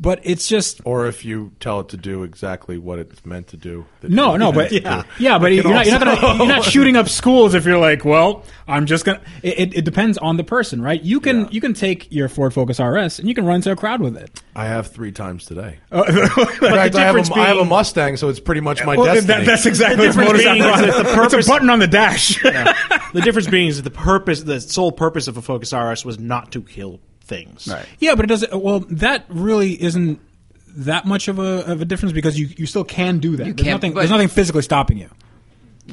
But it's just Or if you tell it to do exactly what it's meant to do. that No, you no, meant but to do. yeah, yeah, but you're not, you're, not gonna, you're not shooting up schools if you're like, well, I'm just gonna. It, it, it depends on the person, right? You can you can take your Ford Focus RS and you can run into a crowd with it. I have three times today. In fact, I, have a, difference I have a being- Mustang, so it's pretty much my Well, destiny. that- that's exactly The what difference motorcycle being is is. that the It's purpose- a button on the dash. the difference being is that the purpose, the sole purpose of a Focus RS was not to kill things. Right. Yeah, but it doesn't. Well, that really isn't that much of a of a difference because you, you still can do that. there's can, nothing but- there's nothing physically stopping you.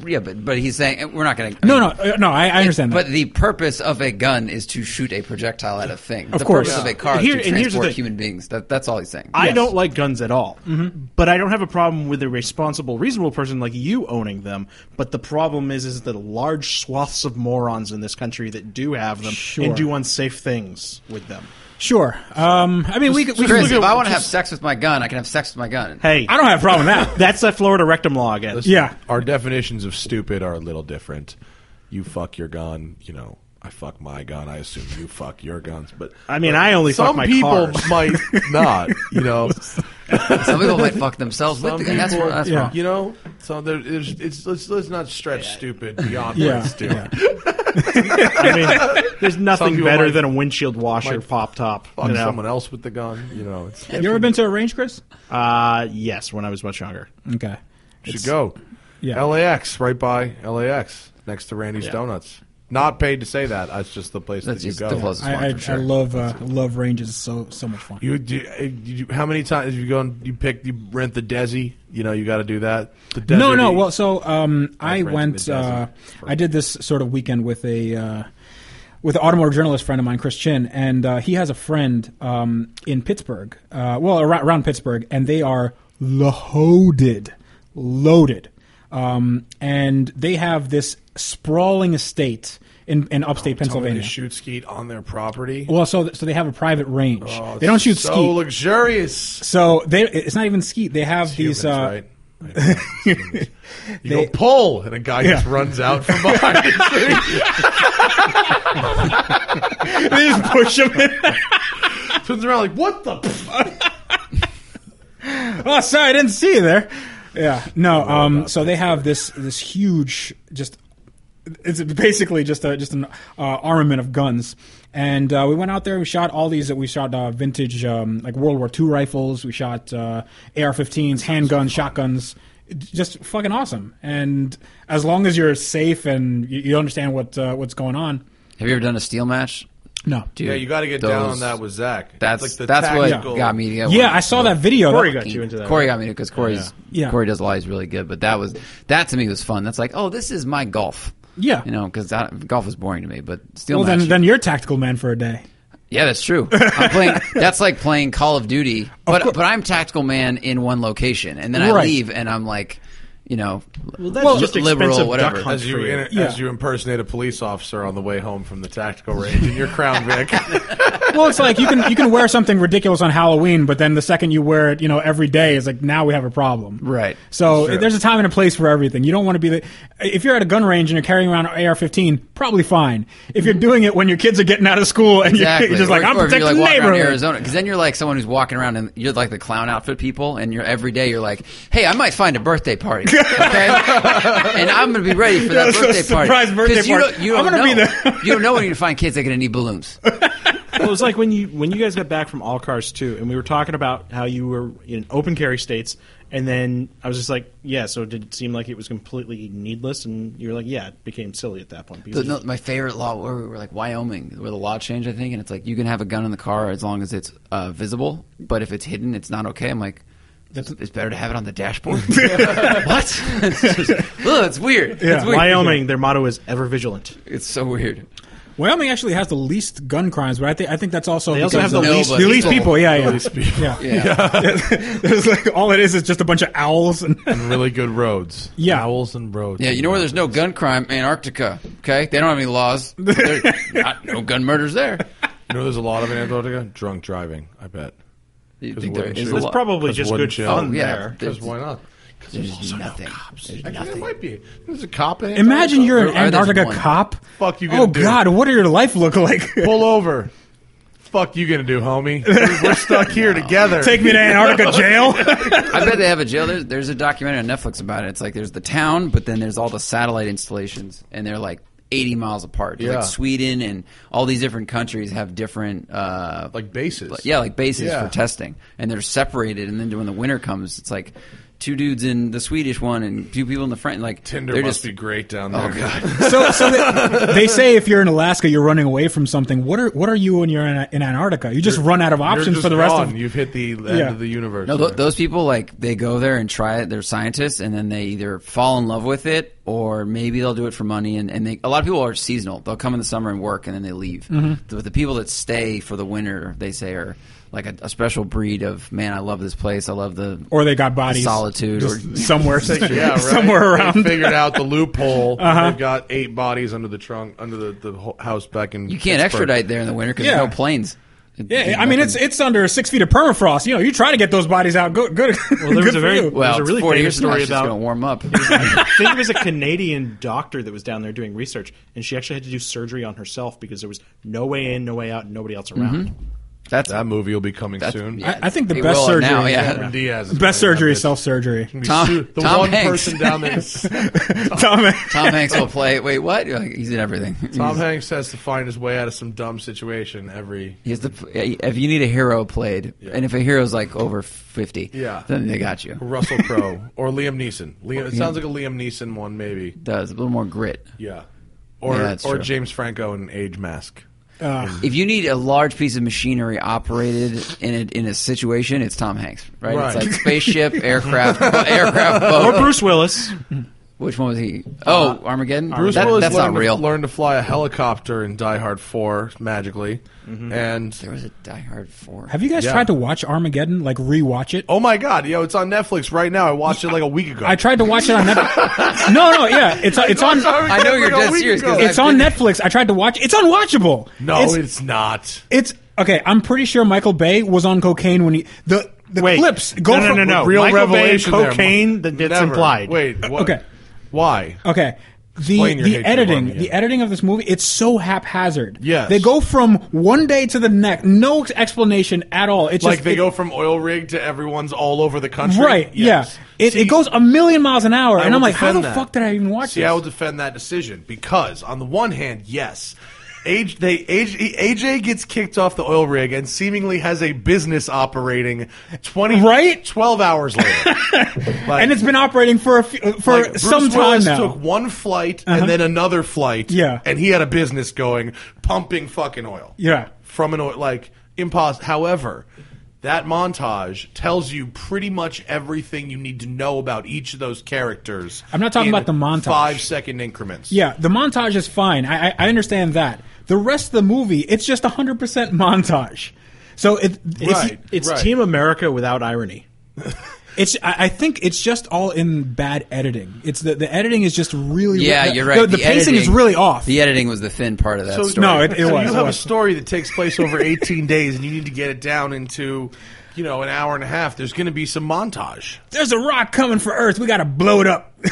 Yeah, but but he's saying eh, we're not going to. No, no, uh, no. I, I understand that. But the purpose of a gun is to shoot a projectile at a thing. the course. purpose of Yeah. a car Here- is to and here's the transport thing. human beings. That, that's all he's saying. I don't like guns at all, Mm-hmm. but I don't have a problem with a responsible, reasonable person like you owning them. But the problem is, is that large swaths of morons in this country that do have them Sure. and do unsafe things with them. sure. Um, I mean, we could. We Chris, could if I want to have sex with my gun, I can have sex with my gun. Hey, I don't have a problem with that. That's that Florida rectum law again. yeah. Our definitions of stupid are a little different. You fuck your gun, you know. I fuck my gun. I assume you fuck your guns, but I mean, I only fuck some my people cars. might not. You know, Some people might fuck themselves Some with the gun. That's, people- wrong- that's yeah. wrong. you know. So there, it's, it's let's let's not stretch stupid beyond Yeah, what it's doing. yeah. I mean, there's nothing people better might- than a windshield washer might pop top. Fuck you know? someone else with the gun. You know, it's, You ever been to a range, Chris? Uh, yes, when I was much younger. Okay. you should go. Yeah. LAX, right by LAX, next to Randy's Yeah. Donuts. Not paid to say that. That's just the place That's that you just the go. closest I, one I, for sure. I love uh, love ranges so so much fun. You, do, uh, do you- how many times have you gone? You pick, you rent the Desi. You know, you got to do that. The Desi. no, no. Well, so um, I Like Ranch in the went. Uh, Desert. I did this sort of weekend with a uh, with an automotive journalist friend of mine, Chris Chin, and uh, he has a friend um, in Pittsburgh. Uh, well, around, around Pittsburgh, and they are loaded, loaded, um, and they have this sprawling estate in, in upstate Tell me they Pennsylvania. Oh, shoot skeet on their property. Well, so so they have a private range. Oh, they don't it's shoot so skeet. luxurious. so they it's not even skeet. They have these. Humans, uh, right? I know, humans. You They- go pull, and a guy just Yeah. runs out from behind. they just push them in. Turns around like, what the? Pff? oh, sorry, I didn't see you there. Yeah, no. Um, so they have this this huge, just it's basically just a just an uh, armament of guns. And uh, we went out there. We shot all these that we shot uh, vintage, um, like World War II rifles. We shot uh, AR-15s, handguns, shotguns. Just fucking awesome. And as long as you're safe and you, you understand what uh, what's going on, Have you ever done a steel match? no. Dude, Yeah, you got to get down those- on that with Zach. That's It's like the that's what tactical- got me. to- Yeah, I saw that video. Corey That- got you into that. Corey got me because Corey's Yeah. Corey does a lot. He's really good, but that was that to me was fun. That's like, oh, this is my golf. Yeah. you know, because golf was boring to me. But steel well, match. then then you're a tactical man for a day. yeah, that's true. I'm playing. That's like playing Call of Duty, but but I'm tactical man in one location, and then I Right. leave, and I'm like, you know, Well, that's li- just liberal, expensive whatever. duck hunt As you, for you. in, Yeah. as you impersonate a police officer on the way home from the tactical range in your Crown Vic, well, it's like you can you can wear something ridiculous on Halloween, but then the second you wear it, you know, every day is like now we have a problem. Right. So Sure. there's a time and a place for everything. You don't want to be the if you're at a gun range and you're carrying around an AR-15, probably fine. If you're doing it when your kids are getting out of school and you're- Exactly. you're just like Or- I'm or if you're, protecting like, the walking around neighborhood. Arizona, because then you're like someone who's walking around and you're like the clown outfit people, and you're every day you're like, hey, I might find a birthday party, okay? and I'm gonna be ready for that Yeah, so birthday party. surprise birthday 'Cause you party. Don't, you don't I'm gonna be know. there. you don't know when you're gonna find kids. They're gonna need balloons. well, it was like when you when you guys got back from All Cars Two, and we were talking about how you were in open carry states, and then I was just like, yeah. So did it seem like it was completely needless? And you were like, yeah, it became silly at that point. The- Because no, my favorite law where we were like Wyoming, where the law changed, I think, and it's like you can have a gun in the car as long as it's uh, visible, but if it's hidden, it's not okay. I'm like. That's, it's better to have it on the dashboard. what? it's, just, ugh, it's weird. Yeah. it's weird. Wyoming, their motto is ever vigilant. It's so weird. Wyoming actually has the least gun crimes, but I think I think that's also They also because have the of- least the least people. Yeah, yeah. least people. Yeah. Yeah. There's like all it is is just a bunch of owls and and really good roads. Yeah. Owls and roads. Yeah, you know where there's no gun crime? Antarctica. Okay, they don't have any laws. There- not- no gun murders there. You know there's a lot of in Antarctica? Drunk driving, I bet. You 'Cause think wooden there is shoes. a That's lot- probably 'Cause just wooden good shoes. fun Oh, yeah. there. Because why not? 'Cause There's there's also nothing. no cops. There's Actually, there nothing. might be. There's a cop in Antarctica. Imagine you're an Or there's Antarctica one. cop. Fuck you gonna Oh do? god, what did your life look like? Pull over. fuck you gonna do, homie? We're stuck here together. Take me to Antarctica jail. I bet they have a jail. There's, there's a documentary on Netflix about it. It's like there's the town, but then there's all the satellite installations, and they're like 80 miles apart. Yeah. Like Sweden and all these different countries have different uh, like bases. like- yeah, like bases Yeah. for testing, and they're separated. And then when the winter comes, it's like two dudes in the Swedish one and two people in the French. Like Tinder they're must just Oh, be great down there. so, so they, they say if you're in Alaska, you're running away from something. What are what are you when you're in, in Antarctica? You just run out of You're options just for the rest gone. of. You've hit the end Yeah. of the universe. No, th- there. those people like they go there and try it. They're scientists, and then they either fall in love with it, or maybe they'll do it for money. And, and they, a lot of people are seasonal. They'll come in the summer and work, and then they leave. The, the people that stay for the winter, they say, are like a, a special breed of man. I love this place. I love the Or they got bodies solitude, or somewhere, yeah, right. somewhere They around. figured out the loophole. They've got eight bodies under the trunk, under the, the ho- house back in. you can't Pittsburgh. extradite there in the winter because Yeah. no planes. Yeah, I mean it's it's under six feet of permafrost. You know, you try to get those bodies out. Good, good. Well, there was good a for very- you. Well, Well, There's a it's really 40 famous years from now, story it's just about- going to warm up. I think it was a Canadian doctor that was down there doing research, and she actually had to do surgery on herself because there was no way in, no way out, and nobody else around. That's That movie will be coming soon. yeah. I think the It best will surgery. now, yeah. Cameron Diaz. is Best gonna surgery have is it. self surgery. Be Tom- su- the Tom one Hanks. person down there. Tom, Tom Hanks will play. Wait, what? You're like, he's in everything. Tom Hanks has to find his way out of some dumb situation every. He's the if you need a hero played, and if a hero's like over fifty, Yeah. then they got you. Russell Crowe or Liam Neeson. Liam, it sounds like a Liam Neeson one, maybe. Does a little more grit. Yeah, or Yeah, that's or true. James Franco in Age Mask. If you need a large piece of machinery operated in a, in a situation, it's Tom Hanks, right? Right. It's like spaceship, aircraft, aircraft Or boat. Bruce Willis. Which one was he? Oh, Armageddon. Bruce That- Willis that's learned, not real. To, learned to fly a helicopter in Die Hard Four magically, Mm-hmm. There and was a Die Hard four. have you guys Yeah. tried to watch Armageddon? Like rewatch it? oh my god, yo, it's on Netflix right now. I watched it like a week ago. I tried to watch it on Netflix. no, no, yeah, it's it's on. I know you're dead serious, 'cause It's on Netflix. I tried to watch. It's unwatchable. no, it's it's, not. it's- okay. I'm pretty sure Michael Bay was on cocaine when he the the Wait, clips go no, no, from no, no. Real Michael Bay revelation. there. cocaine, that- that's Never. implied. Wait, what? Okay. Why? Okay. The, Explain your the hatred editing of Armageddon. the editing of this movie it's so haphazard. Yes. they go from one day to the next, no ex- explanation at all. It's Like just, they it- go from oil rig to everyone's all over the country. right. Yes. Yeah, it, See, it goes a million miles an hour, I and will I'm like, how the defend that. fuck did I even watch See, this? I will defend that decision because, on the one hand, yes, AJ, they, AJ, AJ gets kicked off the oil rig and seemingly has a business operating 20, Right? 12 hours later. Like- and it's been operating for a f- for like, Bruce some time Willis now. Uh-huh. took one flight and then another flight. Yeah. And he had a business going, pumping fucking oil. Yeah. From an oil, like, impossible. However, that montage tells you pretty much everything you need to know about each of those characters. I'm not talking in about the montage. Five second increments. Yeah, the montage is fine. I, I, I understand that. The rest of the movie, it's just 100% montage. So it, it's, Right. It's Right. Team America without irony. it's I I think it's just all in bad editing. It's the, the editing is just really yeah, the- you're right. The, the pacing is editing- really off. The editing was the thin part of that story. no, it- so was, You it have was. a story that takes place over 18 days, and you need to get it down into, you know, an hour and a half. There's going to be some montage. There's a rock coming for Earth. We got to blow it up.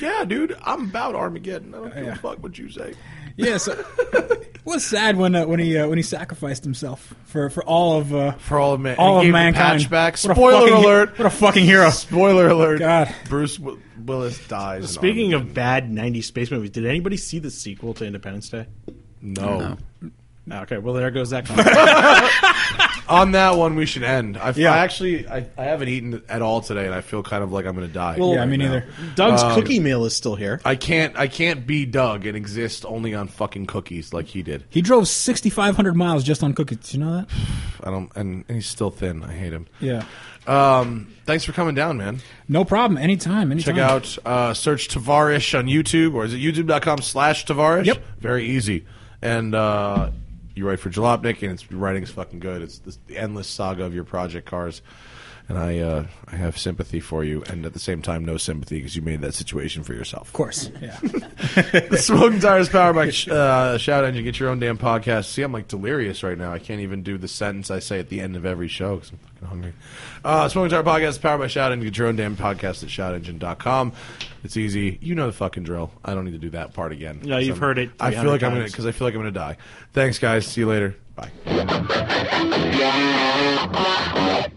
Yeah, dude, I'm about Armageddon. I don't give a fuck what you say. yeah, so it was sad when uh, when he uh, when he sacrificed himself for for all of uh, For all of man- all and of he gave the mankind. patch back. What a Spoiler fucking he- alert. What a fucking hero. Spoiler alert. God. Bruce Wi- Willis dies. in Speaking of bad 90s space movies, did anybody see the sequel to Independence Day? Armageddon. No, Okay, well, there goes that. comment. no, on that one we should end. I, Yeah. I actually I, I haven't eaten at all today, and I feel kind of like I'm going to die. Yeah, right me now. neither. Doug's cookie meal is still here. I can't I can't be Doug and exist only on fucking cookies like he did. He drove 6500 miles just on cookies. You know that? I don't and, and he's still thin. I hate him. Yeah. Um, thanks for coming down, man. No problem. Anytime. Anytime. Check out uh, search Tavarish on YouTube or is it youtube.com slash Tavarish? Yep. Very easy. And uh, you write for Jalopnik and it's your writing's fucking good. It's this, the endless saga of your project cars. And I uh, I have sympathy for you and at the same time no sympathy because you made that situation for yourself. Of course. Yeah. the Smoking Tires Power by uh, Shout Engine. Get your own damn podcast. See, I'm like delirious right now. I can't even do the sentence I say at the end of every show because I'm fucking hungry. Uh, Smoking Tire Podcast is powered by Shout Engine. Get your own damn podcast at shoutengine.com. It's easy. You know the fucking drill. I don't need to do that part again. Yeah, you've So- heard it I feel like 300 I'm gonna times. because I feel like I'm gonna die. Thanks, guys. See you later. Bye. Thank you.